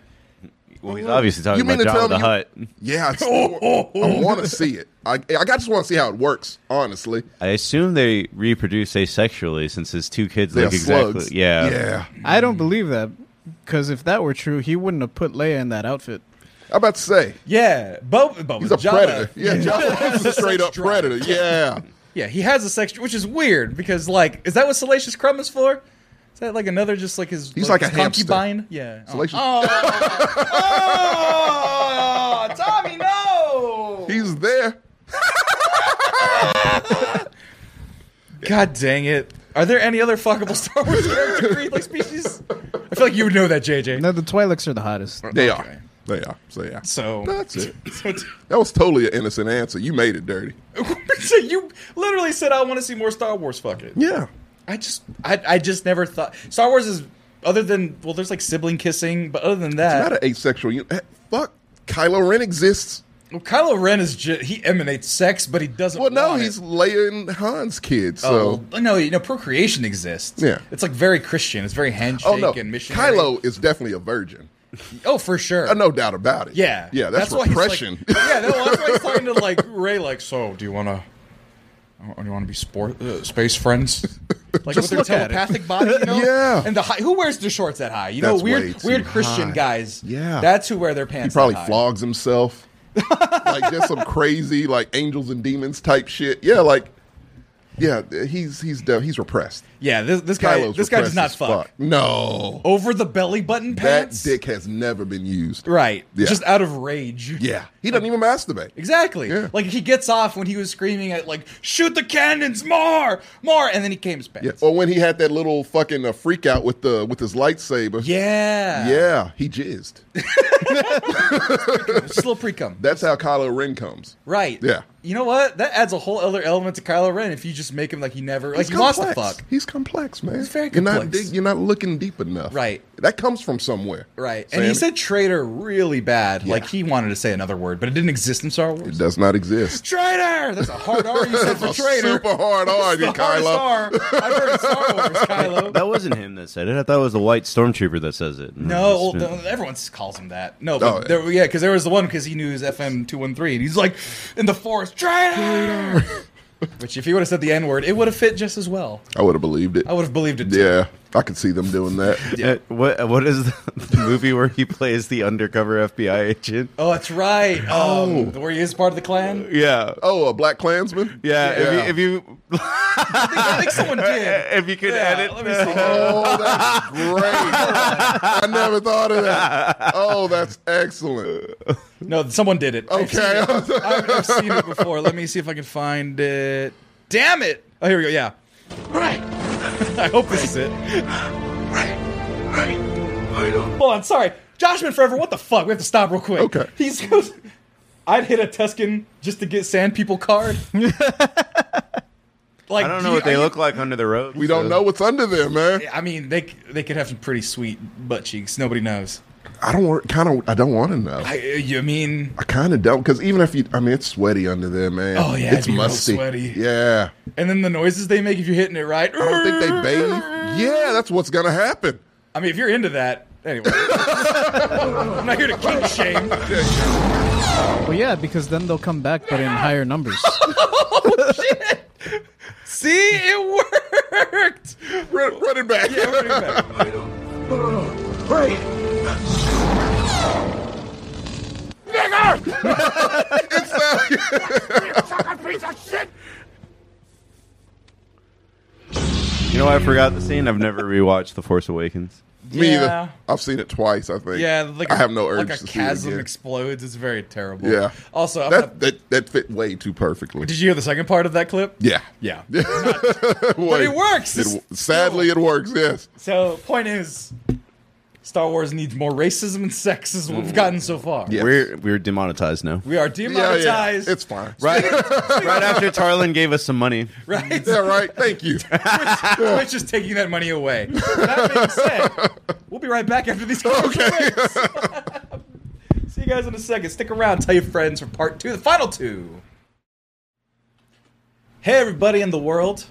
Speaker 1: well, he's obviously talking
Speaker 3: You mean
Speaker 1: about
Speaker 3: to tell
Speaker 1: Jabba
Speaker 3: me
Speaker 1: the
Speaker 3: you-
Speaker 1: Hutt.
Speaker 3: yeah. It's,
Speaker 4: Oh.
Speaker 3: I want to see it. I I just want to see how it works. Honestly,
Speaker 1: I assume they reproduce asexually since his two kids
Speaker 3: they're
Speaker 1: look exactly.
Speaker 3: slugs.
Speaker 1: Yeah.
Speaker 3: Yeah.
Speaker 5: I don't believe that, because if that were true, he wouldn't have put Leia in that outfit.
Speaker 3: I'm about to say.
Speaker 4: yeah, Boba, Boba
Speaker 3: He's a
Speaker 4: Jabba.
Speaker 3: predator. Yeah, Jabba is a straight up
Speaker 4: Sex drive.
Speaker 3: predator. Yeah.
Speaker 4: Yeah, he has a sex, which is weird because, like, is that what Salacious Crumb is for? Is that like another just like his?
Speaker 3: He's like
Speaker 4: his
Speaker 3: a hamster.
Speaker 4: concubine. Yeah. Oh.
Speaker 3: Salacious-
Speaker 4: Oh. Oh, Tommy, no!
Speaker 3: He's there.
Speaker 4: God dang it! Are there any other fuckable Star Wars character breed like species? I feel like you would know that, JJ.
Speaker 5: No, the Twilix are the hottest.
Speaker 3: They
Speaker 4: Okay.
Speaker 3: are. They are. So yeah.
Speaker 4: So-
Speaker 3: that's it.
Speaker 4: So t-
Speaker 3: That was totally an innocent answer. You made it dirty.
Speaker 4: so you literally said I want to see more Star Wars. Fuck it.
Speaker 3: Yeah.
Speaker 4: I just I, I just never thought Star Wars is other than well, there's like sibling kissing, but other than
Speaker 3: Not
Speaker 4: that,
Speaker 3: an asexual. You eh, fuck. Kylo Ren exists.
Speaker 4: well, Kylo Ren is just he emanates sex, but he doesn't.
Speaker 3: Well, no,
Speaker 4: want
Speaker 3: he's
Speaker 4: it.
Speaker 3: Leia and Han's kid. So.
Speaker 4: oh no, you know procreation exists.
Speaker 3: Yeah.
Speaker 4: it's like very Christian. It's very handshake
Speaker 3: Oh no,
Speaker 4: and mission.
Speaker 3: Kylo is definitely a virgin.
Speaker 4: oh for sure.
Speaker 3: Uh, no doubt about it.
Speaker 4: Yeah,
Speaker 3: yeah, that's,
Speaker 4: why he's
Speaker 3: repression.
Speaker 4: Like, yeah, no, that's why he's talking to like Ray. Like, so do you want to? Do you want to be sport uh, space friends? Like
Speaker 3: Just
Speaker 4: with
Speaker 3: look
Speaker 4: their
Speaker 3: at it.
Speaker 4: telepathic body, you know?
Speaker 3: Yeah.
Speaker 4: And the high, who wears the shorts that high? You know,
Speaker 3: That's way
Speaker 4: weird,
Speaker 3: too
Speaker 4: weird Christian
Speaker 3: high.
Speaker 4: guys.
Speaker 3: Yeah.
Speaker 4: that's who wear their
Speaker 3: he
Speaker 4: pants. that
Speaker 3: probably
Speaker 4: high.
Speaker 3: flogs himself, like just some crazy like angels and demons type shit. Yeah, like yeah, he's he's de- he's repressed.
Speaker 4: Yeah, this, this guy,
Speaker 3: Kylo's
Speaker 4: this guy does
Speaker 3: repressed
Speaker 4: not
Speaker 3: as
Speaker 4: fuck.
Speaker 3: No,
Speaker 4: over the belly button
Speaker 3: that
Speaker 4: pants.
Speaker 3: dick has never been used.
Speaker 4: right?
Speaker 3: Yeah.
Speaker 4: Just out of rage.
Speaker 3: Yeah, he doesn't even masturbate.
Speaker 4: Exactly.
Speaker 3: Yeah.
Speaker 4: Like he gets off when he was screaming at like shoot the cannons more, more, and then he came his pants.
Speaker 3: Yeah, or when he had that little fucking uh, freak out with the with his lightsaber.
Speaker 4: yeah.
Speaker 3: yeah, he jizzed.
Speaker 4: Just a little pre cum.
Speaker 3: That's how Kylo Ren comes.
Speaker 4: Right.
Speaker 3: Yeah.
Speaker 4: You know what? That adds a whole other element to Kylo Ren if you just make him like he never like
Speaker 3: He's
Speaker 4: he lost the
Speaker 3: complex.
Speaker 4: fuck.
Speaker 3: He's complex, man.
Speaker 4: He's very
Speaker 3: you're Not
Speaker 4: complex.
Speaker 3: dig- you're not looking deep enough.
Speaker 4: Right.
Speaker 3: That comes from somewhere.
Speaker 4: Right. And he
Speaker 3: Sam,
Speaker 4: said traitor really bad. Like
Speaker 3: Yeah.
Speaker 4: he wanted to say another word, but it didn't exist in Star
Speaker 3: it
Speaker 4: Wars.
Speaker 3: does not exist.
Speaker 4: Traitor! That's a hard R you said for
Speaker 3: That's a
Speaker 4: traitor.
Speaker 3: super hard R,
Speaker 4: That's the
Speaker 3: you Kylo.
Speaker 4: hardest R I've heard in Star Wars, Kylo.
Speaker 1: That wasn't him that said it. I thought it was the white stormtrooper that says it.
Speaker 4: No, well, th- everyone calls him that. No, but
Speaker 3: Oh, yeah.
Speaker 4: there, yeah, because there was the one because he knew his FM two one three, and he's like in the forest, traitor. Which, if he would have said the N word, it would have fit just as well.
Speaker 3: I would have believed it.
Speaker 4: I would have believed it. Too.
Speaker 3: Yeah, I could see them doing that.
Speaker 1: Uh, what what is the, the movie where he plays the undercover FBI agent?
Speaker 4: Oh, that's right. Um, where he is part of the clan.
Speaker 1: Yeah,
Speaker 3: Oh, a Black Klansman.
Speaker 1: yeah.
Speaker 3: Yeah.
Speaker 1: If you if you,
Speaker 4: I think, I think someone did.
Speaker 1: if you could
Speaker 4: Yeah,
Speaker 1: edit,
Speaker 4: let me see.
Speaker 3: Oh, that's great. I never thought of that. Oh, that's excellent.
Speaker 4: No, someone did it. I've
Speaker 3: Okay.
Speaker 4: seen it. I've, I've seen it before. Let me see if I can find it. Damn it! Oh, here we go. Yeah,
Speaker 2: Right,
Speaker 4: I hope this is it.
Speaker 2: right, right. I don't.
Speaker 4: Hold on, sorry. Josh Been Forever, what the fuck? We have to stop real quick.
Speaker 3: Okay.
Speaker 4: He's I'd hit a Tuscan just to get Sand People card. like
Speaker 1: I don't
Speaker 4: do
Speaker 1: know what
Speaker 4: you- are
Speaker 1: they
Speaker 4: you-
Speaker 1: look like under the robe.
Speaker 3: We don't
Speaker 1: so-
Speaker 3: know what's under there, man.
Speaker 4: I mean, they c- they could have some pretty sweet butt cheeks. Nobody knows.
Speaker 3: I don't want. Kind of. I don't want to know.
Speaker 4: I you mean
Speaker 3: I kind of don't because even if you, I mean, it's sweaty under there, man.
Speaker 4: Oh, yeah, it'd
Speaker 3: it's
Speaker 4: be real
Speaker 3: musty.
Speaker 4: sweaty.
Speaker 3: Yeah,
Speaker 4: and then the noises they make if you're hitting it right.
Speaker 3: I don't think they bathe. Yeah, that's what's gonna happen.
Speaker 4: I mean, if you're into that, anyway. I'm not here to kink shame.
Speaker 5: Well, yeah, because then they'll come back, but in higher numbers.
Speaker 4: See, it worked.
Speaker 3: Run, run it back.
Speaker 4: Yeah, we're doing better.
Speaker 1: You know, I forgot the scene. I've never rewatched The Force Awakens.
Speaker 3: Me
Speaker 4: Yeah.
Speaker 3: either. I've seen it twice. I think.
Speaker 4: Yeah, like
Speaker 3: I have no urge
Speaker 4: Like a
Speaker 3: to see
Speaker 4: chasm
Speaker 3: it again.
Speaker 4: explodes. It's very terrible.
Speaker 3: yeah.
Speaker 4: Also, I'm
Speaker 3: that,
Speaker 4: gonna-
Speaker 3: that that fit way too perfectly.
Speaker 4: did you hear the second part of that clip?
Speaker 3: yeah.
Speaker 4: Yeah.
Speaker 3: But
Speaker 4: it works. It's
Speaker 3: sadly, it works. Yes.
Speaker 4: so, point is, Star Wars needs more racism and sex as we've gotten so far.
Speaker 3: Yeah. Yes.
Speaker 1: We're we're demonetized now.
Speaker 4: We are
Speaker 3: Yeah,
Speaker 4: demonetized.
Speaker 3: yeah. It's fine.
Speaker 1: Right, right after Tarlin gave us some money.
Speaker 4: Right?
Speaker 3: Yeah. Right. Thank you.
Speaker 4: We're just taking that money away. That being said, we'll be right back after these commercial breaks. See you guys in a second. Stick around. Tell your friends for part two, the final two. Hey, everybody in the world.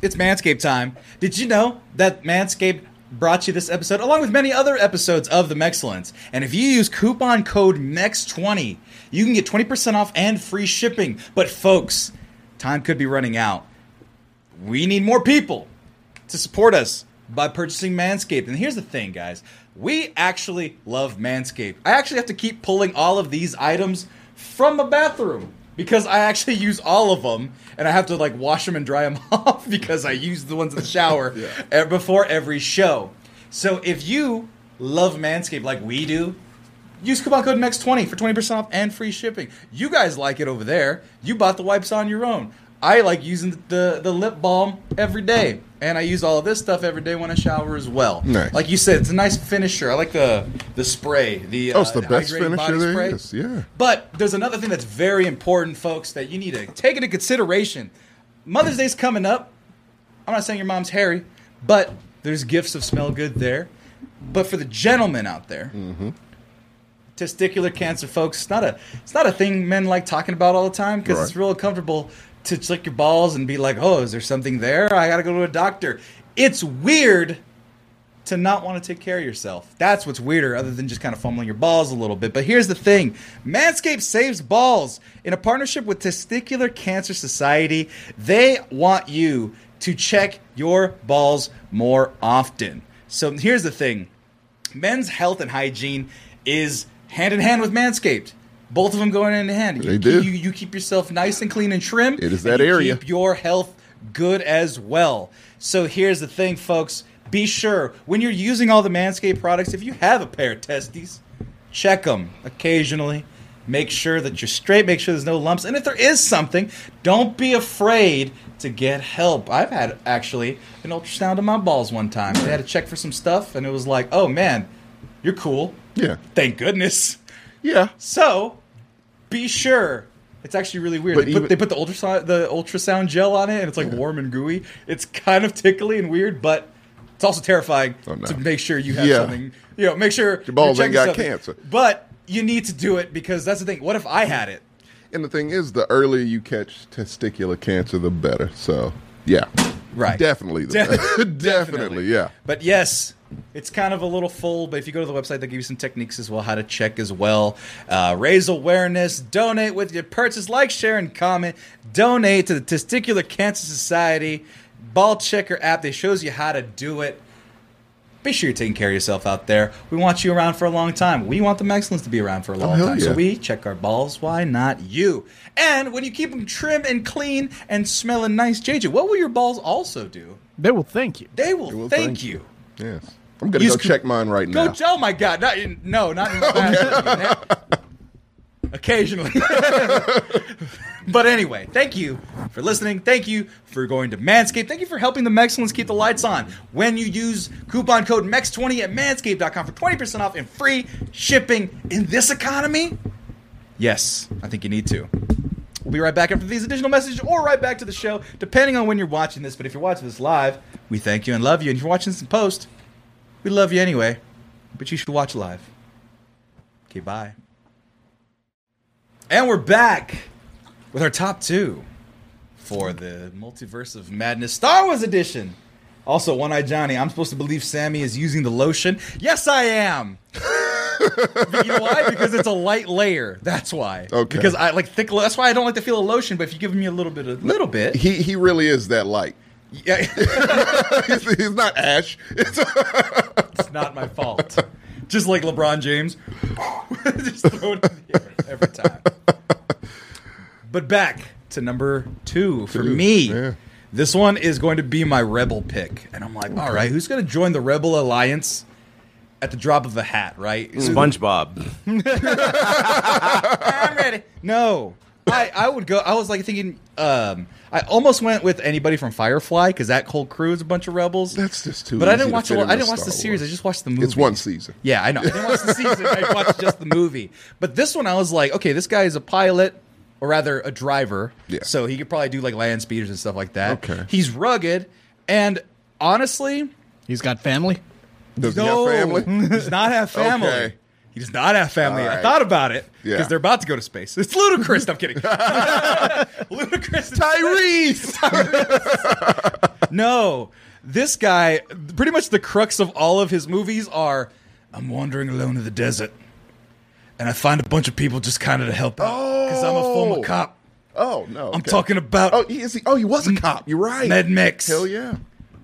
Speaker 4: It's Manscaped time. Did you know that Manscaped brought you this episode along with many other episodes of The Mexcellence? And if you use coupon code MEX20, you can get 20% off and free shipping. But, folks, time could be running out. We need more people to support us by purchasing Manscaped. And here's the thing, guys. We actually love Manscaped. I actually have to keep pulling all of these items from the bathroom because I actually use all of them and I have to like wash them and dry them off because I use the ones in the shower e- before every show. So if you love Manscaped like we do, Use coupon code E MEX20 for 20% off and free shipping. You guys like it over there. You bought the wipes on your own. I like using the, the lip balm every day, and I use all of this stuff every day when I shower as well.
Speaker 3: Nice.
Speaker 4: Like you said, it's a nice finisher. I like the the spray. The
Speaker 3: Oh, it's
Speaker 4: uh,
Speaker 3: the best
Speaker 4: hydrating body
Speaker 3: finisher there
Speaker 4: spray.
Speaker 3: is, yeah.
Speaker 4: But there's another thing that's very important, folks, that you need to take into consideration. Mother's Day's coming up. I'm not saying your mom's hairy, but there's gifts of smell good there. But for the gentlemen out there, testicular cancer, folks, it's not a it's not a thing men like talking about all the time because it's
Speaker 3: Right.
Speaker 4: real comfortable to lick your balls and be like, oh, is there something there? I gotta go to a doctor. It's weird to not want to take care of yourself. That's what's weirder, other than just kind of fumbling your balls a little bit. But here's the thing Manscaped saves balls. In a partnership with Testicular Cancer Society, they want you to check your balls more often. So here's the thing men's health and hygiene is hand in hand with Manscaped. Both of them going hand in hand. You,
Speaker 3: They do.
Speaker 4: You, you keep yourself nice and clean and trim.
Speaker 3: It is
Speaker 4: and
Speaker 3: that
Speaker 4: you
Speaker 3: area.
Speaker 4: keep your health good as well. So here's the thing, folks. Be sure when you're using all the Manscaped products, if you have a pair of testes, check them occasionally. Make sure that you're straight. Make sure there's no lumps. And if there is something, don't be afraid to get help. I've had actually an ultrasound on my balls one time. They had to check for some stuff, and it was like, oh man, you're cool.
Speaker 3: Yeah.
Speaker 4: Thank goodness.
Speaker 3: Yeah.
Speaker 4: So, be sure. It's actually really weird.
Speaker 3: But
Speaker 4: they, put,
Speaker 3: even-
Speaker 4: they put the ultrasound the ultrasound gel on it, and it's like warm and gooey. It's kind of tickly and weird, but it's also terrifying
Speaker 3: Oh, no.
Speaker 4: to make sure you have
Speaker 3: Yeah.
Speaker 4: something. You know, make sure
Speaker 3: Your balls
Speaker 4: you're
Speaker 3: ain't
Speaker 4: checking
Speaker 3: got
Speaker 4: something.
Speaker 3: cancer.
Speaker 4: But you need to do it because that's the thing. What if I had it?
Speaker 3: And the thing is, the earlier you catch testicular cancer, the better. So, yeah.
Speaker 4: Right.
Speaker 3: Definitely the
Speaker 4: De-
Speaker 3: better. definitely. yeah.
Speaker 4: But yes, it's kind of a little full. But if you go to the website, they give you some techniques as well, how to check as well, uh, raise awareness, donate with your purchase, like, share, and comment. Donate to the Testicular Cancer Society Ball Checker app. They shows you how to do it. Be sure you're taking care of yourself out there. We want you around for a long time. We want the Mexicans to be around for a long
Speaker 3: Oh, hell
Speaker 4: time. So
Speaker 3: yeah.
Speaker 4: we check our balls. Why not you? And when you keep them trim and clean and smelling nice, JJ, what will your balls also do?
Speaker 5: They will thank you.
Speaker 4: They will,
Speaker 3: will
Speaker 4: thank,
Speaker 3: thank
Speaker 4: you.
Speaker 3: you. Yes. I'm going to
Speaker 4: You
Speaker 3: go
Speaker 4: sc-
Speaker 3: check mine right
Speaker 4: Go,
Speaker 3: now.
Speaker 4: oh my God! Not in, no, not in the bathroom. Occasionally, but anyway, thank you for listening. Thank you for going to Manscaped. Thank you for helping the Mexicans keep the lights on. When you use coupon code MEX20 at manscaped.com for 20% off and free shipping in this economy, yes, I think you need to. We'll be right back after these additional messages or right back to the show, depending on when you're watching this. But if you're watching this live, we thank you and love you. And if you're watching this in post, we love you anyway, but you should watch live. Okay, bye. And we're back with our top two for the Multiverse of Madness Star Wars edition. Also, One Eye Johnny, I'm supposed to believe Sammy is using the lotion. Yes, I am. you know why? Because it's a light layer. That's why.
Speaker 3: Okay.
Speaker 4: Because I like thick. That's why I don't like the feel of lotion. But if you give me a little bit, a little bit,
Speaker 3: He, he really is that light.
Speaker 4: yeah.
Speaker 3: he's, he's not Ash.
Speaker 4: Mm.
Speaker 3: It's
Speaker 4: It's not my fault. Just like LeBron James, just throw it in the air every time. But back to number two for
Speaker 3: Two,
Speaker 4: me.
Speaker 3: yeah.
Speaker 4: This one is going to be my rebel pick, and I'm like, all right, who's going to join the rebel alliance at the drop of a hat? Right?
Speaker 1: SpongeBob.
Speaker 4: I'm ready. No. I, I would go. I was like thinking. Um, I almost went with anybody from Firefly because that whole crew is a bunch of rebels.
Speaker 3: That's just too
Speaker 4: But I
Speaker 3: easy
Speaker 4: didn't
Speaker 3: to
Speaker 4: watch.
Speaker 3: fit
Speaker 4: A,
Speaker 3: into
Speaker 4: I didn't watch
Speaker 3: Star
Speaker 4: the series. I
Speaker 3: Wars.
Speaker 4: just watched the movie.
Speaker 3: it's one season.
Speaker 4: Yeah, I know. I didn't watch the season. I watched just the movie. But this one, I was like, okay, this guy is a pilot, or rather, a driver.
Speaker 3: Yeah.
Speaker 4: So he could probably do like land speeders and stuff like that.
Speaker 3: Okay.
Speaker 4: He's rugged, and honestly,
Speaker 5: He's got family.
Speaker 3: Does
Speaker 4: no,
Speaker 3: he have family?
Speaker 4: he does not have family.
Speaker 3: Okay.
Speaker 4: He does not have family.
Speaker 3: All
Speaker 4: I
Speaker 3: right.
Speaker 4: thought about it because
Speaker 3: Yeah.
Speaker 4: they're about to go to space. It's ludicrous. I'm kidding. ludicrous.
Speaker 3: Tyrese!
Speaker 4: No, this guy. Pretty much the crux of all of his movies are: I'm wandering alone in the desert, and I find a bunch of people just kind of to help out because I'm a former
Speaker 3: Oh.
Speaker 4: cop.
Speaker 3: Oh no!
Speaker 4: I'm
Speaker 3: okay.
Speaker 4: talking about
Speaker 3: Oh, he is. He, oh, he was a cop. You're right.
Speaker 4: Med Mix.
Speaker 3: Hell yeah!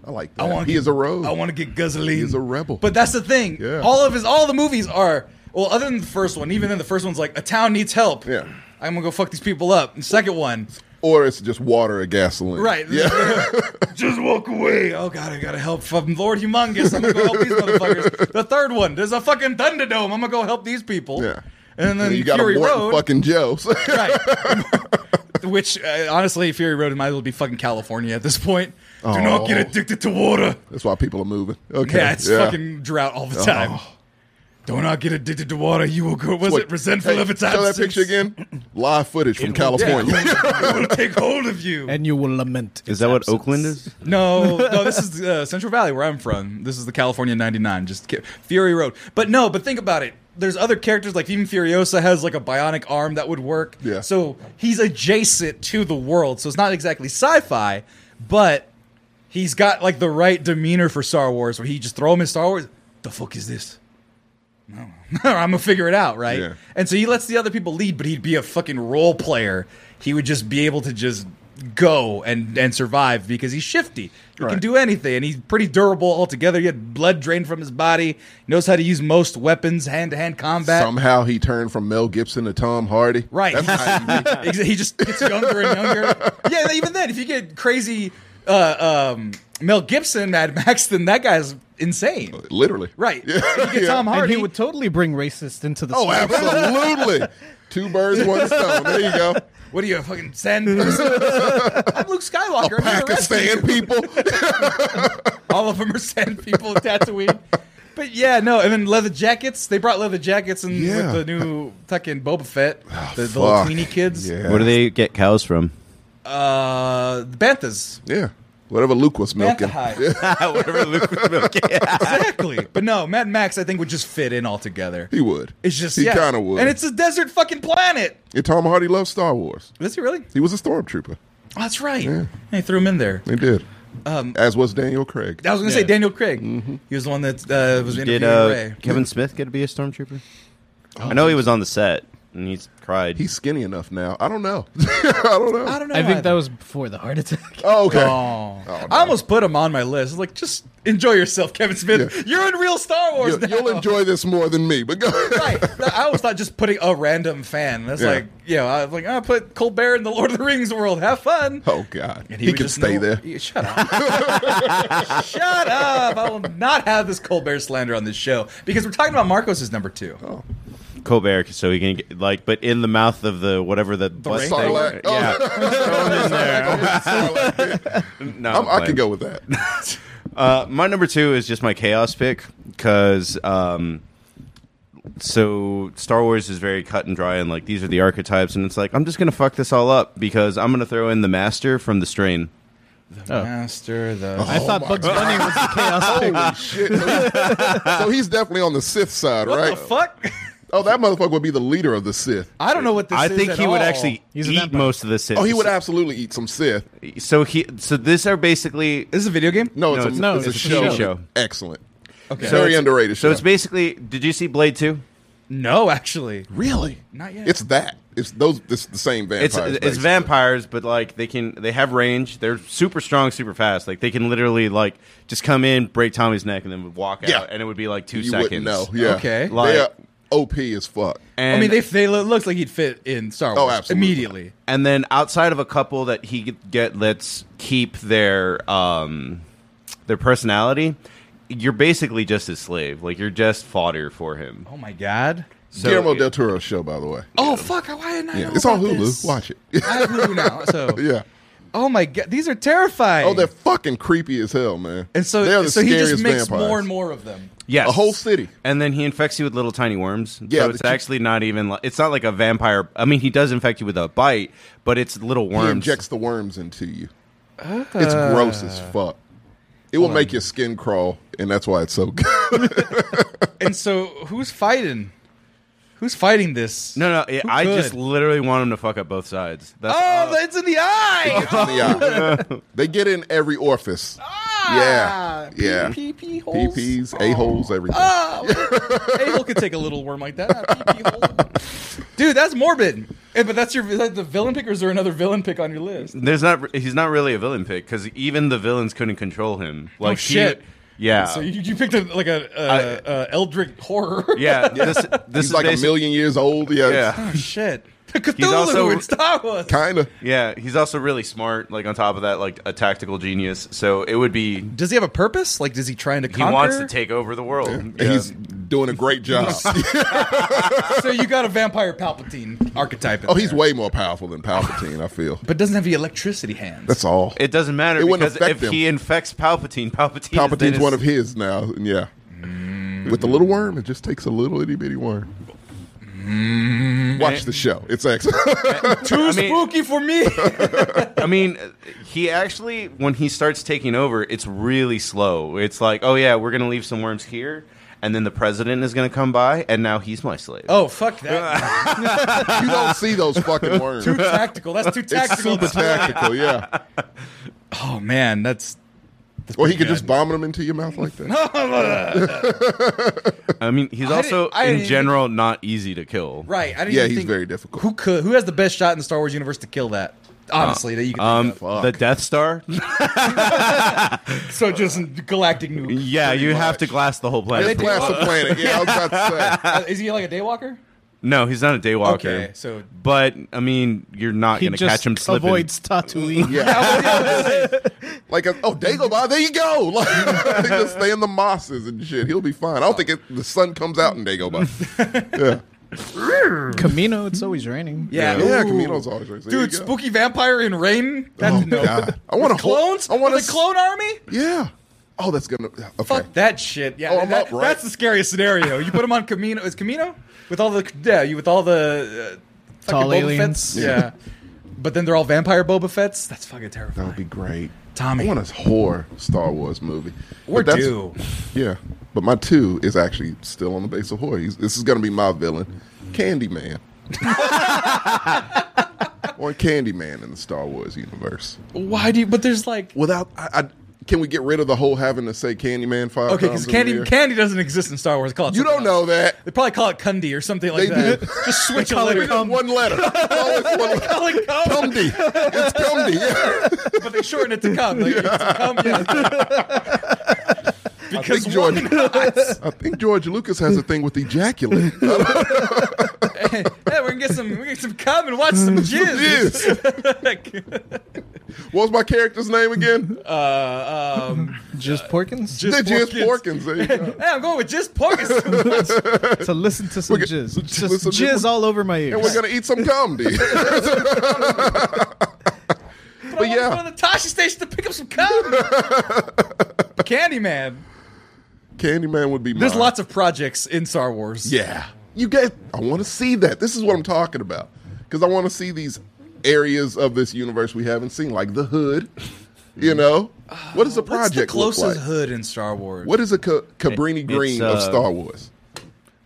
Speaker 3: I like that.
Speaker 4: I want
Speaker 3: he is a rogue.
Speaker 4: I want to get guzzling.
Speaker 3: He is a rebel.
Speaker 4: But that's the thing.
Speaker 3: Yeah.
Speaker 4: All of his all the movies are well, other than the first one. Even then, the first one's like a town needs help.
Speaker 3: Yeah.
Speaker 4: I'm gonna go fuck these people up. And second one,
Speaker 3: or it's just water or gasoline.
Speaker 4: right?
Speaker 3: Yeah.
Speaker 4: just walk away. Oh god, I gotta help from Lord Humongous. I'm gonna go help these motherfuckers. The third one, there's a fucking Thunderdome. I'm gonna go help these people.
Speaker 3: Yeah.
Speaker 4: And then
Speaker 3: you got
Speaker 4: Fury
Speaker 3: a Morton
Speaker 4: Road.
Speaker 3: fucking Joe. So-
Speaker 4: Right. Which uh, honestly, Fury Road might as well be fucking California at this point. Do
Speaker 3: Oh.
Speaker 4: not get addicted to water.
Speaker 3: That's why people are moving. Okay. Oh.
Speaker 4: Yeah, it's fucking drought all the time. Do not get addicted to water. You will go. Was
Speaker 3: Wait,
Speaker 4: it resentful
Speaker 3: hey,
Speaker 4: of its
Speaker 3: Show
Speaker 4: absence?
Speaker 3: that picture again. Live footage from California.
Speaker 4: Yeah, it will take hold of you.
Speaker 5: and you will lament.
Speaker 1: Is that what Oakland is?
Speaker 4: No, no, this is uh, Central Valley where I'm from. This is the California 99, just ki- Fury Road. But no, but think about it. There's other characters like even Furiosa has like a bionic arm that would work.
Speaker 3: Yeah.
Speaker 4: So he's adjacent to the world. So it's not exactly sci-fi, but he's got like the right demeanor for Star Wars where he just throw him in Star Wars. The fuck is this? No, I'm gonna figure it out, right?
Speaker 3: Yeah.
Speaker 4: And so he lets the other people lead, but he'd be a fucking role player. He would just be able to just go and and survive because he's shifty. He can
Speaker 3: Right.
Speaker 4: do anything, and he's pretty durable altogether. He had blood drained from his body. He knows how to use most weapons, hand to hand combat.
Speaker 3: Somehow he turned from Mel Gibson to Tom Hardy.
Speaker 4: Right.
Speaker 3: That's how you make-
Speaker 4: Ex- he just gets younger and younger. Yeah, even then, if you get crazy uh, um, Mel Gibson, Mad Max, then that guy's insane.
Speaker 3: literally.
Speaker 4: Right.
Speaker 3: Yeah.
Speaker 4: If you get
Speaker 3: Yeah.
Speaker 4: Tom
Speaker 5: And
Speaker 4: Hardy.
Speaker 5: he would totally bring racist into the
Speaker 3: Oh,
Speaker 5: story.
Speaker 3: absolutely. Two birds, one stone. There you go.
Speaker 4: What are you, a fucking sand person? I'm Luke Skywalker. I'm here to rescue you.
Speaker 3: Pakistan people.
Speaker 4: All of them are sand people at Tatooine. But yeah, no, and then leather jackets. They brought leather jackets and
Speaker 3: Yeah. Ah,
Speaker 4: with the new fucking Boba Fett, the, the little
Speaker 3: Fuck.
Speaker 4: tweeny kids.
Speaker 3: Yeah.
Speaker 1: Where do they get cows from?
Speaker 4: Uh, the Banthas.
Speaker 3: Yeah. Whatever Luke was milking.
Speaker 4: Bantha hide.
Speaker 1: Whatever Luke was milking.
Speaker 4: exactly. But no, Mad Max, I think, would just fit in altogether.
Speaker 3: He would.
Speaker 4: It's just
Speaker 3: he
Speaker 4: yeah.
Speaker 3: kind of would.
Speaker 4: and it's a desert fucking planet.
Speaker 3: And Tom Hardy loves Star Wars.
Speaker 4: Is he really?
Speaker 3: He was a stormtrooper.
Speaker 4: Oh, that's right. They threw him in there.
Speaker 3: They did.
Speaker 4: Um,
Speaker 3: As was Daniel Craig.
Speaker 4: I was gonna say Daniel Craig.
Speaker 3: Mm-hmm.
Speaker 4: He was the one that uh, was interviewing
Speaker 1: Did uh,
Speaker 4: Ray.
Speaker 1: Kevin Smith get to be a stormtrooper? I know he was on the set and he's cried.
Speaker 3: Oh, He's skinny enough now. I don't know. I don't know.
Speaker 4: I don't know.
Speaker 5: I think that
Speaker 4: either.
Speaker 5: was before the heart attack.
Speaker 3: oh, okay.
Speaker 4: Oh. I almost put him on my list. I was like, just enjoy yourself, Kevin Smith.
Speaker 3: Yeah.
Speaker 4: You're in real Star Wars.
Speaker 3: You'll,
Speaker 4: now.
Speaker 3: you'll enjoy this more than me, but go.
Speaker 4: Right. I always thought just putting a random fan. That's
Speaker 3: Yeah.
Speaker 4: like, you know, I was like, I put Colbert in the Lord of the Rings world. Have fun.
Speaker 3: Oh God,
Speaker 4: And
Speaker 3: he,
Speaker 4: would
Speaker 3: could
Speaker 4: just
Speaker 3: stay
Speaker 4: know-
Speaker 3: there.
Speaker 4: Yeah, shut up. shut up. I will not have this Colbert slander on this show because we're talking about Marcos is number two.
Speaker 3: Oh.
Speaker 1: Colbert, so he can get, like, but in the mouth of the whatever the, butt
Speaker 4: ring?
Speaker 1: thing-
Speaker 3: Sarlacc. Oh.
Speaker 1: Yeah, Throw him in there. no,
Speaker 3: I'm, I
Speaker 1: like-
Speaker 3: can go with that.
Speaker 1: Uh, my number two is just my chaos pick because um, so Star Wars is very cut and dry and like these are the archetypes and it's like I'm just gonna fuck this all up because I'm gonna throw in the Master from the Strain.
Speaker 4: Master, the.
Speaker 3: Oh,
Speaker 5: I thought Bugs Bunny was the chaos
Speaker 3: Holy shit!
Speaker 5: pick.
Speaker 3: so he's definitely on the Sith side,
Speaker 4: what
Speaker 3: right?
Speaker 4: the fuck?
Speaker 3: Oh, that motherfucker would be the leader of the Sith.
Speaker 4: I don't know what this
Speaker 1: I
Speaker 4: is.
Speaker 1: think
Speaker 4: at
Speaker 1: he would
Speaker 4: all.
Speaker 1: actually
Speaker 5: He's an
Speaker 1: eat
Speaker 5: vampire.
Speaker 1: most of the Sith.
Speaker 3: Oh, he would absolutely eat some Sith.
Speaker 1: So he so these are basically
Speaker 4: This is a video game?
Speaker 3: No,
Speaker 1: No,
Speaker 3: it's, a,
Speaker 1: it's-
Speaker 5: no,
Speaker 3: it's,
Speaker 5: it's
Speaker 3: a
Speaker 5: a
Speaker 3: show.
Speaker 5: TV
Speaker 1: show.
Speaker 3: Excellent.
Speaker 4: Okay.
Speaker 3: Very
Speaker 1: it's-
Speaker 3: underrated.
Speaker 1: So
Speaker 3: show.
Speaker 1: it's basically. Did you see Blade Two?
Speaker 4: No, actually.
Speaker 3: really
Speaker 4: Not yet.
Speaker 3: It's that. It's those. It's the same vampires.
Speaker 1: It's it's
Speaker 3: basically.
Speaker 1: vampires, but like they can they have range. They're super strong, super fast. Like they can literally like just come in, break Tommy's neck, and then walk
Speaker 3: Yeah.
Speaker 1: out, and it would be like two
Speaker 3: You
Speaker 1: seconds.
Speaker 3: wouldn't know. Yeah.
Speaker 4: Okay.
Speaker 3: they
Speaker 1: Like-
Speaker 3: are OP as fuck.
Speaker 1: And,
Speaker 4: I mean, they, they lo- looks like he'd fit in Star
Speaker 3: Oh,
Speaker 4: Wars
Speaker 3: absolutely.
Speaker 4: immediately.
Speaker 1: and then outside of a couple that he could get let's keep their um their personality, you're basically just his slave. Like you're just fodder for him.
Speaker 4: Oh my god.
Speaker 1: So
Speaker 3: Guillermo
Speaker 1: it-
Speaker 3: del Toro show, by the way.
Speaker 4: Oh fuck! Why didn't I?
Speaker 3: Yeah,
Speaker 4: know
Speaker 3: it's on
Speaker 4: about
Speaker 3: Hulu.
Speaker 4: this?
Speaker 3: Watch it.
Speaker 4: I have Hulu now. So
Speaker 3: yeah.
Speaker 4: Oh my god, these are terrifying.
Speaker 3: Oh, they're fucking creepy as hell, man.
Speaker 4: and so
Speaker 3: they're the
Speaker 4: so he just
Speaker 3: scariest
Speaker 4: makes
Speaker 3: vampires.
Speaker 4: more and more of them.
Speaker 1: Yes.
Speaker 3: A whole city.
Speaker 1: And then he infects you with little tiny worms.
Speaker 3: Yeah,
Speaker 1: so
Speaker 3: but
Speaker 1: it's
Speaker 3: you-
Speaker 1: actually not even like it's not like a vampire. I mean, he does infect you with a bite, but it's little
Speaker 3: He
Speaker 1: worms.
Speaker 3: injects the worms into you. It's
Speaker 4: Ah.
Speaker 3: gross as fuck. It will make your skin crawl, and that's why it's so good.
Speaker 4: And so who's fighting? Who's fighting this?
Speaker 1: no, no, it,
Speaker 4: Who
Speaker 1: I
Speaker 4: could?
Speaker 1: just literally want him to fuck up both sides. That's
Speaker 3: Ah!
Speaker 4: Oh, it's in the eye. Oh,
Speaker 3: yeah. They get in every orifice. yeah. yeah.
Speaker 4: Ah! Pee pee holes.
Speaker 3: PPs, a-holes, everything.
Speaker 4: Ah. A hole could take a little worm like that. Ah, pee pee hole. Dude, that's morbid. Eh, but that's your is that the villain pick, or is there another villain pick on your list?
Speaker 1: there's not. He's not really a villain pick because even the villains couldn't control him.
Speaker 3: Oh,
Speaker 1: Like he-
Speaker 4: shit.
Speaker 1: yeah.
Speaker 4: So you, you picked a, like a uh,
Speaker 1: I-
Speaker 4: uh, Eldritch horror.
Speaker 1: yeah, this, this
Speaker 3: He's
Speaker 1: is
Speaker 3: like a
Speaker 1: basic-
Speaker 3: million years old. Yeah.
Speaker 1: Yeah,
Speaker 4: Oh, Shit. Cthulhu
Speaker 1: also-
Speaker 4: in Star Wars.
Speaker 3: Kind of.
Speaker 1: yeah. He's also really smart. Like on top of that, like a tactical genius. So it would be
Speaker 4: Does he have a purpose? Like, does he trying to
Speaker 1: he wants to take over the world. Yeah.
Speaker 3: He's doing a great job.
Speaker 4: so you got a vampire Palpatine archetype. In
Speaker 3: oh, he's
Speaker 4: there.
Speaker 3: way more powerful than Palpatine. I feel
Speaker 4: but doesn't have the electricity hands.
Speaker 3: that's all.
Speaker 1: It doesn't matter
Speaker 3: It wouldn't
Speaker 1: because
Speaker 3: affect
Speaker 1: if
Speaker 3: him.
Speaker 1: he infects Palpatine, Palpatine is then
Speaker 3: Palpatine's
Speaker 1: his-
Speaker 3: one of his now. and Yeah,
Speaker 4: Mm-hmm.
Speaker 3: with the little worm, it just takes a little itty bitty worm.
Speaker 4: Mm-hmm.
Speaker 3: Watch the show; it's excellent.
Speaker 4: Too
Speaker 1: mean-
Speaker 4: spooky for me.
Speaker 1: I mean, he actually when he starts taking over, it's really slow. It's like, oh yeah, we're gonna leave some worms here, and then the president is gonna come by, and now he's my slave.
Speaker 4: oh fuck that!
Speaker 3: you don't see those fucking worms.
Speaker 4: Too tactical. That's too
Speaker 3: It's
Speaker 4: tactical.
Speaker 3: super tactical, yeah.
Speaker 4: oh man, that's.
Speaker 3: Or he could just bomb them into your mouth like that.
Speaker 1: I mean, he's
Speaker 4: I
Speaker 1: also
Speaker 4: didn't- I
Speaker 1: in
Speaker 4: didn't
Speaker 1: general not easy to kill.
Speaker 4: Right. I didn't
Speaker 3: Yeah,
Speaker 4: even
Speaker 3: he's
Speaker 4: think-
Speaker 3: very difficult.
Speaker 4: Who could? Who has the best shot in the Star Wars universe to kill that? Honestly, that you can.
Speaker 1: Um,
Speaker 4: think
Speaker 1: the Death Star.
Speaker 4: of. So just galactic nuke.
Speaker 1: yeah, you have to glass the whole
Speaker 3: It's
Speaker 1: planet.
Speaker 3: glass the planet. Yeah, I was about to say.
Speaker 4: Uh, is he like a daywalker?
Speaker 1: No, he's not a daywalker.
Speaker 4: Okay, so-
Speaker 1: but I mean, you're not
Speaker 5: He
Speaker 1: gonna
Speaker 5: just
Speaker 1: catch him slipping.
Speaker 5: avoids Tatooine.
Speaker 3: Yeah. like, a, oh, Dagobah, there you go. Like, they just stay in the mosses and shit. He'll be fine. I don't think it, the sun comes out in Dagobah.
Speaker 5: Camino, it's always raining.
Speaker 4: Yeah.
Speaker 3: Yeah,
Speaker 4: Ooh.
Speaker 3: Camino's always right. There you
Speaker 4: Dude,
Speaker 3: go.
Speaker 4: spooky vampire in rain. That's
Speaker 3: Oh,
Speaker 4: no.
Speaker 3: God. I want to
Speaker 4: Clones?
Speaker 3: I want
Speaker 4: With a clone army?
Speaker 3: Yeah. Oh, that's gonna. Okay.
Speaker 4: Fuck that shit. Yeah,
Speaker 3: Oh, I'm
Speaker 4: that-
Speaker 3: up, right?
Speaker 4: that's the scariest scenario. You put him on Camino. Is Camino with all the yeah? You with all the uh, fucking
Speaker 5: Tall
Speaker 4: Boba
Speaker 5: aliens.
Speaker 4: Fetts? Yeah. but then they're all vampire Boba Fett's. That's fucking
Speaker 3: That
Speaker 4: terrifying.
Speaker 3: would be great.
Speaker 4: Tommy.
Speaker 3: I want a horror Star Wars movie.
Speaker 4: We're
Speaker 3: But that's-
Speaker 4: due.
Speaker 3: Yeah, but my two is actually still on the base of horror. He's, this is going to be my villain, Candyman. or Candyman in the Star Wars universe.
Speaker 4: Why do you? But there's like
Speaker 3: Without, I, I, can we get rid of the whole having to say Candyman five
Speaker 4: okay,
Speaker 3: times
Speaker 4: because
Speaker 3: in a
Speaker 4: candy
Speaker 3: year?
Speaker 4: candy doesn't exist in Star Wars. Call it
Speaker 3: you don't
Speaker 4: something
Speaker 3: know
Speaker 4: else.
Speaker 3: that.
Speaker 4: They probably call it Cundy or something like
Speaker 3: They
Speaker 4: that.
Speaker 3: do.
Speaker 4: Just switch a
Speaker 3: Only
Speaker 4: letter.
Speaker 3: one letter. Oh, it's one letter.
Speaker 4: Call it cum,
Speaker 3: Cumdy. It's Cumdy. Yeah.
Speaker 4: but they shorten it to cum. Like, it's cum, yeah.
Speaker 3: I
Speaker 4: Because
Speaker 3: think George.
Speaker 4: one,
Speaker 3: I think George Lucas has a thing with ejaculate.
Speaker 4: hey, we can get some, we can get some cum and watch
Speaker 3: Mm.
Speaker 4: some jizz.
Speaker 3: What was my character's name again?
Speaker 4: uh, um,
Speaker 5: Just Porkins?
Speaker 4: Jizz
Speaker 3: They just
Speaker 4: Porkins.
Speaker 3: Porkins. There you go.
Speaker 4: Hey, I'm going with jizz Porkins.
Speaker 5: to listen to some
Speaker 3: We're gonna-
Speaker 5: jizz.
Speaker 3: let's
Speaker 5: Just
Speaker 3: listen to-
Speaker 5: jizz all over my
Speaker 3: and we're
Speaker 5: ears.
Speaker 3: gonna eat some comedy.
Speaker 4: but
Speaker 3: yeah.
Speaker 4: to go to the Tashi station to pick up some cum. Candyman.
Speaker 3: Candyman would be.
Speaker 4: There's
Speaker 3: mine.
Speaker 4: lots of projects in Star Wars.
Speaker 3: Yeah, you guys. I want to see that. This is what I'm talking about because I want to see these areas of this universe we haven't seen, like the hood. You know, what is the
Speaker 4: Mm. What's
Speaker 3: project
Speaker 4: the closest
Speaker 3: look like?
Speaker 4: hood in Star Wars?
Speaker 3: What is a ca- Cabrini
Speaker 1: It's,
Speaker 3: Green of
Speaker 1: uh,
Speaker 3: Star Wars?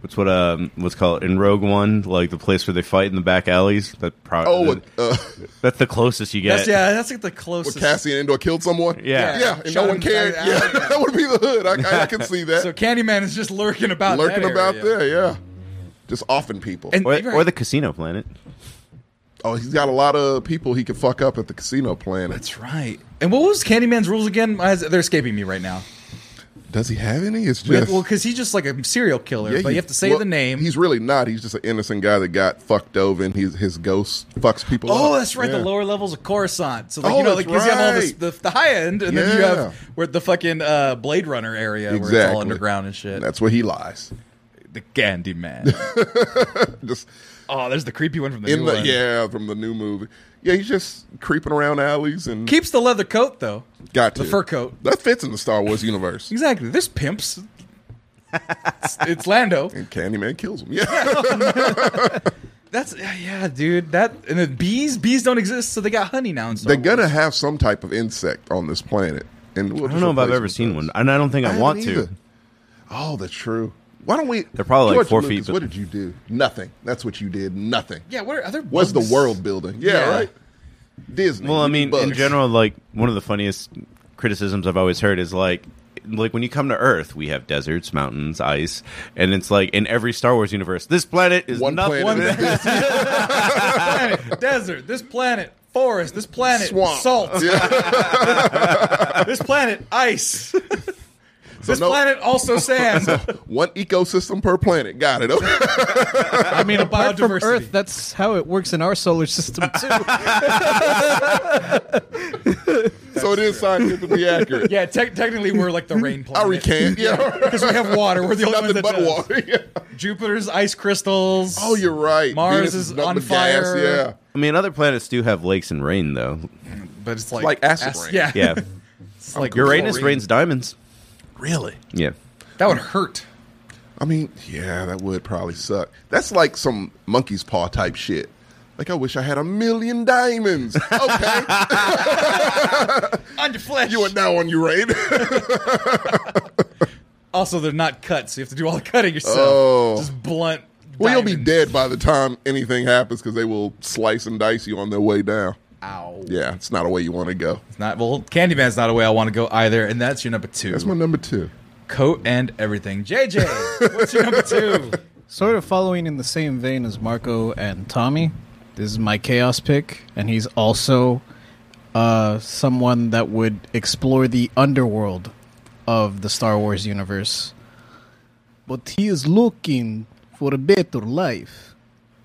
Speaker 1: What's what um what's called in Rogue One, like the place where they fight in the back alleys. That probably
Speaker 3: Oh, with, uh,
Speaker 1: that's the closest you get.
Speaker 4: That's, yeah, that's like the
Speaker 3: with
Speaker 4: closest.
Speaker 3: Cassian Andor killed someone.
Speaker 1: Yeah.
Speaker 3: yeah, and
Speaker 4: Shot
Speaker 3: no
Speaker 4: him
Speaker 3: one cared.
Speaker 4: down the
Speaker 3: Yeah,
Speaker 4: alley.
Speaker 3: that would be the hood. I, I can see that
Speaker 4: So Candyman is just lurking about, that
Speaker 3: lurking about
Speaker 4: area.
Speaker 3: there. Yeah, just offing people.
Speaker 4: And
Speaker 1: Or,
Speaker 4: you're
Speaker 1: or
Speaker 4: right.
Speaker 1: the casino planet.
Speaker 3: oh, he's got a lot of people he could fuck up at the casino planet.
Speaker 4: That's right. And what was Candyman's rules again? Why is- They're escaping me right now.
Speaker 3: Does he have any? It's
Speaker 4: We have-
Speaker 3: just
Speaker 4: Well, because he's just like a serial killer,
Speaker 3: Yeah,
Speaker 4: but
Speaker 3: he-
Speaker 4: you have to say
Speaker 3: well,
Speaker 4: the name.
Speaker 3: He's really not. He's just an innocent guy that got fucked over, and his his ghost fucks people.
Speaker 4: Oh,
Speaker 3: up.
Speaker 4: that's right.
Speaker 3: Yeah.
Speaker 4: The lower levels of Coruscant. So like
Speaker 3: Oh,
Speaker 4: you know, like
Speaker 3: that's
Speaker 4: 'cause you have all this,
Speaker 3: right.
Speaker 4: the, the high end, and then you
Speaker 3: Yeah.
Speaker 4: have where the fucking uh, Blade Runner area where it's all
Speaker 3: Exactly.
Speaker 4: underground and shit.
Speaker 3: And that's where he lies.
Speaker 4: the Candyman.
Speaker 3: Just
Speaker 4: oh, there's the creepy one from the
Speaker 3: in
Speaker 4: new
Speaker 3: the
Speaker 4: one.
Speaker 3: yeah, from the new movie. Yeah, he's just creeping around alleys and
Speaker 4: Keeps the leather coat though.
Speaker 3: got
Speaker 4: the
Speaker 3: to.
Speaker 4: fur coat.
Speaker 3: That fits in the Star Wars universe.
Speaker 4: Exactly. There's pimps. it's, it's Lando.
Speaker 3: and Candyman kills him. Yeah,
Speaker 4: That's yeah, dude. That and the bees. Bees don't exist, so they got honey now. And
Speaker 3: they're gonna have some type of insect on this planet. And we'll
Speaker 1: I don't know if I've ever seen one, and I don't think I, want to.
Speaker 3: Oh, that's true. Why don't we?
Speaker 1: They're probably like
Speaker 3: George
Speaker 1: four
Speaker 3: Lucas,
Speaker 1: feet, but-
Speaker 3: What did you do? Nothing. That's what you did. Nothing.
Speaker 4: Yeah. What are other?
Speaker 3: was the
Speaker 4: bugs?
Speaker 3: world building. Yeah,
Speaker 4: Yeah.
Speaker 3: right. Disney.
Speaker 1: Well, I mean, in
Speaker 3: Bugs.
Speaker 1: general, like one of the funniest criticisms I've always heard is like, like when you come to Earth, we have deserts, mountains, ice, and it's like in every Star Wars universe, this planet is
Speaker 3: one
Speaker 1: nothing.
Speaker 3: planet, is Disney
Speaker 4: planet, desert, this planet, forest, this planet,
Speaker 3: swamp.
Speaker 4: salt,
Speaker 3: Yeah.
Speaker 4: this planet, ice.
Speaker 3: So
Speaker 4: this planet also sand.
Speaker 3: one ecosystem per planet. Got it. Okay.
Speaker 4: I mean,
Speaker 5: Apart from
Speaker 4: biodiversity.
Speaker 5: Earth, that's how it works in our solar system too.
Speaker 3: so it is scientifically accurate.
Speaker 4: yeah, te- technically we're like the rain
Speaker 3: I
Speaker 4: planet.
Speaker 3: recant. Yeah.
Speaker 4: because we have water. We're the only
Speaker 3: Nothing
Speaker 4: ones that
Speaker 3: but
Speaker 4: does.
Speaker 3: water. Yeah.
Speaker 4: Jupiter's ice crystals.
Speaker 3: Oh, you're right.
Speaker 4: Mars
Speaker 3: Venus
Speaker 4: is
Speaker 3: nothing
Speaker 4: on
Speaker 3: but gas,
Speaker 4: fire.
Speaker 3: Yeah.
Speaker 1: I mean, other planets do have lakes and rain, though.
Speaker 4: but it's like
Speaker 3: like acid
Speaker 4: ac-
Speaker 3: rain.
Speaker 4: Yeah,
Speaker 1: Yeah,
Speaker 4: It's like
Speaker 1: Uranus
Speaker 4: chlorine.
Speaker 1: rains diamonds.
Speaker 3: Really?
Speaker 1: Yeah,
Speaker 4: That would hurt.
Speaker 3: I mean, yeah, that would probably suck. That's like some monkey's paw type shit. Like I wish I had a million diamonds. Okay,
Speaker 4: On your flesh.
Speaker 3: you are now on Uranus.
Speaker 4: also, they're not cut, so you have to do all the cutting yourself.
Speaker 3: Oh.
Speaker 4: Just blunt.
Speaker 3: well, you'll be
Speaker 4: diamond.
Speaker 3: dead by the time anything happens because they will slice and dice you on their way down.
Speaker 4: Ow.
Speaker 3: Yeah, it's not a way you want to go.
Speaker 4: It's not well. Candyman's not a way I want to go either, and that's your number two.
Speaker 3: That's my number two.
Speaker 4: coat and everything. JJ, what's your number two?
Speaker 5: sort of following in the same vein as Marco and Tommy. This is my chaos pick, and he's also uh, someone that would explore the underworld of the Star Wars universe. But he is looking for a better life.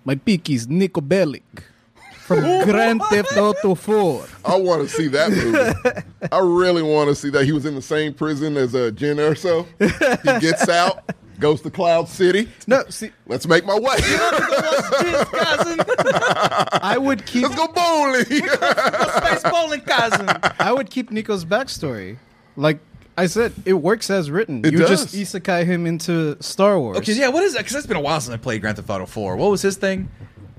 Speaker 5: My pick is Nico Bellic from Grand Theft Auto 4.
Speaker 3: I want to see that movie. I really want to see that. He was in the same prison as uh, Jen Erso. He gets out, goes to Cloud City.
Speaker 5: No, see,
Speaker 3: Let's make my way.
Speaker 4: cousin,
Speaker 5: I would keep
Speaker 3: Let's go bowling.
Speaker 4: space bowling cousin.
Speaker 5: I would keep Nico's backstory. Like I said, it works as written.
Speaker 3: It
Speaker 5: you
Speaker 3: does.
Speaker 5: just isekai him into Star Wars.
Speaker 4: Okay, yeah, what is that? Because that's been a while since I played Grand Theft Auto 4. What was his thing?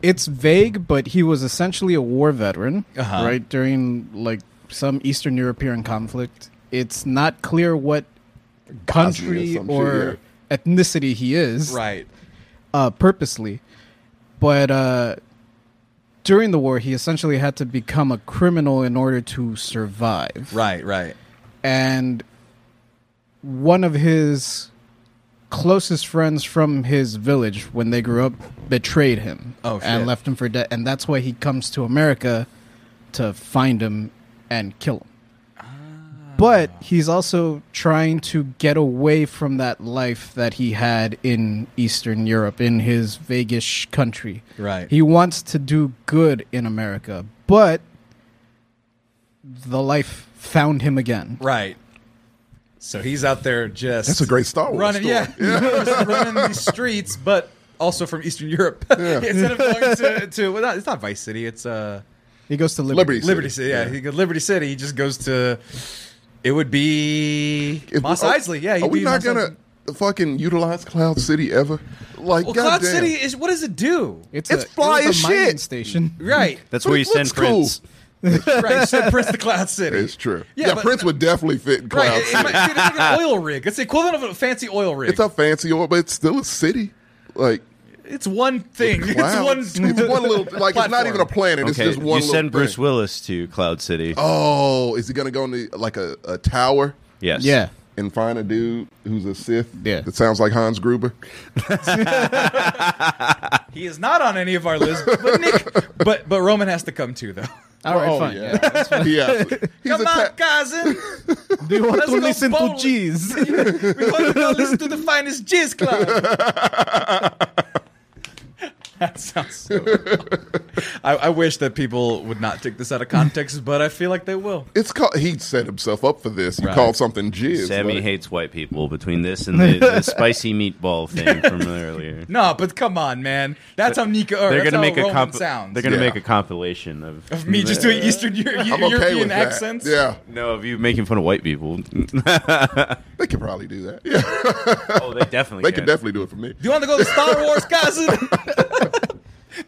Speaker 5: It's vague, but he was essentially a war veteran,
Speaker 4: Uh-huh.
Speaker 5: right? During like some Eastern European conflict. It's not clear what country
Speaker 3: some shit,
Speaker 5: or ethnicity he is.
Speaker 4: Right.
Speaker 5: uh, purposely. But uh, during the war, he essentially had to become a criminal in order to survive.
Speaker 4: Right, right.
Speaker 5: and one of his closest friends from his village when they grew up betrayed him
Speaker 4: Oh, shit.
Speaker 5: and left him for dead and that's why he comes to america to find him and kill him
Speaker 4: Ah.
Speaker 5: but he's also trying to get away from that life that he had in eastern europe in his vaguish country
Speaker 4: Right.
Speaker 5: he wants to do good in america but the life found him again
Speaker 4: Right. So he's out there just
Speaker 3: That's a great Star Wars
Speaker 4: running,
Speaker 3: story.
Speaker 4: yeah, just running these streets, but also from Eastern Europe. Instead of going to, to well, not, it's not Vice City, it's uh,
Speaker 5: He goes to
Speaker 3: Liberty
Speaker 5: Liberty.
Speaker 3: City.
Speaker 4: Liberty City. Yeah, he goes Liberty City. He just goes to. It would be
Speaker 3: If
Speaker 4: Moss
Speaker 3: we- are-
Speaker 4: Isley. Yeah, he'd
Speaker 3: oh, are we
Speaker 4: be
Speaker 3: not
Speaker 4: Mos
Speaker 3: gonna
Speaker 4: Eisley.
Speaker 3: fucking utilize Cloud City ever? Like,
Speaker 4: Well,
Speaker 3: goddamn.
Speaker 4: Cloud City is what does it do?
Speaker 3: It's
Speaker 5: it
Speaker 3: fly as
Speaker 5: was a mining
Speaker 3: shit.
Speaker 5: Station.
Speaker 4: Right,
Speaker 1: that's
Speaker 3: But
Speaker 1: where you
Speaker 3: it
Speaker 1: send
Speaker 3: looks cool.
Speaker 1: prints.
Speaker 4: right. So Prince the Cloud City.
Speaker 3: It's true.
Speaker 4: Yeah,
Speaker 3: Yeah,
Speaker 4: but-
Speaker 3: Prince would definitely fit in Cloud
Speaker 4: Right, it- it
Speaker 3: City.
Speaker 4: might- dude, it's like an oil rig. It's the equivalent of a fancy oil rig.
Speaker 3: It's a fancy oil, but it's still a city. Like,
Speaker 4: It's one thing.
Speaker 3: wow.
Speaker 4: It's one.
Speaker 3: it's one little, like, it's not
Speaker 4: platform.
Speaker 3: even a planet. It's
Speaker 1: Okay,
Speaker 3: just one
Speaker 1: you
Speaker 3: little
Speaker 1: send Bruce
Speaker 3: thing.
Speaker 1: Willis to Cloud City.
Speaker 3: Oh, is he going to go into, like, a, a tower
Speaker 1: Yes.
Speaker 5: Yeah.
Speaker 3: and find a dude who's a Sith
Speaker 5: Yeah.
Speaker 3: that sounds like Hans Gruber?
Speaker 4: He is not on any of our lists, but Nick, but but Roman has to come too, though.
Speaker 5: All right,
Speaker 3: oh,
Speaker 5: fine.
Speaker 3: yeah. yeah. He's
Speaker 4: come
Speaker 3: a
Speaker 4: on,
Speaker 3: ta-
Speaker 4: cousin.
Speaker 5: Do you want
Speaker 4: Let's
Speaker 5: to
Speaker 4: go
Speaker 5: listen to
Speaker 4: bowling.
Speaker 5: cheese?
Speaker 4: We want to go listen to the finest jizz club. that sounds. So I, I wish that people would not take this out of context, but I feel like they will.
Speaker 3: It's called, he set himself up for this. You
Speaker 4: Right.
Speaker 3: called something jizz.
Speaker 1: Sammy
Speaker 3: like-
Speaker 1: hates white people. Between this and the, the spicy meatball thing from earlier,
Speaker 4: No, but come on, man. That's how Nico. Or
Speaker 1: they're
Speaker 4: that's
Speaker 1: gonna
Speaker 4: how
Speaker 1: make a
Speaker 4: Roman
Speaker 1: comp-
Speaker 4: sounds.
Speaker 1: They're gonna
Speaker 3: Yeah.
Speaker 1: make a compilation of,
Speaker 4: of me just doing Eastern Euro-
Speaker 3: I'm okay
Speaker 4: European
Speaker 3: with that.
Speaker 4: accents.
Speaker 3: Yeah.
Speaker 1: No, of you making fun of white people.
Speaker 3: They could probably do that. Yeah,
Speaker 1: oh, they definitely.
Speaker 3: they
Speaker 1: can.
Speaker 3: could definitely do it for me.
Speaker 4: Do you want to go to Star Wars, cousin?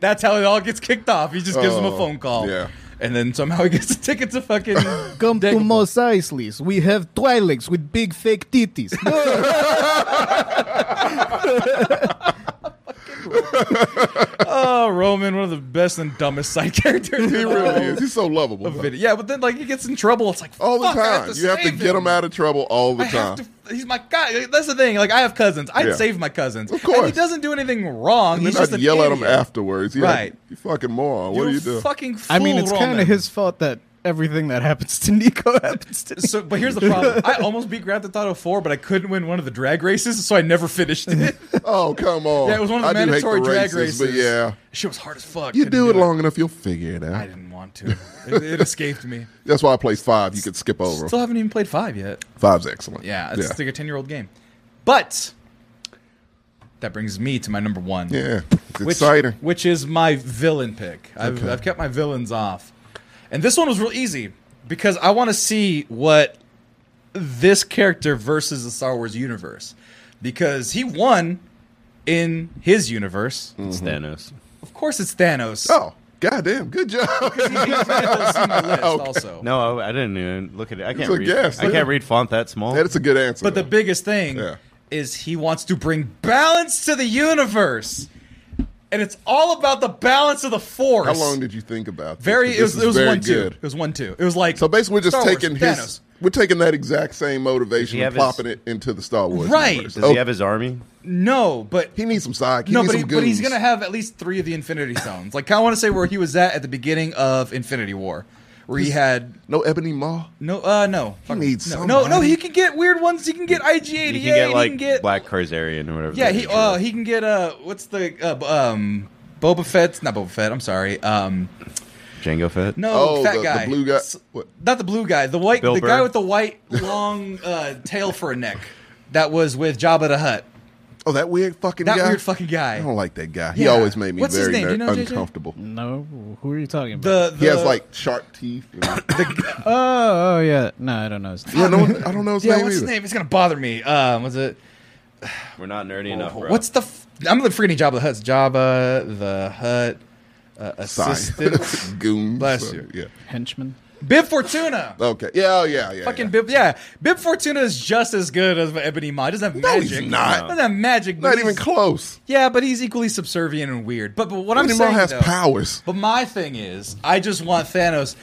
Speaker 4: That's how it all gets kicked off. He just gives him a
Speaker 3: Oh,
Speaker 4: phone call.
Speaker 3: yeah.
Speaker 4: And then somehow he gets a ticket to fucking.
Speaker 5: Come to
Speaker 4: Dagobah.
Speaker 5: Mos Eisley's. We have Twi'leks with big fake titties.
Speaker 4: Oh, Roman, one of the best and dumbest side characters.
Speaker 3: He really is. He's so lovable. though.
Speaker 4: Video. Yeah, but then like he gets in trouble. It's like
Speaker 3: All the
Speaker 4: fuck, I
Speaker 3: time. you have to
Speaker 4: save
Speaker 3: get him out of trouble all the
Speaker 4: I
Speaker 3: time.
Speaker 4: have to, he's my guy. Like, That's the thing. Like I have cousins. I'd
Speaker 3: Yeah.
Speaker 4: save my cousins.
Speaker 3: Of
Speaker 4: And he
Speaker 3: course.
Speaker 4: doesn't do anything wrong.
Speaker 3: And
Speaker 4: he's
Speaker 3: then
Speaker 4: just
Speaker 3: I'd
Speaker 4: an
Speaker 3: yell at
Speaker 4: idiot.
Speaker 3: him afterwards. Yeah,
Speaker 4: Right.
Speaker 3: You fucking moron. What
Speaker 4: You're
Speaker 3: are you doing?
Speaker 4: Fucking. Fool,
Speaker 5: I mean, it's
Speaker 4: Roman.
Speaker 5: kind of his fault that everything that happens to Nico happens to me.
Speaker 4: So, but here's the problem. I almost beat Grand Theft Auto 4, but I couldn't win one of the drag races, so I never finished it.
Speaker 3: Oh, come on.
Speaker 4: Yeah, it was one of the
Speaker 3: I do hate
Speaker 4: mandatory drag races.
Speaker 3: But yeah,
Speaker 4: shit was hard as fuck.
Speaker 3: you
Speaker 4: Couldn't
Speaker 3: do it long enough, you'll figure it
Speaker 4: I
Speaker 3: out.
Speaker 4: didn't want to. It, it escaped me.
Speaker 3: That's why I placed five. You could skip over.
Speaker 4: Still haven't even played five yet.
Speaker 3: Five's excellent.
Speaker 4: Yeah, it's
Speaker 3: yeah.
Speaker 4: like a ten-year-old game. But that brings me to my number one.
Speaker 3: yeah. It's
Speaker 4: which,
Speaker 3: exciting.
Speaker 4: Which is my villain pick. I've,
Speaker 3: Okay.
Speaker 4: I've kept my villains off, and this one was real easy because I want to see what this character versus the Star Wars universe because he won in his universe.
Speaker 1: It's Thanos.
Speaker 4: Of course, it's Thanos.
Speaker 3: Mm. Oh, goddamn. Good job.
Speaker 4: He's- he's on my list also.
Speaker 1: No, I, I didn't even look at it. I can't
Speaker 3: a
Speaker 1: read.
Speaker 3: guess.
Speaker 1: I can't read font that small.
Speaker 3: That's a good answer.
Speaker 4: But the
Speaker 3: though.
Speaker 4: biggest thing
Speaker 3: Yeah.
Speaker 4: is he wants to bring balance to the universe. And it's all about the balance of the force.
Speaker 3: How long did you think about this?
Speaker 4: very
Speaker 3: This
Speaker 4: it was,
Speaker 3: is
Speaker 4: it was
Speaker 3: very
Speaker 4: one
Speaker 3: good.
Speaker 4: two. It was one two. It was like
Speaker 3: So basically, we're just
Speaker 4: Star Wars,
Speaker 3: taking
Speaker 4: Thanos.
Speaker 3: his. We're taking that exact same motivation
Speaker 1: he
Speaker 3: and
Speaker 1: have his-
Speaker 3: plopping it into the Star Wars.
Speaker 4: Right.
Speaker 3: universe.
Speaker 1: Does
Speaker 3: Oh,
Speaker 1: he have his army?
Speaker 4: No, but
Speaker 3: he needs some side. He
Speaker 4: no,
Speaker 3: needs
Speaker 4: but, he,
Speaker 3: some
Speaker 4: but he's
Speaker 3: goons.
Speaker 4: gonna have at least three of the Infinity Stones. like I want to say where he was at at the beginning of Infinity War, where he had
Speaker 3: no Ebony Maw.
Speaker 4: no, uh, no,
Speaker 3: He needs
Speaker 4: no, no, no.
Speaker 3: somebody.
Speaker 4: He can get weird ones. He can get IG88.
Speaker 1: You
Speaker 4: He
Speaker 1: can get like
Speaker 4: can get
Speaker 1: Black Karzarian or whatever.
Speaker 4: Yeah,
Speaker 1: that
Speaker 4: he
Speaker 1: is.
Speaker 4: uh, he can get uh what's the uh, b- um Boba Fett's not Boba Fett. I'm sorry. Um,
Speaker 1: Django Fett.
Speaker 4: no
Speaker 3: Oh,
Speaker 4: fat
Speaker 3: the- the
Speaker 4: guy,
Speaker 3: blue guy-
Speaker 4: S-
Speaker 3: what?
Speaker 4: not the blue guy, the white,
Speaker 1: Bill
Speaker 4: the guy
Speaker 1: Burr.
Speaker 4: with the white long uh, tail for a neck. That was with Jabba the Hutt.
Speaker 3: Oh, that weird fucking
Speaker 4: That
Speaker 3: guy.
Speaker 4: weird fucking guy.
Speaker 3: I don't like that guy. He
Speaker 4: Yeah.
Speaker 3: always made me
Speaker 4: What's his
Speaker 3: very
Speaker 4: name? Do you
Speaker 3: ner-
Speaker 4: know, JJ?
Speaker 3: uncomfortable.
Speaker 5: No, who are you talking about?
Speaker 4: The, the
Speaker 3: He has like sharp teeth.
Speaker 4: the,
Speaker 5: oh, oh yeah, no, I don't know. His
Speaker 3: yeah, no, I don't know his
Speaker 4: yeah.
Speaker 3: name
Speaker 4: What's his
Speaker 3: either.
Speaker 4: name? It's gonna bother me. Um, was it
Speaker 1: We're not nerdy enough. Bro.
Speaker 4: what's the? F- I'm gonna forgetting Jabba the Hutt's Jabba the Hutt uh, assistant.
Speaker 3: Side. goons.
Speaker 4: Bless
Speaker 3: so,
Speaker 4: you.
Speaker 3: Yeah.
Speaker 5: henchman.
Speaker 4: Bib Fortuna.
Speaker 3: Okay. Yeah. Oh, yeah. Yeah.
Speaker 4: Fucking
Speaker 3: yeah.
Speaker 4: Bib, yeah. Bib Fortuna is just as good as Ebony Maw. He Doesn't have
Speaker 3: No,
Speaker 4: magic.
Speaker 3: he's not.
Speaker 4: Doesn't have magic. but
Speaker 3: Not even
Speaker 4: he's-
Speaker 3: close.
Speaker 4: Yeah, but he's equally subservient and weird. But, but what I'm
Speaker 3: Ebony Maw
Speaker 4: saying
Speaker 3: has
Speaker 4: though-
Speaker 3: powers.
Speaker 4: But my thing is, I just want Thanos.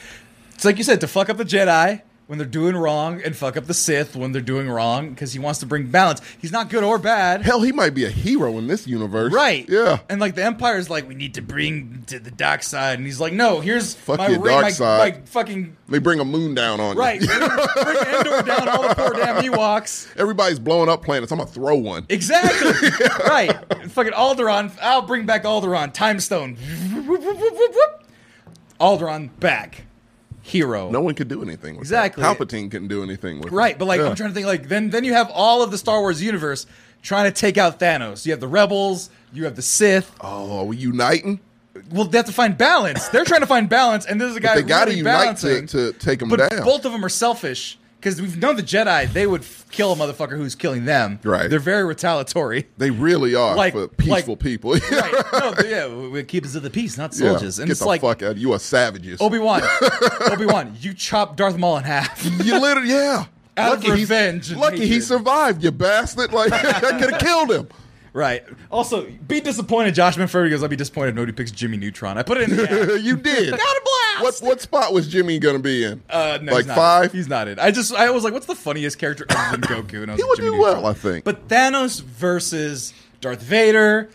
Speaker 4: It's like you said to fuck up the Jedi when they're doing wrong and fuck up the Sith when they're doing wrong because he wants to bring balance. He's not good or bad.
Speaker 3: Hell, he might be a hero in this universe.
Speaker 4: Right.
Speaker 3: Yeah.
Speaker 4: And like the Empire's like, we need to bring to the dark side, and he's like, no, here's
Speaker 3: Fuck
Speaker 4: my
Speaker 3: your
Speaker 4: ring-
Speaker 3: dark
Speaker 4: my,
Speaker 3: side.
Speaker 4: my fucking
Speaker 3: They bring a moon down on
Speaker 4: right.
Speaker 3: you.
Speaker 4: bring bring Endor down all the poor damn Ewoks.
Speaker 3: Everybody's blowing up planets. I'm gonna throw one.
Speaker 4: Exactly. Right. Fucking Alderon. I'll bring back Alderon. Time Stone. Whoop, whoop, whoop, whoop, whoop. Alderon back. Hero.
Speaker 3: No one could do anything with
Speaker 4: Exactly.
Speaker 3: That. Palpatine couldn't do anything with
Speaker 4: Right, but like
Speaker 3: Yeah.
Speaker 4: I'm trying to think like then then you have all of the Star Wars universe trying to take out Thanos. You have the Rebels, you have the Sith.
Speaker 3: Oh, are we uniting?
Speaker 4: Well, they have to find balance. They're trying to find balance, and this is a guy
Speaker 3: they gotta
Speaker 4: really
Speaker 3: unite to-
Speaker 4: balancing.
Speaker 3: to take 'em
Speaker 4: but
Speaker 3: down.
Speaker 4: Both of them are selfish because we've known the Jedi. They would f- kill a motherfucker who's killing them.
Speaker 3: Right.
Speaker 4: They're very retaliatory.
Speaker 3: They really are
Speaker 4: Like-
Speaker 3: for peaceful
Speaker 4: like-
Speaker 3: people.
Speaker 4: right. No, th- yeah, we- we keep us of the peace, not
Speaker 3: Yeah.
Speaker 4: soldiers. And
Speaker 3: Get
Speaker 4: it's
Speaker 3: the
Speaker 4: like
Speaker 3: fuck out. You are savages.
Speaker 4: Obi Wan, Obi Wan, you chop Darth Maul in half.
Speaker 3: you literally, yeah.
Speaker 4: Out of
Speaker 3: lucky he-
Speaker 4: revenge and
Speaker 3: lucky he
Speaker 4: hatred.
Speaker 3: survived, you bastard. Like I could have killed him.
Speaker 4: right. Also, be disappointed. Josh Manfredi goes, "I'll be disappointed." if Nobody picks Jimmy Neutron. I put it in. The app.
Speaker 3: you did.
Speaker 4: Got a
Speaker 3: What
Speaker 4: blast.
Speaker 3: what spot was Jimmy gonna be in?
Speaker 4: Uh, no,
Speaker 3: like
Speaker 4: he's not
Speaker 3: five.
Speaker 4: It. He's not it. I just I was like, what's the funniest character other than Goku? And I was
Speaker 3: He would
Speaker 4: like, Jimmy
Speaker 3: do well,
Speaker 4: Neutron.
Speaker 3: I think.
Speaker 4: But Thanos versus Darth Vader,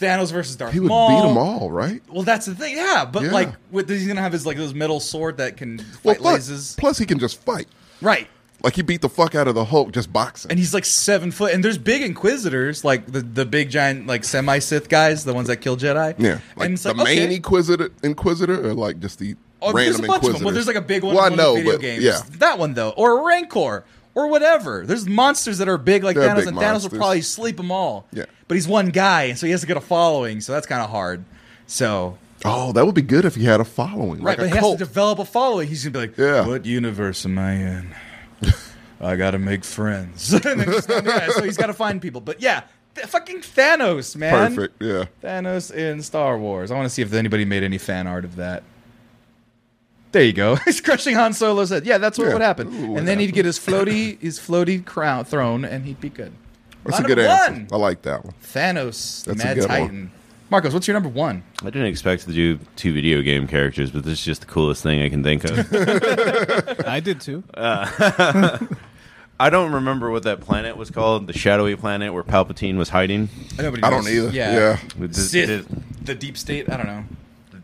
Speaker 4: Thanos versus Darth
Speaker 3: he would
Speaker 4: Maul.
Speaker 3: beat them all, right?
Speaker 4: Well, that's the thing. Yeah, but
Speaker 3: Yeah.
Speaker 4: like, with he's gonna have his like this metal sword that can
Speaker 3: Well,
Speaker 4: fight
Speaker 3: plus,
Speaker 4: lasers.
Speaker 3: plus he can just fight.
Speaker 4: Right.
Speaker 3: Like he beat the fuck out of the Hulk just boxing.
Speaker 4: And he's like seven foot, and there's big inquisitors, like the, the big giant, like semi Sith guys, the ones that kill Jedi.
Speaker 3: Yeah, like
Speaker 4: and it's
Speaker 3: the
Speaker 4: like
Speaker 3: main
Speaker 4: okay.
Speaker 3: inquisitor, inquisitor, or like just the
Speaker 4: Oh,
Speaker 3: random
Speaker 4: there's a bunch of
Speaker 3: inquisitor.
Speaker 4: them. Well, there's like a big one.
Speaker 3: Well,
Speaker 4: in
Speaker 3: I
Speaker 4: one
Speaker 3: know,
Speaker 4: of the video
Speaker 3: but
Speaker 4: games.
Speaker 3: yeah,
Speaker 4: that one though, or a Rancor, or whatever. There's monsters that are big like
Speaker 3: They're
Speaker 4: Thanos,
Speaker 3: big
Speaker 4: and Thanos
Speaker 3: monsters.
Speaker 4: will probably sleep them all.
Speaker 3: Yeah.
Speaker 4: but he's one guy, and so he has to get a following. So that's kind of hard. So
Speaker 3: oh, that would be good if he had a following,
Speaker 4: right, but
Speaker 3: Like
Speaker 4: he
Speaker 3: a
Speaker 4: has to
Speaker 3: cult.
Speaker 4: develop a following. He's gonna be like,
Speaker 3: Yeah.
Speaker 4: what universe am I in? I gotta make friends. and then just, yeah, so he's gotta find people. But yeah, th- fucking Thanos, man.
Speaker 3: Perfect. Yeah,
Speaker 4: Thanos in Star Wars. I want to see if anybody made any fan art of that. There you go. He's crushing Han Solo's head. Yeah, that's what
Speaker 3: Yeah.
Speaker 4: would happen.
Speaker 3: Ooh, what
Speaker 4: and then he'd get his floaty, his floaty crown throne, and he'd be good.
Speaker 3: that's a
Speaker 4: My
Speaker 3: good
Speaker 4: number
Speaker 3: answer.
Speaker 4: one.
Speaker 3: I like that one.
Speaker 4: Thanos, the
Speaker 3: That's a
Speaker 4: Mad
Speaker 3: good one.
Speaker 4: Titan. Marcos, what's your number one?
Speaker 1: I didn't expect to do two video game characters, but this is just the coolest thing I can think of.
Speaker 5: I did too.
Speaker 1: I don't remember what that planet was called, the shadowy planet where Palpatine was hiding.
Speaker 4: Nobody
Speaker 3: I don't
Speaker 4: knows.
Speaker 3: either.
Speaker 4: Yeah.
Speaker 3: Yeah.
Speaker 1: Did-
Speaker 4: Sith,
Speaker 1: did-
Speaker 4: the deep state. I don't know.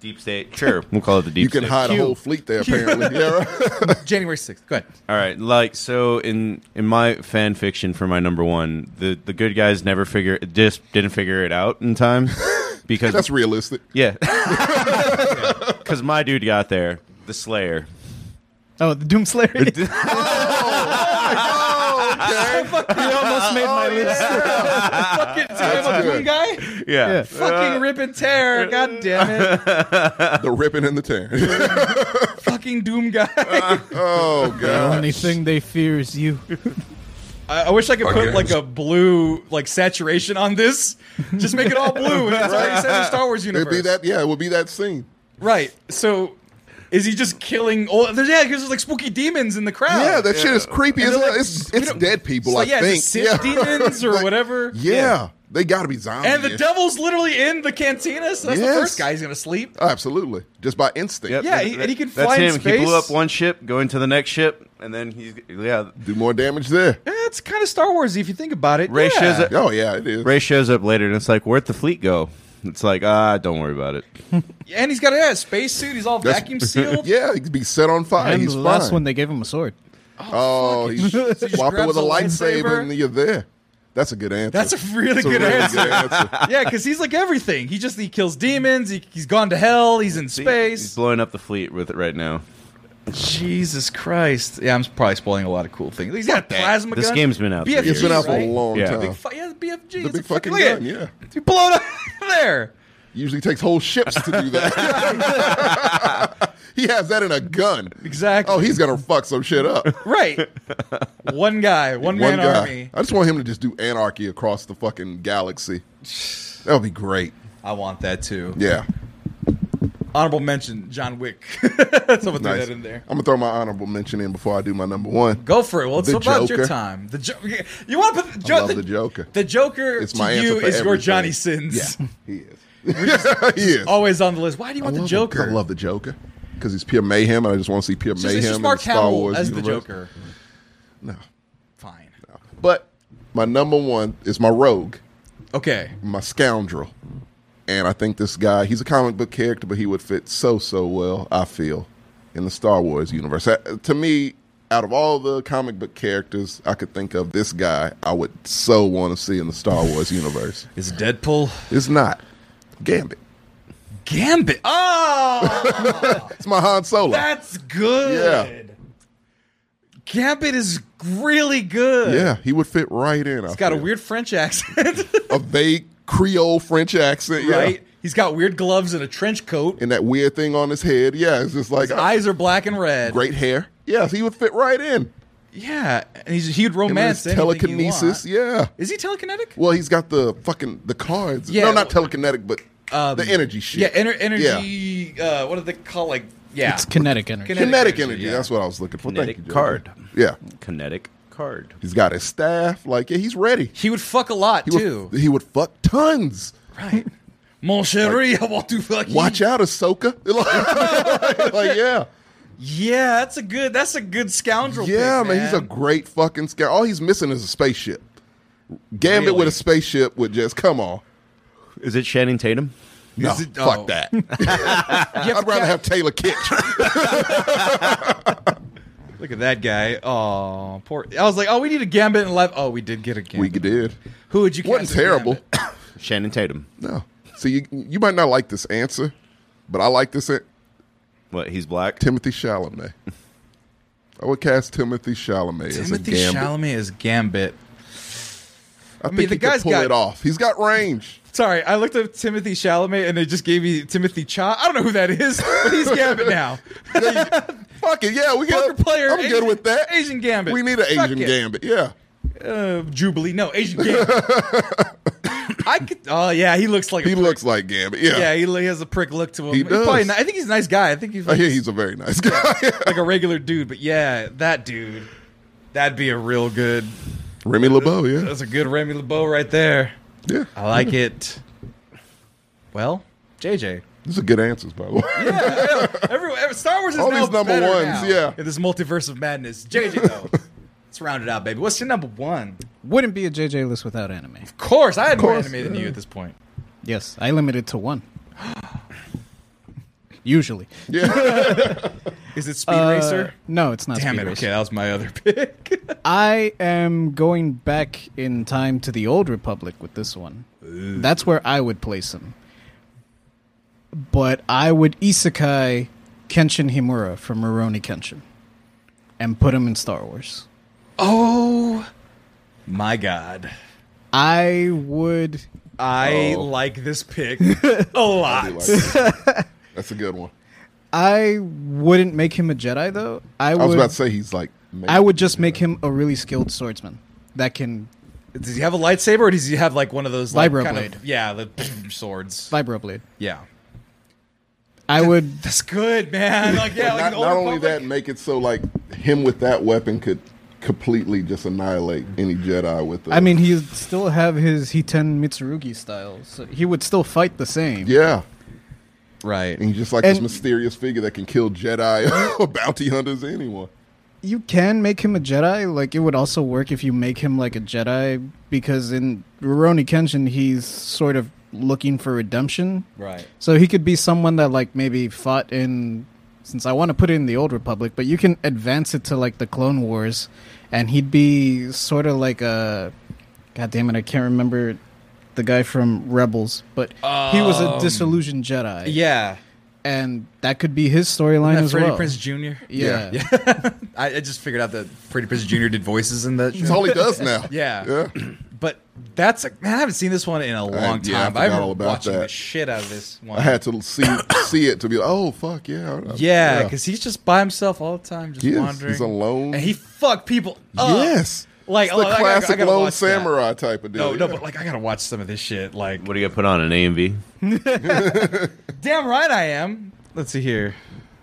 Speaker 1: Deep state. Sure, we'll call it the deep.
Speaker 3: you can
Speaker 1: state.
Speaker 3: hide a whole fleet there apparently. yeah, right?
Speaker 4: January 6th. Go ahead.
Speaker 1: All right, like so in in my fan fiction for my number one, the the good guys never figure just didn't figure it out in time because
Speaker 3: That's realistic.
Speaker 1: yeah, because my dude got there, the Slayer.
Speaker 5: Oh, the Doom Slayer.
Speaker 3: Oh, okay.
Speaker 5: You almost made
Speaker 3: Oh,
Speaker 5: my list.
Speaker 4: Fucking talking about
Speaker 3: good.
Speaker 4: Doom guy?
Speaker 1: Yeah,
Speaker 4: Fucking rip and tear. God damn it.
Speaker 3: the ripping and the tearing.
Speaker 4: Fucking Doom guy.
Speaker 3: oh
Speaker 5: The
Speaker 3: god.
Speaker 5: only thing they fear is you.
Speaker 4: I, I wish I could put like a blue like saturation on this. Just make it all blue. And it's already set in the Star Wars universe.
Speaker 3: It'd be that. Yeah, it would be that scene.
Speaker 4: Right. So is he just killing all there's yeah, because there's like spooky demons in the crowd.
Speaker 3: Yeah, that shit is creepy.
Speaker 4: And
Speaker 3: It's,
Speaker 4: they're like,
Speaker 3: it's,
Speaker 4: we
Speaker 3: it's
Speaker 4: don't-
Speaker 3: dead people.
Speaker 4: It's
Speaker 3: I
Speaker 4: like, yeah,
Speaker 3: think.
Speaker 4: it's the Sith
Speaker 3: yeah.
Speaker 4: demons or
Speaker 3: Like,
Speaker 4: whatever.
Speaker 3: Yeah, they got to be zombies.
Speaker 4: And the devil's literally in the cantina, so that's
Speaker 3: Yes.
Speaker 4: the first guy he's gonna sleep.
Speaker 3: Absolutely, just by instinct.
Speaker 1: Yep,
Speaker 4: Yeah,
Speaker 1: that-
Speaker 4: he- and he can
Speaker 1: that's
Speaker 4: fly in
Speaker 1: him. He blew up
Speaker 4: space.
Speaker 1: one ship, going to the next ship, and then he's yeah.
Speaker 3: Do more damage there.
Speaker 4: Yeah, it's kind of Star Wars if you think about it.
Speaker 1: Ray
Speaker 4: yeah.
Speaker 1: shows up.
Speaker 3: Oh yeah, it is.
Speaker 1: Ray shows up later, and it's like, where'd the fleet go? It's like, ah, don't worry about it.
Speaker 4: and he's got yeah, a space suit. He's all
Speaker 3: That's-
Speaker 4: vacuum sealed.
Speaker 3: Yeah, he could be set on fire.
Speaker 5: And
Speaker 3: He's
Speaker 5: the last
Speaker 3: fine.
Speaker 5: one, they gave him a sword.
Speaker 3: oh, he's
Speaker 4: just
Speaker 3: whopping with
Speaker 4: grabs
Speaker 3: a
Speaker 4: a
Speaker 3: lightsaber,
Speaker 4: lightsaber.
Speaker 3: and you're there. That's a good answer.
Speaker 4: That's a really
Speaker 3: It's
Speaker 4: good answer.
Speaker 3: answer.
Speaker 4: yeah, because he's like everything. He just he kills demons. He, he's gone to hell. He's in
Speaker 1: See, He's
Speaker 4: space.
Speaker 1: blowing up the fleet with it right now.
Speaker 4: Jesus Christ! Yeah, I'm probably spoiling a lot of cool things. He's got a plasma
Speaker 1: This
Speaker 4: gun.
Speaker 1: game's been out.
Speaker 4: BFG,
Speaker 1: for
Speaker 3: It's been out for a
Speaker 4: Right?
Speaker 3: long
Speaker 1: Yeah.
Speaker 3: time.
Speaker 1: Big
Speaker 4: Big fu- yeah, the BFG.
Speaker 3: the
Speaker 4: it's
Speaker 3: big
Speaker 4: a
Speaker 3: fucking
Speaker 4: look at
Speaker 3: gun.
Speaker 4: it.
Speaker 3: Yeah,
Speaker 4: He blown up there.
Speaker 3: usually takes whole ships to do that. he has that in a gun.
Speaker 4: Exactly.
Speaker 3: Oh, he's gonna fuck some shit up.
Speaker 4: right. One guy, one,
Speaker 3: One
Speaker 4: man
Speaker 3: guy.
Speaker 4: army.
Speaker 3: I just want him to just do anarchy across the fucking galaxy. That would be great.
Speaker 4: I want that too.
Speaker 3: Yeah.
Speaker 4: Honorable mention: John Wick. Someone threw
Speaker 3: Nice.
Speaker 4: that in there.
Speaker 3: I'm gonna throw my honorable mention in before I do my number one.
Speaker 4: Go for it. Well, it's
Speaker 3: The
Speaker 4: about your
Speaker 3: Joker.
Speaker 4: time. The jo- you want to put the, jo-
Speaker 3: love the Joker.
Speaker 4: The Joker
Speaker 3: It's
Speaker 4: to
Speaker 3: my answer
Speaker 4: you
Speaker 3: for
Speaker 4: is your
Speaker 3: everything.
Speaker 4: Johnny Sins.
Speaker 3: He is. he is.
Speaker 4: Always on the list. Why do you
Speaker 3: I
Speaker 4: want the
Speaker 3: love
Speaker 4: Joker?
Speaker 3: him. I love the Joker because he's pure mayhem, and I just want to see pure
Speaker 4: It's just,
Speaker 3: mayhem
Speaker 4: it's just Mark
Speaker 3: in the Star
Speaker 4: Hamill
Speaker 3: Wars
Speaker 4: as the
Speaker 3: universe.
Speaker 4: Joker.
Speaker 3: No,
Speaker 4: Fine.
Speaker 3: but my number one is my rogue,
Speaker 4: Okay.
Speaker 3: my scoundrel, and I think this guy—he's a comic book character, but he would fit so so well. I feel in the Star Wars universe. Uh, To me, out of all the comic book characters I could think of, this guy I would so want to see in the Star Wars universe.
Speaker 4: Is Deadpool
Speaker 3: It's not Gambit.
Speaker 4: Gambit? Oh,
Speaker 3: It's my Han Solo.
Speaker 4: that's good. Gambit is really good.
Speaker 3: yeah, he would fit right in.
Speaker 4: He's got a weird French accent,
Speaker 3: a vague Creole French accent, yeah.
Speaker 4: right? He's got weird gloves and a trench coat.
Speaker 3: And that weird thing on his head, yeah. It's just like
Speaker 4: His
Speaker 3: uh,
Speaker 4: eyes are black and red.
Speaker 3: great hair. Yes, he would fit right in.
Speaker 4: Yeah, and he's he'd
Speaker 3: Him and
Speaker 4: romance
Speaker 3: his
Speaker 4: anything you
Speaker 3: telekinesis,
Speaker 4: want.
Speaker 3: yeah.
Speaker 4: Is he telekinetic?
Speaker 3: Well, he's got the fucking the cards.
Speaker 4: Yeah,
Speaker 3: no, not
Speaker 4: well-
Speaker 3: telekinetic, but
Speaker 4: Um,
Speaker 3: the energy shit.
Speaker 4: Yeah, ener-
Speaker 3: Yeah.
Speaker 4: energy. Uh, what do they call like? Yeah,
Speaker 5: It's kinetic energy.
Speaker 4: Kinetic
Speaker 3: Kinetic
Speaker 4: energy,
Speaker 3: energy.
Speaker 4: yeah.
Speaker 3: That's what I was looking for.
Speaker 1: Kinetic
Speaker 3: Thank you, Joker.
Speaker 1: card.
Speaker 3: Yeah,
Speaker 1: Kinetic card.
Speaker 3: he's got his staff. Like, yeah, he's ready.
Speaker 4: he would fuck a lot
Speaker 3: He
Speaker 4: too.
Speaker 3: would, he would fuck tons.
Speaker 4: right, mon chéri, I want to fuck you.
Speaker 3: Watch out, Ahsoka. like, like, yeah.
Speaker 4: Yeah, that's a good. That's a good scoundrel.
Speaker 3: Yeah,
Speaker 4: pick,
Speaker 3: man, he's a great fucking scout. All he's missing is a spaceship. Gambit with a
Speaker 4: Really?
Speaker 3: spaceship would just come on.
Speaker 1: Is it Shannon Tatum?
Speaker 3: No,
Speaker 4: it-
Speaker 3: fuck
Speaker 4: oh.
Speaker 3: that.
Speaker 4: You have
Speaker 3: I'd
Speaker 4: to
Speaker 3: rather
Speaker 4: ca-
Speaker 3: have Taylor Kitsch.
Speaker 4: Look at that guy. Oh, poor. I was like, oh, we need a gambit in life. Oh, we did get a gambit.
Speaker 3: we did.
Speaker 4: Who would you?
Speaker 3: Wasn't
Speaker 4: cast as
Speaker 3: terrible.
Speaker 4: Gambit?
Speaker 1: Shannon Tatum.
Speaker 3: No. See, you, you might not like this answer, but I like this. An-
Speaker 1: What? He's black.
Speaker 3: Timothy Chalamet. I would cast Timothy Chalamet as a
Speaker 4: Timothy
Speaker 3: Gambit.
Speaker 4: Chalamet is gambit.
Speaker 3: I think
Speaker 4: mean, the
Speaker 3: he
Speaker 4: guy's
Speaker 3: could pull
Speaker 4: got-
Speaker 3: it off. He's got range.
Speaker 4: Sorry, I looked up Timothy Chalamet and it just gave me Timothy Cha. I don't know who that is, but he's gambit now.
Speaker 3: Fuck it, yeah, we
Speaker 4: Poker
Speaker 3: got.
Speaker 4: player.
Speaker 3: I'm good
Speaker 4: Asian-
Speaker 3: with that.
Speaker 4: Asian gambit.
Speaker 3: We need an
Speaker 4: Fuck
Speaker 3: Asian
Speaker 4: it.
Speaker 3: Gambit. Yeah,
Speaker 4: Uh, Jubilee. No, Asian Gambit. I could. Oh yeah, he looks like.
Speaker 3: he
Speaker 4: a prick.
Speaker 3: looks like Gambit. Yeah,
Speaker 4: Yeah, he li- has a prick look to him.
Speaker 3: He
Speaker 4: He's probably
Speaker 3: does.
Speaker 4: not- I think he's a nice guy. I think he's
Speaker 3: I
Speaker 4: like,
Speaker 3: hear he's a very nice guy.
Speaker 4: like a regular dude. But yeah, that dude, that'd be a real good.
Speaker 3: Remy LeBeau, yeah.
Speaker 4: That's a good Remy LeBeau right there.
Speaker 3: Yeah.
Speaker 4: I like it. Well, JJ.
Speaker 3: These are good answers, by the way.
Speaker 4: Yeah, every, every- Star Wars is
Speaker 3: All
Speaker 4: now
Speaker 3: these number
Speaker 4: better
Speaker 3: ones,
Speaker 4: now
Speaker 3: yeah.
Speaker 4: In this multiverse of madness, JJ though. Let's round it out, baby. What's your number one?
Speaker 5: Wouldn't be a JJ list without anime.
Speaker 4: Of course, I had more
Speaker 3: course,
Speaker 4: anime than you at this point.
Speaker 5: Yes, I limited to one. Usually,
Speaker 4: Is it Speed
Speaker 5: Uh,
Speaker 4: Racer?
Speaker 5: No, it's not.
Speaker 4: Damn it.
Speaker 5: Speed Racer.
Speaker 4: Okay, that was my other pick.
Speaker 5: I am going back in time to the old republic with this one. That's where I would place him. But I would isekai Kenshin Himura from Rurouni Kenshin and put him in Star Wars.
Speaker 4: oh my god.
Speaker 5: I would
Speaker 4: I like this pick a lot.
Speaker 3: That's a good one.
Speaker 5: I wouldn't make him a Jedi though. I,
Speaker 3: I was
Speaker 5: would
Speaker 3: about to say he's like.
Speaker 5: I would just make him a really skilled swordsman that can
Speaker 4: Does he have a lightsaber or does he have like one of those like, kind
Speaker 5: Vibroblade.
Speaker 4: of yeah, the swords.
Speaker 5: vibroblade.
Speaker 4: Yeah.
Speaker 5: I would
Speaker 4: That's good, man. Like yeah, like
Speaker 3: not,
Speaker 4: the
Speaker 3: not
Speaker 4: Old
Speaker 3: only that,
Speaker 4: Republic.
Speaker 3: make it so like him with that weapon could completely just annihilate any Jedi with. The,
Speaker 5: I mean, he'd still have his Hiten Mitsurugi style. So he would still fight the same.
Speaker 3: yeah,
Speaker 4: Right.
Speaker 3: and he's just like this
Speaker 5: And-
Speaker 3: mysterious figure that can kill Jedi or bounty hunters, anyone.
Speaker 5: You can make him a Jedi. Like, it would also work if you make him like a Jedi, because in Rurouni Kenshin, he's sort of looking for redemption.
Speaker 4: Right.
Speaker 5: So he could be someone that, like, maybe fought in. Since I want to put it in the Old Republic, but you can advance it to, like, the Clone Wars, and he'd be sort of like a. God damn it, I can't remember the guy from Rebels, but he was a
Speaker 4: Um,
Speaker 5: disillusioned Jedi.
Speaker 4: Yeah.
Speaker 5: and that could be his storyline
Speaker 4: Isn't that
Speaker 5: as
Speaker 4: Freddie
Speaker 5: well.
Speaker 4: Prince Jr.
Speaker 5: yeah.
Speaker 4: Yeah. I, I just figured out that Freddie Prince Jr. did voices in that.
Speaker 3: That's
Speaker 4: Show.
Speaker 3: all he does now.
Speaker 4: Yeah.
Speaker 3: yeah.
Speaker 4: But that's a man. I haven't seen this one in a long
Speaker 3: yeah, I
Speaker 4: time.
Speaker 3: forgot
Speaker 4: I have
Speaker 3: all
Speaker 4: all
Speaker 3: about
Speaker 4: watching
Speaker 3: that.
Speaker 4: the shit out of this one.
Speaker 3: I had to see see it to be like, oh fuck yeah, I- I-
Speaker 4: yeah, because he's just by himself all the time, just
Speaker 3: He is.
Speaker 4: wandering.
Speaker 3: He's alone.
Speaker 4: and he fucked people up.
Speaker 3: yes,
Speaker 4: like
Speaker 3: It's
Speaker 4: oh,
Speaker 3: the
Speaker 4: I gotta- I
Speaker 3: classic
Speaker 4: gotta
Speaker 3: lone
Speaker 4: watch that.
Speaker 3: samurai type of
Speaker 4: No,
Speaker 3: deal.
Speaker 4: no,
Speaker 3: yeah.
Speaker 4: but like I gotta watch some of this shit. Like,
Speaker 1: What do you put on an AMV?
Speaker 4: damn right I am. Let's see here.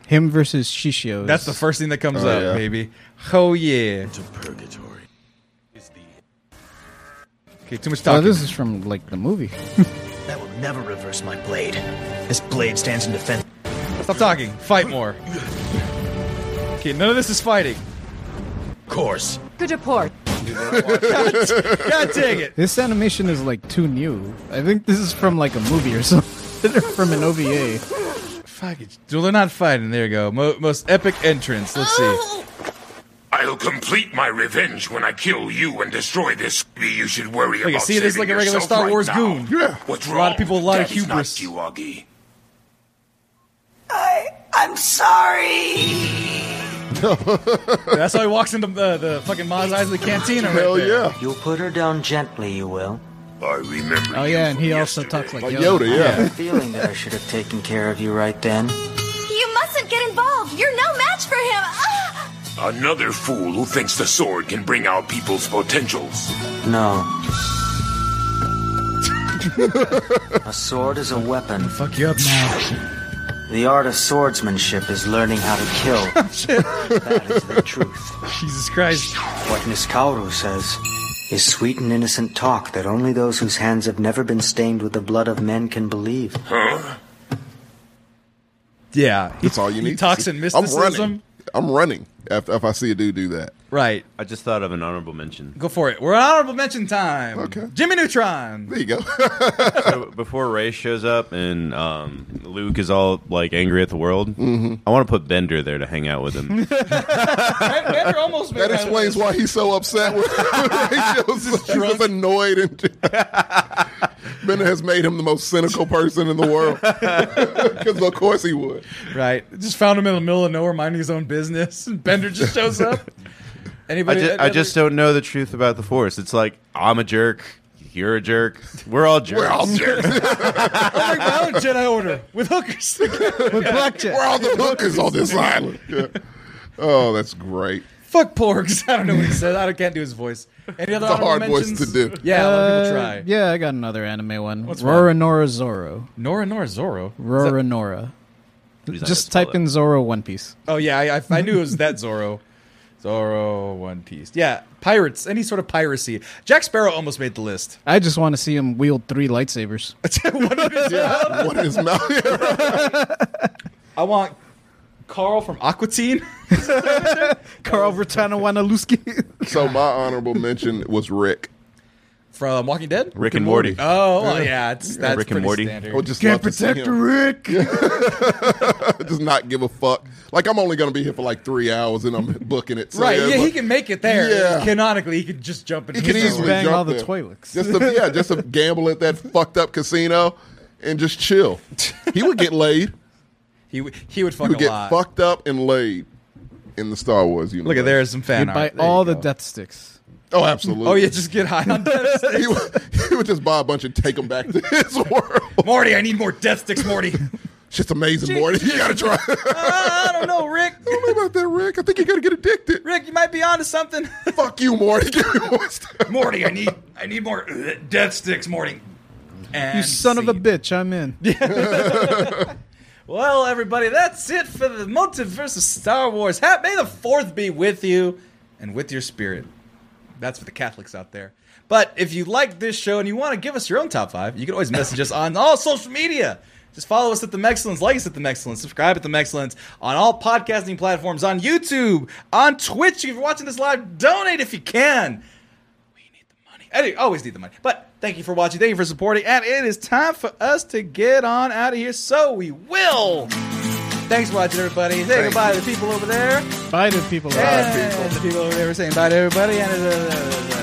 Speaker 5: Him versus Shishio.
Speaker 4: That's the
Speaker 5: is-
Speaker 4: first thing that comes
Speaker 3: Oh,
Speaker 4: up,
Speaker 3: yeah.
Speaker 4: baby. Oh yeah. To purgatory Okay, too much
Speaker 5: Oh,
Speaker 4: talking.
Speaker 5: this is from like the movie.
Speaker 7: I will never reverse my blade. This blade stands in defense.
Speaker 4: Stop talking. Fight more. Okay, none of this is fighting.
Speaker 7: Course.
Speaker 8: Good report.
Speaker 4: God dang it.
Speaker 5: This animation is like too new. I think this is from like a movie or something, from an OVA.
Speaker 4: Fuck it. Well, they're not fighting. There you go. Mo- most epic entrance. Let's see.
Speaker 9: Oh! I'll complete my revenge when I kill you and destroy this. Maybe you should worry
Speaker 4: Look,
Speaker 9: about
Speaker 4: see, this is like
Speaker 9: saving
Speaker 4: a regular
Speaker 9: yourself
Speaker 4: Star
Speaker 9: right
Speaker 4: Wars
Speaker 9: now.
Speaker 4: goon.
Speaker 3: Yeah.
Speaker 9: What's
Speaker 4: A
Speaker 9: wrong?
Speaker 4: lot of people, a lot of
Speaker 9: That is not
Speaker 4: hubris.
Speaker 9: Kiwagi.
Speaker 4: That's how he walks into the, the fucking Maz Eisley cantina. Right
Speaker 3: hell
Speaker 4: there.
Speaker 3: yeah,
Speaker 7: You'll put her down gently, you will.
Speaker 9: I remember.
Speaker 5: Oh
Speaker 9: you
Speaker 5: yeah, and
Speaker 9: from
Speaker 5: he also
Speaker 9: yesterday.
Speaker 5: talks like
Speaker 3: like
Speaker 5: Yoda.
Speaker 3: Yoda, yeah.
Speaker 7: Feeling that I should have taken care of you right then.
Speaker 8: You mustn't get involved. You're no match for him. Ah!
Speaker 9: Another fool who thinks the sword can bring out people's potentials.
Speaker 7: No. a sword is a weapon.
Speaker 4: Fuck you up now. Oh,
Speaker 7: The art of swordsmanship is learning how to kill. That is the truth.
Speaker 4: Jesus Christ.
Speaker 7: What Niskauru says is sweet and innocent talk that only those whose hands have never been stained with the blood of men can believe.
Speaker 4: Yeah. He,
Speaker 3: That's all you
Speaker 4: he
Speaker 3: need.
Speaker 4: talks in mysticism.
Speaker 3: I'm running. I'm running if, if I see a dude do that.
Speaker 4: Right.
Speaker 1: I just thought of an honorable mention.
Speaker 4: Go for it. We're on honorable mention time.
Speaker 3: Okay.
Speaker 4: Jimmy Neutron.
Speaker 3: There you go.
Speaker 1: So before Ray shows up and um, Luke is all like angry at the world,
Speaker 4: Mm-hmm.
Speaker 1: I want to put Bender there to hang out with him.
Speaker 4: Ben- Bender almost made
Speaker 3: that
Speaker 4: my
Speaker 3: explains
Speaker 4: list.
Speaker 3: why he's so upset with Rachel's. He's just annoyed and Bender has made him the most cynical person in the world. Because of course he would.
Speaker 4: Right. Just found him in the middle of nowhere minding his own business. And Bender just shows up.
Speaker 1: I
Speaker 4: Anybody?
Speaker 1: just, I just don't know the truth about the Force. It's like I'm a jerk, you're a jerk, we're all jerks.
Speaker 3: We're all jerks.
Speaker 4: i my own Jedi Order with hookers.
Speaker 5: With blackjack.
Speaker 3: We're all the hookers on this island. Yeah. Oh, that's great.
Speaker 4: Fuck porgs. I don't know what he says. I can't do his voice. Any other
Speaker 3: It's a
Speaker 4: honorable
Speaker 3: hard voice
Speaker 4: mentions?
Speaker 3: to do.
Speaker 4: Yeah, a lot of people try.
Speaker 5: Uh, yeah, I got another anime one.
Speaker 4: What's
Speaker 5: Roronora Zoro.
Speaker 4: Nora Nora Zoro.
Speaker 5: Roronora.
Speaker 1: He's not
Speaker 5: Just
Speaker 1: gonna spell
Speaker 5: type
Speaker 1: it.
Speaker 5: in Zoro One Piece.
Speaker 4: Oh yeah, I, I, I knew it was that Zoro. Zoro, One Piece. Yeah, pirates. Any sort of piracy. Jack Sparrow almost made the list.
Speaker 5: I just want to see him wield three lightsabers.
Speaker 4: One of his-
Speaker 3: Yeah. What is mouth?
Speaker 4: I want Carl from Aqua Teen.
Speaker 5: Carl Rotana Wanaluski.
Speaker 3: So my honorable mention was Rick.
Speaker 4: from Walking Dead?
Speaker 1: Rick and Morty.
Speaker 4: Oh, well, yeah, it's
Speaker 1: Yeah,
Speaker 4: that's
Speaker 1: Rick and
Speaker 4: pretty
Speaker 1: Morty.
Speaker 4: standard.
Speaker 3: I would Oh, just love to see him. just not give a fuck. Like I'm only gonna be here for like three hours and I'm booking it. So
Speaker 4: right, yeah,
Speaker 3: but
Speaker 4: he can make it there.
Speaker 3: Yeah.
Speaker 4: Canonically, he could just jump in.
Speaker 3: he can easily
Speaker 5: bang
Speaker 3: jump
Speaker 5: all the
Speaker 3: there.
Speaker 5: Twi'leks.
Speaker 3: Just to, yeah, just to gamble at that fucked up casino and just chill. He would get laid.
Speaker 4: He, would- he would
Speaker 3: He
Speaker 4: fuck
Speaker 3: would
Speaker 4: a
Speaker 3: get
Speaker 4: lot.
Speaker 3: fucked up and laid in the Star Wars universe.
Speaker 4: Look at there's some fan
Speaker 5: You'd buy
Speaker 4: art. There
Speaker 5: all
Speaker 4: you
Speaker 5: the
Speaker 4: go.
Speaker 5: death sticks.
Speaker 3: Oh, absolutely.
Speaker 4: Oh yeah, just get high on death sticks.
Speaker 3: he, would, he would just buy a bunch and take them back to his world.
Speaker 4: Morty, I need more death sticks, Morty.
Speaker 3: Shit's amazing, Morty. You gotta try.
Speaker 4: Ah, I don't know, Rick.
Speaker 3: I don't know about that, Rick. I think you gotta get addicted.
Speaker 4: Rick, you might be onto something.
Speaker 3: Fuck you, Morty. Give me more stuff.
Speaker 4: Morty, I need I need more uh, death sticks, Morty. And
Speaker 5: You son of a
Speaker 4: scene.
Speaker 5: bitch! I'm in.
Speaker 4: Well, everybody, that's it for the multiverse of Star Wars. Ha- May the fourth be with you and with your spirit. That's for the Catholics out there. But if you like this show and you want to give us your own top five, you can always message us on all social media. Just follow us at The Mexcellence, like us at The Mexcellence, subscribe at The Mexcellence on all podcasting platforms, on YouTube, on Twitch. If you're watching this live, donate if you can. money. I do- always need the money. But thank you for watching. Thank you for supporting. And it is time for us to get on out of here. So we will. Thanks for watching, everybody. Say goodbye to the people over there.
Speaker 5: Bye to people.
Speaker 4: And the people over there were saying bye to everybody. And, uh, uh, uh, uh,